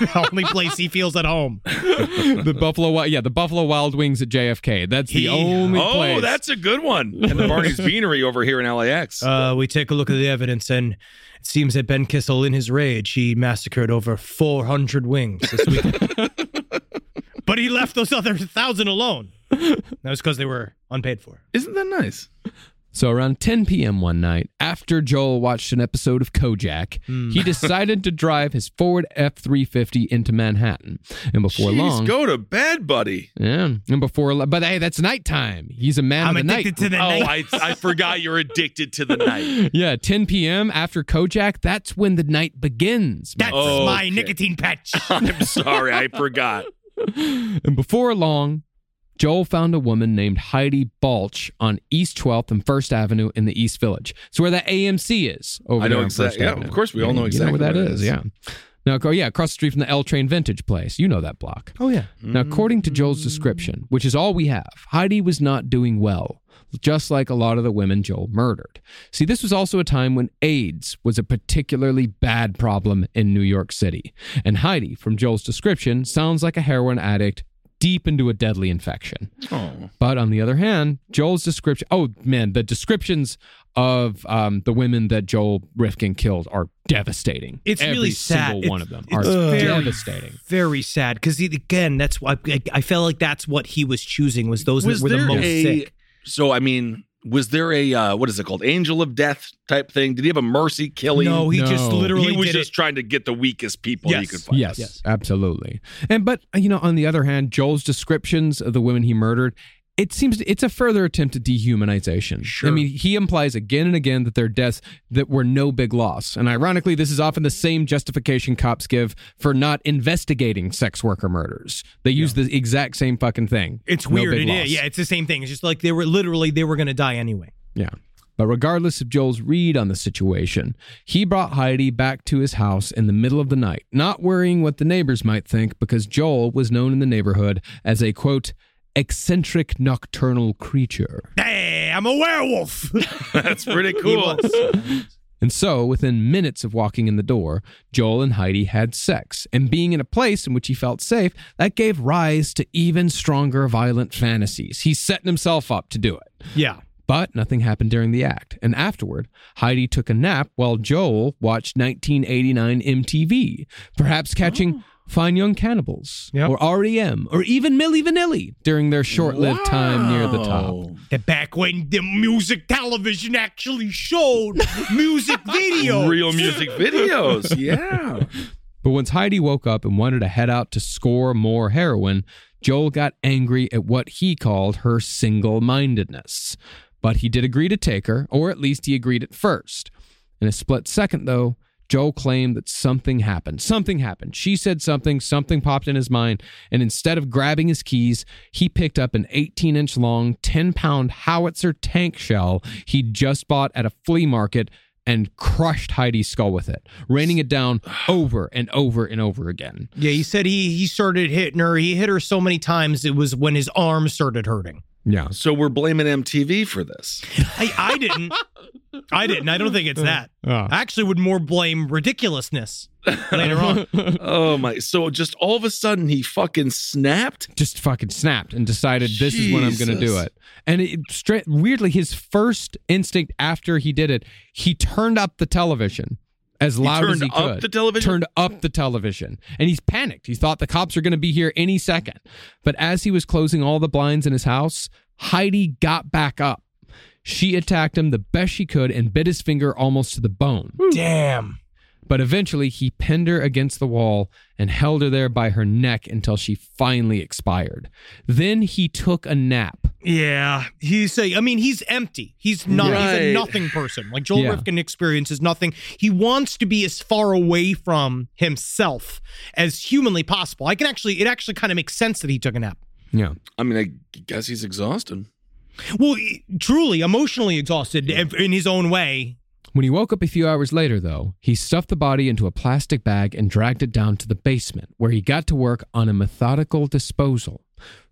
S4: The only place he feels at home.
S6: the Buffalo, Wi- yeah, the Buffalo Wild Wings at JFK. That's the
S4: He-
S6: only
S5: oh,
S6: place.
S5: that's a
S4: <laughs>
S5: good one. And the Barney's Beanery over here in LAX.
S4: Uh, we take a look at the evidence, and it seems that Ben Kissel, in his rage, he massacred over 400 wings this weekend.
S5: <laughs>
S4: but he left those other thousand alone. That was because they were unpaid for.
S5: Isn't that nice?
S6: so around 10 p.m. one night, after Joel watched an episode of Kojak,
S5: Hmm.
S6: he decided to drive his Ford F350 into Manhattan, and before
S5: Jeez,
S6: long,
S5: go to bed, buddy.
S6: yeah, and before, lo- but hey, that's nighttime. He's a man
S4: I'm
S6: of the night.
S4: addicted to the
S5: Oh,
S4: night.
S5: I, I forgot you're addicted to
S4: <laughs>
S5: the night.
S6: yeah, 10 p.m. after Kojak, that's when the night begins.
S4: That's
S5: Oh,
S4: my
S5: okay.
S4: nicotine
S5: <laughs>
S4: patch.
S5: I'm sorry, I forgot.
S6: And before long, Joel found a woman named Heidi Balch on East 12th and 1st Avenue in the East Village. So where that AMC is over
S5: I know
S6: there on
S5: exact-
S6: 1st
S5: yeah,
S6: Avenue.
S5: of course we all know
S6: You
S5: exactly
S6: where that
S5: where it
S6: is.
S5: is.
S6: Yeah. Now, go yeah, across the street from the L Train Vintage Place. You know that block.
S4: oh, yeah.
S6: Now, according to Joel's description, which is all we have, Heidi was not doing well, just like a lot of the women Joel murdered. See, this was also a time when AIDS was a particularly bad problem in New York City. And Heidi, from Joel's description, sounds like a heroin addict deep into a deadly infection.
S4: Oh.
S6: But on the other hand, Joel's description oh man, the descriptions of um, the women that Joel Rifkin killed are devastating.
S4: It's
S6: Every
S4: really sad.
S6: single one of
S4: It's-
S6: them
S4: it's
S6: are
S4: very-
S6: devastating.
S4: Very sad because again, that's why I, I felt like that's what he was choosing was those
S5: Was
S4: that were the
S5: there
S4: most
S5: a-
S4: sick.
S5: So, I mean, was there a, uh, what is it called? Angel of Death type thing? Did he have a mercy killing?
S4: No, he
S6: No.
S4: just literally
S5: he was
S4: did
S5: just
S4: it.
S5: trying to get the weakest people he
S4: Yes.
S5: could find.
S6: Yes, absolutely. And but uh, you know, on the other hand, Joel's descriptions of the women he murdered, it seems it's a further attempt at dehumanization.
S5: Sure.
S6: I mean, he implies again and again that their deaths that were no big loss. And ironically, this is often the same justification cops give for not investigating sex worker murders. They use the exact same fucking thing.
S4: It's
S6: No
S4: weird.
S6: big
S4: it
S6: loss.
S4: is. Yeah, it's the same thing. It's just like they were literally they were gonna die anyway.
S6: Yeah. But regardless of Joel's read on the situation, he brought Heidi back to his house in the middle of the night, not worrying what the neighbors might think because Joel was known in the neighborhood as a quote, eccentric nocturnal creature.
S5: Eh,
S4: Hey, I'm a werewolf.
S5: That's pretty cool.
S6: And so, within minutes of walking in the door, Joel and Heidi had sex, and being in a place in which he felt safe, that gave rise to even stronger violent fantasies. He's setting himself up to do it.
S4: <laughs> yeah.
S6: But nothing happened during the act, and afterward, Heidi took a nap while Joel watched 1989 MTV, perhaps catching Fine Young Cannibals
S4: Yep.
S6: or REM or even Milli Vanilli during their short-lived time near the top.
S5: Wow.
S4: The back when the music television actually showed music video. <laughs>
S5: Real music videos. Yeah.
S6: But once Heidi woke up and wanted to head out to score more heroin, Joel got angry at what he called her single mindedness. But he did agree to take her, or at least he agreed at first. In a split second, though, Joel claimed that something happened. Something happened. She said something, something popped in his mind, and instead of grabbing his keys, he picked up an 18 inch long, 10 pound howitzer tank shell he'd just bought at a flea market and crushed Heidi's skull with it, raining it down over and over and over again.
S4: Yeah, he said he he started hitting her. He hit her so many times it was when his arm started hurting.
S6: Yeah.
S5: So we're blaming MTV for this.
S4: I, I didn't. I didn't. I don't think it's that.
S6: Yeah.
S4: I actually would more blame ridiculousness later on.
S5: Oh my! So just all of a sudden he fucking snapped.
S6: Just fucking snapped and decided this is when I'm going to do
S5: Jesus.
S6: it. And it stra- weirdly, his first instinct after he did it, he turned up the television as loud as
S5: turned
S6: he
S5: up
S6: could.
S5: the television?
S6: Turned up the television, and he's panicked. He thought the cops are going to be here any second. But as he was closing all the blinds in his house, Heidi got back up. She attacked him the best she could and bit his finger almost to the bone.
S8: Damn.
S6: But eventually, he pinned her against the wall and held her there by her neck until she finally expired. Then he took a nap.
S4: Yeah, he's a. I mean, he's empty. He's not. He's a
S5: Right.
S4: nothing person. Like Joel
S6: Yeah.
S4: Rifkin experiences nothing. He wants to be as far away from himself as humanly possible. I can actually. It actually kind of makes sense that he took a nap.
S6: Yeah.
S5: I mean, I guess he's exhausted.
S4: Well, he- truly emotionally exhausted ev- in his own way.
S6: When he woke up a few hours later, though, he stuffed the body into a plastic bag and dragged it down to the basement, where he got to work on a methodical disposal.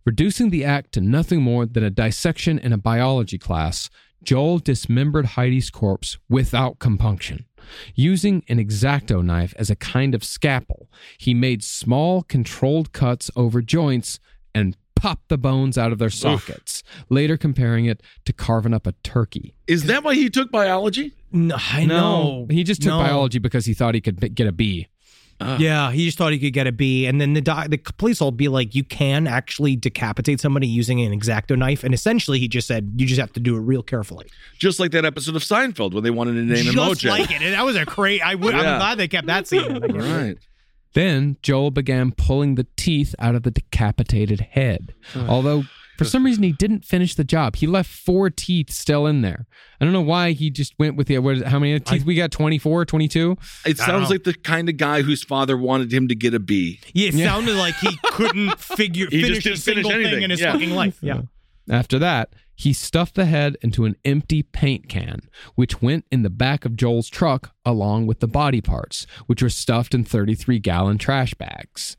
S6: Reducing the act to nothing more than a dissection in a biology class, Joel dismembered Heidi's corpse without compunction. Using an exacto knife as a kind of scalpel, he made small, controlled cuts over joints and popped the bones out of their sockets, later comparing it to carving up a turkey.
S5: Is that why he took biology?
S4: No, I know.
S6: He just took
S4: No. Uh.
S6: biology because he thought he could b- get a B.
S4: Yeah, he just thought he could get a B, and then the doc, the police will be like, "You can actually decapitate somebody using an exacto knife," and essentially he just said, "You just have to do it real carefully."
S5: Just like that episode of Seinfeld when they wanted to name him
S4: just
S5: Mojo.
S4: like it. And that was a great. I would.
S5: Yeah.
S4: I'm glad they kept that
S5: <laughs>
S4: scene. in.
S5: Right.
S6: Then Joel began pulling the teeth out of the decapitated head. Although for some reason he didn't finish the job. He left four teeth still in there. I don't know why he just went with the what is it, how many teeth we got 24, 22?
S5: It sounds like the kind of guy whose father wanted him to get a B.
S4: Yeah, it sounded like he couldn't figure
S5: He
S4: finish
S5: just didn't
S4: a single
S5: finish
S4: thing
S5: anything.
S4: in his
S5: Yeah.
S4: fucking life. Yeah.
S6: After that, he stuffed the head into an empty paint can, which went in the back of Joel's truck along with the body parts, which were stuffed in 33 gallon trash bags.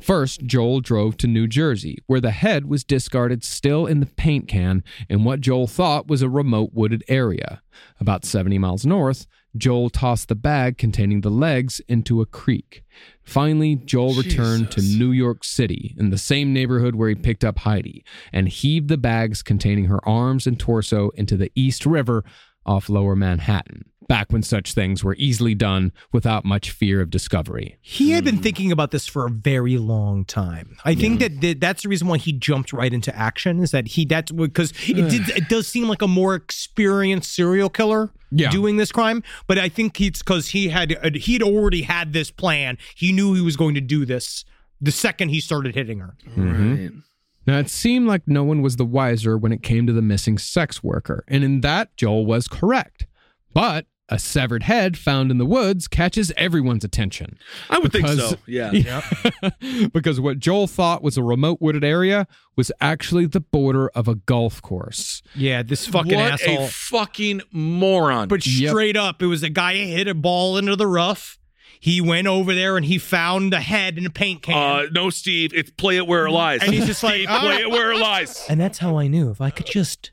S6: First, Joel drove to New Jersey, where the head was discarded still in the paint can in what Joel thought was a remote wooded area. About 70 miles north, Joel tossed the bag containing the legs into a creek. Finally, Joel returned to New York City in the same neighborhood where he picked up Heidi and heaved the bags containing her arms and torso into the East River off lower Manhattan, back when such things were easily done without much fear of discovery.
S4: He had been thinking about this for a very long time. I think that th- that's the reason why he jumped right into action is that he that's because it, did, it does seem like a more experienced serial killer
S6: Yeah.
S4: doing this crime, but I think it's because he had uh, he'd already had this plan. He knew he was going to do this the second he started hitting her. Mm-hmm.
S5: Right.
S6: Now, it seemed like no one was the wiser when it came to the missing sex worker, and in that, Joel was correct. But a severed head found in the woods catches everyone's attention.
S5: I would think
S6: Because-
S5: so.
S6: <laughs>
S5: Yeah.
S6: because what Joel thought was a remote wooded area was actually the border of a golf course.
S4: Yeah, this fucking
S5: what
S4: asshole.
S5: a fucking moron.
S4: But
S6: Yep.
S4: straight up, it was a guy who hit a ball into the rough. He went over there and he found the head in a paint can.
S5: uh, no, Steve, it's play it where it lies.
S4: and he's just like, "Ah."
S5: play it where it
S4: <laughs>
S5: lies.
S4: and that's how I knew if I could just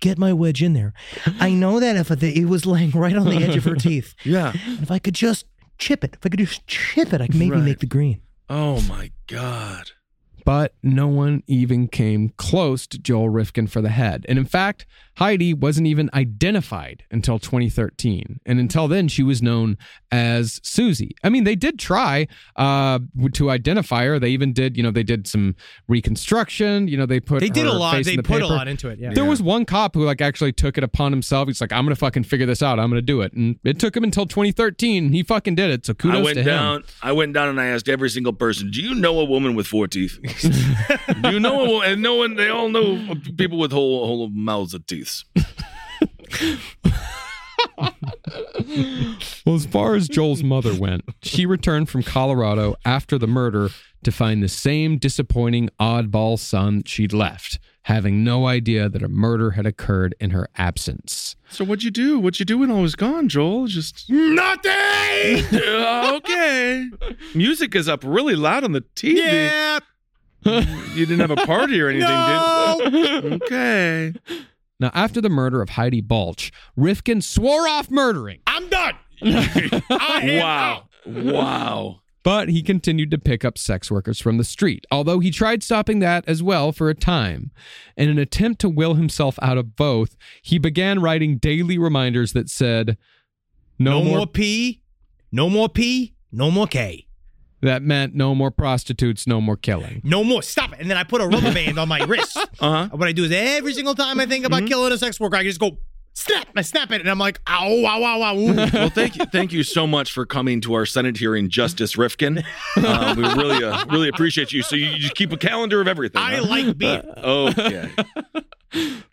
S4: get my wedge in there. I know that if the, it was laying right on the edge of her teeth.
S5: Yeah.
S4: And if I could just chip it, if I could just chip it, I could maybe
S5: Right.
S4: make the green.
S5: Oh my God.
S6: But no one even came close to Joel Rifkin for the head. And in fact, Heidi wasn't even identified until 2013. And until then, she was known as Susie. I mean, they did try uh, to identify her. They even did, you know, they did some reconstruction. You know, they put
S4: They did a
S6: her
S4: lot.
S6: face in
S4: They
S6: the
S4: put a
S6: paper.
S4: lot into it. Yeah.
S6: There was one cop who like actually took it upon himself. He's like, I'm gonna fucking figure this out. I'm gonna do it. And it took him until 2013. He fucking did it. So kudos
S5: I went
S6: to him.
S5: down. I went down and I asked every single person, "Do you know a woman with four teeth? <laughs> Do you know a woman?" And no one. They all know people with whole whole mouths of teeth.
S6: Well, as far as Joel's mother went, she returned from Colorado after the murder to find the same disappointing oddball son that she'd left, having no idea that a murder had occurred in her absence.
S5: So what'd you do? What'd you do when I was gone, Joel? Just nothing. <laughs> okay. Music is up really loud on the TV.
S4: yeah.
S5: You didn't have a party or anything, did? Okay.
S6: Now, after the murder of Heidi Balch, Rifkin swore off murdering.
S5: I'm done. <laughs> wow. Wow.
S6: But he continued to pick up sex workers from the street, although he tried stopping that as well for a time. In an attempt to will himself out of both, he began writing daily reminders that said,
S4: No, more
S6: more
S4: pee. No more P, no more K.
S6: That meant no more prostitutes, no more killing.
S4: No more. Stop it. And then I put a rubber band on my wrist. Uh-huh. What I do is every single time I think about killing a sex worker, I just go snap. I snap it, and I'm like, ow, ow, ow, ow. ooh.
S5: <laughs> Well, thank you, thank you so much for coming to our Senate hearing, Justice Rifkin. Uh, we really, uh, really appreciate you. So you, you keep a calendar of everything.
S4: I
S5: huh? Uh,
S4: like beer.
S5: Okay.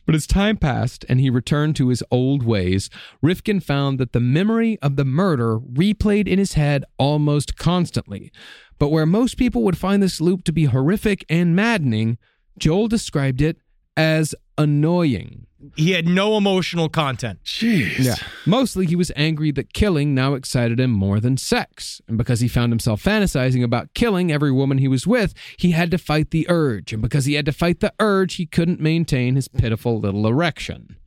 S6: But as time passed and he returned to his old ways, Rifkin found that the memory of the murder replayed in his head almost constantly. But where most people would find this loop to be horrific and maddening, Joel described it as annoying.
S4: He had no emotional content.
S5: Jeez.
S6: Mostly he was angry that killing now excited him more than sex. And because he found himself fantasizing about killing every woman he was with, he had to fight the urge. And because he had to fight the urge, he couldn't maintain his pitiful little erection.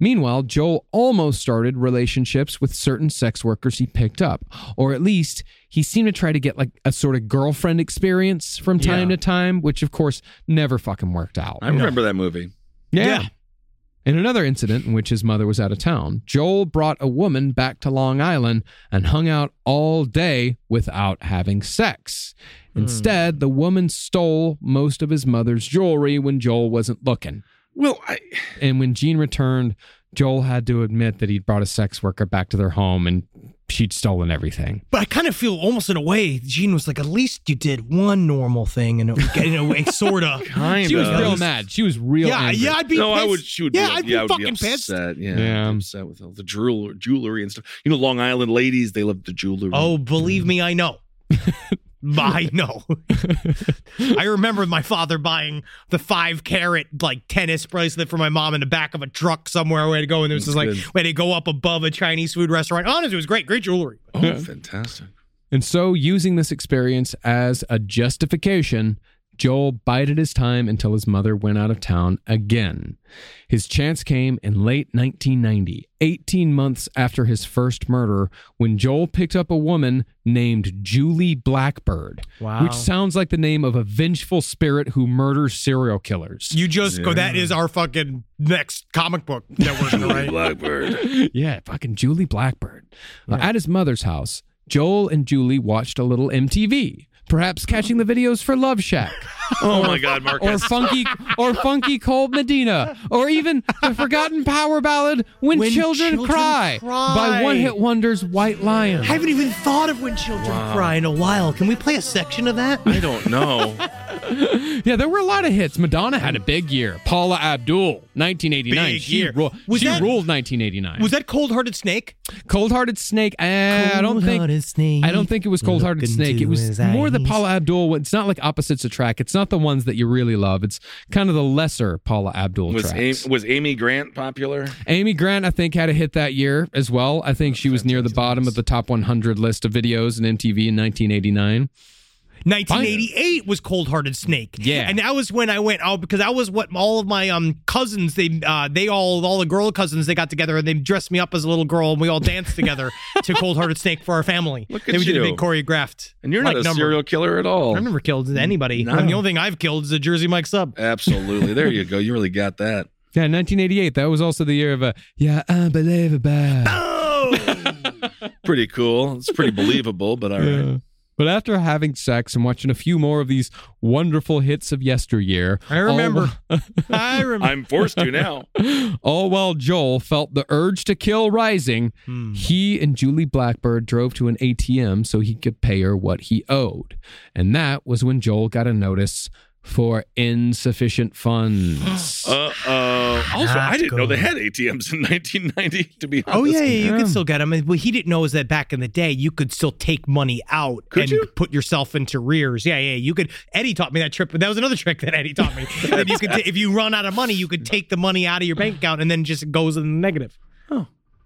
S6: Meanwhile, Joel almost started relationships with certain sex workers he picked up, or at least he seemed to try to get like a sort of girlfriend experience from time to time, which of course never fucking worked out.
S5: I remember that movie.
S4: Yeah.
S6: In another incident in which his mother was out of town, Joel brought a woman back to Long Island and hung out all day without having sex.
S4: Hmm.
S6: Instead, the woman stole most of his mother's jewelry when Joel wasn't looking.
S5: Well, I,
S6: And when Jean returned, Joel had to admit that he'd brought a sex worker back to their home and she'd stolen everything.
S4: But I kind of feel almost in a way, Gene was like, at least you did one normal thing and getting away, sort
S5: <laughs>
S4: of.
S5: Kind
S6: She was
S5: Uh,
S6: real mad. She was real
S4: Yeah,
S6: angry.
S4: yeah, I'd be
S5: no,
S4: pissed.
S5: I would. She would.
S4: yeah,
S5: be,
S4: I'd be
S5: yeah, I would
S4: fucking pissed.
S5: upset. Yeah,
S6: Yeah.
S5: I'd be upset with all the jewelry, jewelry and stuff. You know, Long Island ladies, they love the jewelry.
S4: Oh, believe me, I
S5: <laughs>
S4: know. I know. <laughs> I remember my father buying the five carat like tennis bracelet for my mom in the back of a truck somewhere. We had to go and it was just like
S5: Good.
S4: we had to go up above a Chinese food restaurant. Honestly, it was great, great jewelry.
S5: oh fantastic.
S6: And so, using this experience as a justification, Joel bided his time until his mother went out of town again. His chance came in late 1990, 18 months after his first murder, when Joel picked up a woman named Julie Blackbird,
S4: Wow.
S6: which sounds like the name of a vengeful spirit who murders serial killers.
S4: <laughs> You just go. That is our fucking next comic book that we're gonna
S5: <laughs>
S4: write.
S5: Blackbird.
S6: yeah, fucking Julie Blackbird. Uh, at his mother's house, Joel and Julie watched a little MTV, perhaps catching the videos for Love Shack.
S5: Oh my God,
S6: or
S5: Marcus.
S6: funky or funky cold Medina, or even the forgotten power ballad "When,
S4: When
S6: Children,
S4: Children
S6: Cry,
S4: Cry.
S6: by One Hit Wonders White Lion.
S4: I haven't even thought of when children cry in a while. Can we play a section of that?
S5: I don't know.
S6: yeah, there were a lot of hits. Madonna had a big year. Paula Abdul, 1989.
S4: Big
S6: she
S4: year.
S6: ru-
S4: Was
S6: she
S4: that-
S6: ruled 1989.
S4: Was that Cold Hearted Snake?
S6: Cold Hearted Snake? eh, I don't think.
S4: Cold-hearted snake.
S6: I don't think it was Cold Hearted
S4: Look
S6: Snake. It
S4: into
S6: was
S4: his
S6: more the
S4: eyes.
S6: Paula Abdul. one. It's not like opposites attract. It's not the ones that you really love. It's kind of the lesser Paula Abdul
S5: Was
S6: tracks.
S5: Amy, was Amy Grant popular?
S6: Amy Grant, I think, had a hit that year as well. I think she was near the bottom of the top 100 list of videos in MTV in 1989.
S4: 1988 was Cold Hearted Snake.
S6: Yeah.
S4: and that was when I went out because I was what all of my um cousins they uh they all all the girl cousins they got together and they dressed me up as a little girl and we all danced
S6: <laughs>
S4: together to Cold Hearted Snake for our family.
S5: Look
S4: Then
S5: at
S4: we did a
S5: you.
S4: big choreographed.
S5: And you're not
S4: like,
S5: a
S4: number.
S5: serial killer at all.
S4: I've never killed anybody. I mean, the only thing I've killed is a Jersey Mike sub.
S5: Absolutely. There you go. You really got that.
S6: Yeah, 1988. That was also the year of a yeah, unbelievable.
S5: Pretty cool. It's pretty believable, but all right.
S6: Yeah. <laughs> But after having sex and watching a few more of these wonderful hits of yesteryear,
S4: I
S6: all- <laughs>
S4: remember. I remember.
S5: I'm forced
S4: <laughs>
S5: to now.
S6: All while Joel felt the urge to kill rising,
S4: Hmm.
S6: he and Julie Blackbird drove to an ATM so he could pay her what he owed. And that was when Joel got a notice for
S4: <gasps>
S6: insufficient funds.
S5: Uh oh. Also, I
S4: Not
S5: didn't know
S4: good.
S5: they had ATMs in <laughs> 1990. To be honest.
S4: Oh yeah, yeah, you
S6: Yeah.
S4: can still get them. And what he didn't know is that back in the day, you could still take money out
S5: Could
S4: and
S5: you?
S4: put yourself into rears. Yeah, yeah, you could. Eddie taught me that trick. That was another <laughs> trick that Eddie taught me. that you could, ta- if you run out of money, you could take the money out of your bank account and then just it goes in the negative.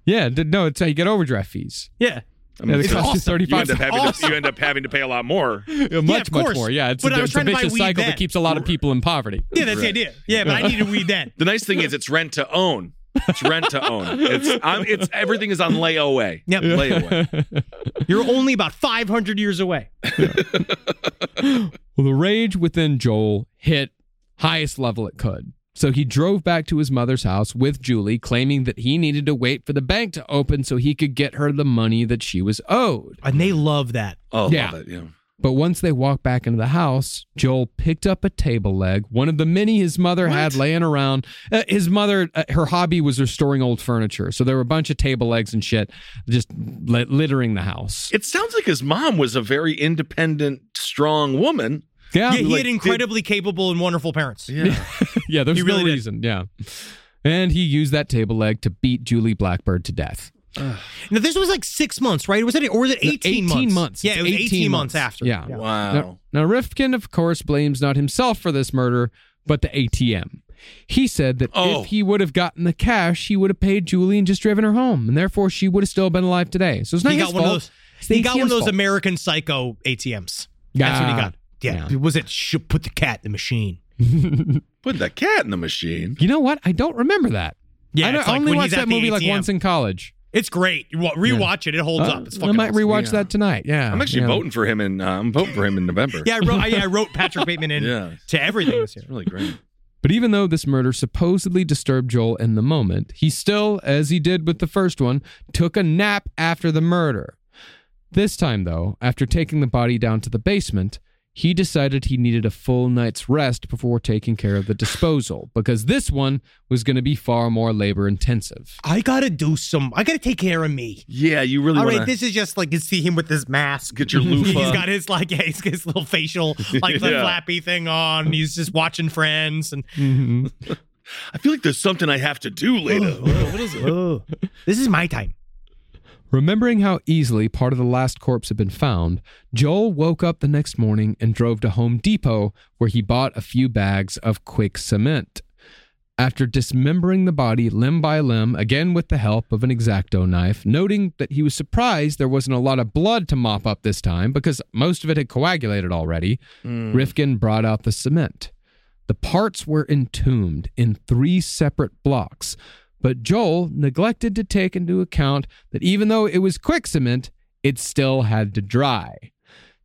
S6: yeah, d- no, it's how you get overdraft fees.
S4: Yeah,
S5: I mean,
S6: Yeah, they
S5: so-
S6: cost you
S5: you end,
S6: 35
S5: up having to,
S4: awesome.
S5: you end up having to pay a lot more.
S6: Yeah, much,
S4: of
S6: much
S4: course.
S6: more. Yeah, it's,
S4: But I
S6: a,
S4: was
S6: it's a
S4: trying to buy
S6: vicious
S4: weed
S6: cycle
S4: then.
S6: that keeps a lot of people in poverty.
S4: yeah, that's the idea. Yeah, but I needed weed then.
S5: The nice thing is, it's rent to own. It's rent to own. It's I'm, it's everything is on layaway.
S4: Yep. <laughs>
S5: Layaway.
S4: You're only about 500 years away.
S6: Well, the rage within Joel hit highest level it could. So he drove back to his mother's house with Julie, claiming that he needed to wait for the bank to open so he could get her the money that she was owed.
S4: And they love that.
S5: Oh,
S6: Yeah.
S5: love it. Yeah.
S6: But once they walked back into the house, Joel picked up a table leg, one of the many his mother had laying around. Uh, his mother, uh, her hobby was restoring old furniture. So there were a bunch of table legs and shit just li- littering the house.
S5: It sounds like his mom was a very independent, strong woman.
S6: Yeah.
S4: yeah, he
S5: like,
S4: had
S5: did-
S4: incredibly capable and wonderful parents.
S5: Yeah.
S6: Oh, <laughs> Yeah, there's
S4: He really
S6: no
S4: did.
S6: reason. Yeah. And he used that table leg to beat Julie Blackbird to death.
S4: Now this was like six months, right? Was it or was it eighteen, months? Yeah,
S6: It's
S4: it was eighteen, months. after.
S6: Yeah.
S5: wow.
S6: Now, now, Rifkin, of course, blames not himself for this murder, but the ATM. He said that
S5: Oh.
S6: if he would have gotten the cash, he would have paid Julie and just driven her home, and therefore she would have still been alive today. So it's not
S4: he
S6: his
S4: got
S6: fault.
S4: one of those.
S6: It's the
S4: He got one of
S6: ATM's
S4: those
S6: fault.
S4: American Psycho ATMs. That's what he
S6: Ah,
S4: got. Yeah,
S6: yeah.
S4: was it? Should put the cat in the machine.
S5: Put the cat in the machine.
S6: You know what? I don't remember that.
S4: Yeah,
S6: I don't-
S4: it's
S6: I
S4: like
S6: only
S4: when
S6: watched
S4: he's at
S6: that
S4: the
S6: movie like
S4: ATM.
S6: once in college.
S4: It's great. You wa- Rewatch it; it holds up. It's
S6: Uh,
S4: fucking.
S6: I might
S4: awesome.
S6: rewatch that tonight. Yeah,
S5: I'm actually
S6: yeah.
S5: voting for him in. Uh, I'm voting for him in November.
S4: Oh, Yeah, I wrote, I, yeah, I
S6: <laughs>
S4: wrote Patrick Bateman in
S5: Yeah.
S4: to everything this year.
S5: It's really great.
S6: But even though this murder supposedly disturbed Joel in the moment, he still, as he did with the first one, took a nap after the murder. This time, though, after taking the body down to the basement, he decided he needed a full night's rest before taking care of the disposal because this one was going to be far more labor intensive.
S4: I gotta do some. I gotta take care of me.
S5: Yeah, you really
S4: All
S5: want
S4: right, this is just like you see him with his mask.
S5: Get
S4: <laughs>
S5: your
S4: He's
S5: loofah.
S4: got his like <laughs> yeah, he's got his little facial like the
S5: <laughs> Yeah.
S4: flappy thing on. He's just watching Friends and
S5: I feel like there's something I have to do later.
S4: what is it? Oh, this is my time.
S6: Remembering how easily part of the last corpse had been found, Joel woke up the next morning and drove to Home Depot, where he bought a few bags of quick cement. After dismembering the body limb by limb, again with the help of an exacto knife, noting that he was surprised there wasn't a lot of blood to mop up this time because most of it had coagulated already, Rifkin brought out the cement. The parts were entombed in three separate blocks, but Joel neglected to take into account that even though it was quick cement, it still had to dry.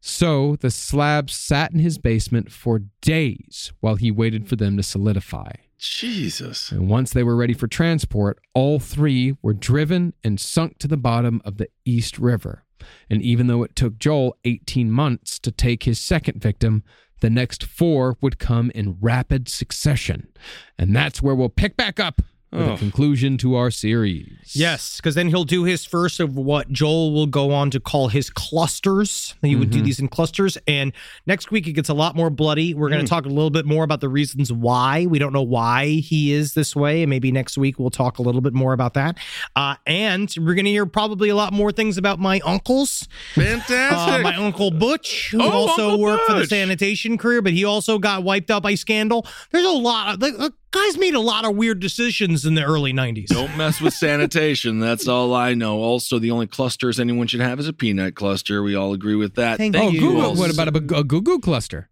S6: So the slabs sat in his basement for days while he waited for them to solidify.
S5: Jesus.
S6: And once they were ready for transport, all three were driven and sunk to the bottom of the East River. And even though it took Joel 18 months to take his second victim, the next four would come in rapid succession. And that's where we'll pick back up with
S5: Oh.
S6: a conclusion to our series.
S4: Yes, because then he'll do his first of what Joel will go on to call his clusters. He would do
S5: Mm-hmm.
S4: these in clusters. And next week, it gets a lot more bloody. We're
S5: Mm.
S4: going to talk a little bit more about the reasons why. We don't know why he is this way. And maybe next week, we'll talk a little bit more about that. Uh, and we're going to hear probably a lot more things about my uncles. Uh,
S5: Fantastic.
S4: my uncle Butch, who
S5: Oh,
S4: also
S5: Uncle
S4: worked for the
S5: Butch.
S4: sanitation career, but he also got wiped out by scandal. There's a lot of the, the guys made a lot of weird decisions in the early 90s.
S5: Don't mess with sanitation. That's all I know. Also, the only clusters anyone should have is a peanut cluster. We all agree with that.
S4: Thank
S6: Oh,
S4: you.
S6: Goo Goo,
S5: all
S6: what about a, a Goo Goo cluster?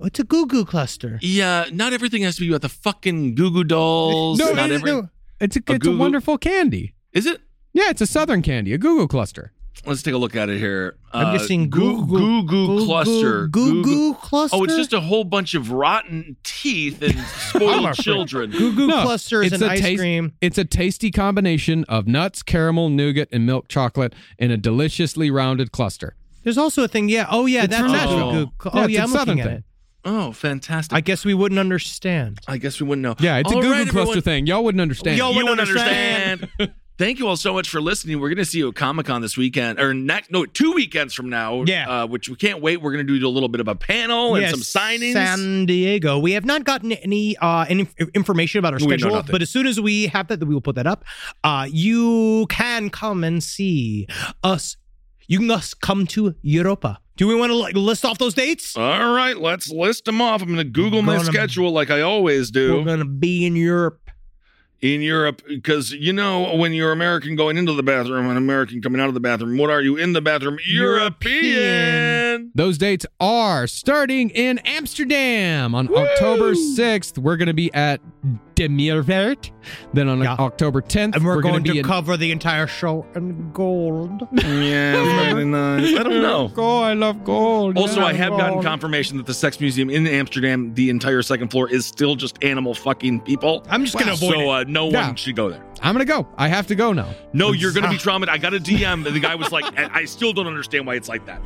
S4: It's a goo goo cluster.
S5: Yeah, not everything has to be about the fucking Goo Goo Dolls.
S6: No,
S5: not
S6: no,
S5: every-
S6: no. It's
S5: A
S6: a, it's
S5: Goo
S6: a
S5: Goo-
S6: wonderful candy.
S5: Is it?
S6: Yeah, it's a southern candy, a Goo Goo cluster.
S5: Let's take a look at it here. Uh,
S4: I'm just seeing
S5: Goo Goo, goo Cluster.
S4: Goo goo cluster.
S5: Oh, it's just a whole bunch of rotten teeth and spoiled children.
S4: goo goo
S6: No,
S4: cluster is
S6: it's
S4: an
S6: a
S4: ice
S6: taste-
S4: cream.
S6: It's a tasty combination of nuts, caramel, nougat, and milk chocolate in a deliciously rounded cluster.
S4: There's also a thing. Yeah. Oh yeah,
S6: It's
S4: that's
S6: from
S4: a
S5: Nashville.
S4: goo goo. cl- Oh
S6: it's
S4: yeah,
S6: a
S4: I'm
S6: southern
S4: looking at
S6: thing.
S4: it.
S5: Oh, fantastic.
S4: I guess we wouldn't understand.
S5: I guess we wouldn't know.
S6: Yeah, it's
S5: All
S6: a Google
S5: right,
S6: cluster
S5: everyone.
S6: thing. Y'all wouldn't understand.
S4: Y'all
S5: You
S4: wouldn't
S5: wouldn't understand. Thank you all so much for listening. We're going to see you at Comic Con this weekend, or next, no, two weekends from now.
S4: Yeah.
S5: Uh, which we can't wait. We're going to do a little bit of a panel Oh, and
S4: Yes,
S5: some signings.
S4: San Diego. We have not gotten any uh any inf- information about our
S5: We know
S4: schedule,
S5: nothing.
S4: but as soon as we have that, we will put that up. Uh you can come and see us. You can us come to Europa. Do we want to like list off those dates?
S5: all right, let's list them off. I'm going to Google my
S4: Gonna-
S5: schedule like I always
S4: We're
S5: do
S4: gonna be in Europe.
S5: in Europe because you know when you're American going into the bathroom and American coming out of the bathroom, what are you in the bathroom?
S4: European.
S6: <laughs>
S5: European.
S6: Those dates are starting in Amsterdam on October 6th. We're going to be at Demirvert. Then on
S4: Yeah.
S6: October 10th,
S4: And we're,
S6: gonna
S4: going
S6: be
S4: to
S6: in-
S4: cover the entire show in gold.
S5: Yeah, really nice. I don't know.
S4: Gold, I love gold.
S5: Also,
S4: yeah,
S5: I have gotten
S4: gold.
S5: confirmation that the Sex Museum in Amsterdam, the entire second floor, is still just animal fucking people.
S4: I'm just gonna avoid
S5: So
S4: it.
S5: uh, no one
S6: Yeah.
S5: should go there.
S6: I'm going to go. I have to go now.
S5: No, you're
S4: <laughs>
S5: gonna be traumatized. I got a DM, and the guy was like, I I still don't understand why it's like that.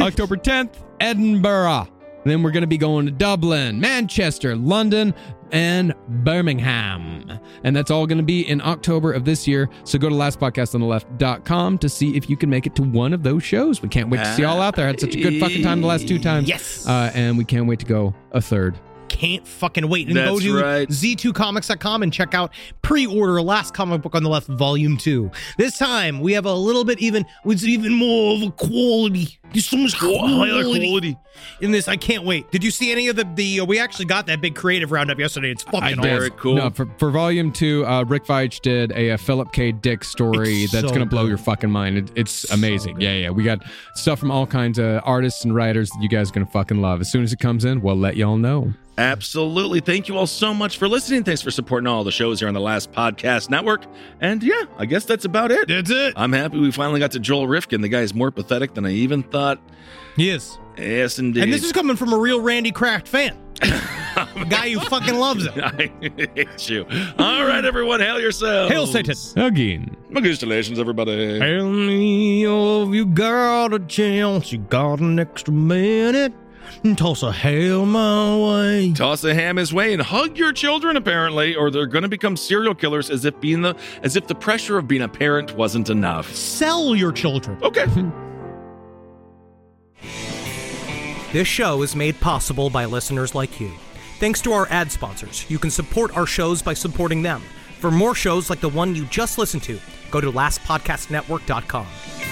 S6: <laughs> October 10th, Edinburgh. Then we're going to be going to Dublin, Manchester, London, and Birmingham. And that's all going to be in October of this year. So go to lastpodcastontheleft.com to see if you can make it to one of those shows. We can't wait to see you all out there. I had such a good fucking time the last two times.
S4: Yes.
S6: Uh, and we can't wait to go a third.
S4: Can't fucking wait. And go
S5: That's
S4: to
S5: right.
S4: z2comics.com and check out pre-order Last Comic Book on the Left Volume 2. This time we have a little bit even with even more of a quality. There's so much
S5: Higher
S4: quality
S5: quality.
S4: in this. I can't wait. Did you see any of the the uh, we actually got that big creative roundup yesterday. It's fucking awesome.
S5: Very cool.
S6: No, for, for volume two, uh, Rick Veitch did a, uh Philip K. Dick story
S4: It's
S6: that's
S4: so
S6: gonna blow
S4: good.
S6: your fucking mind. It, it's amazing. yeah, yeah. We got stuff from all kinds of artists and writers that you guys are gonna fucking love. As soon as it comes in, we'll let y'all know.
S5: Absolutely. Thank you all so much for listening. Thanks for supporting all the shows here on the Last Podcast Network. And yeah, I guess that's about it.
S4: That's it.
S5: I'm happy we finally got to Joel Rifkin. The guy's more pathetic than I even thought.
S4: Yes.
S5: Yes, indeed.
S4: And this is coming from a real Randy Kraft fan. a guy who fucking loves him.
S5: <laughs> I hate you. All right, everyone, hail yourselves.
S4: Hail Satan.
S6: Again.
S5: Congratulations, everybody.
S4: Tell me if you got a chance, you got an extra minute, and toss a hail my way.
S5: Toss a ham his way and hug your children, apparently, or they're going to become serial killers as if being the as if the pressure of being a parent wasn't enough.
S4: Sell your children.
S5: Okay.
S10: This show is made possible by listeners like you. Thanks to our ad sponsors, you can support our shows by supporting them. For more shows like the one you just listened to, go to lastpodcastnetwork.com.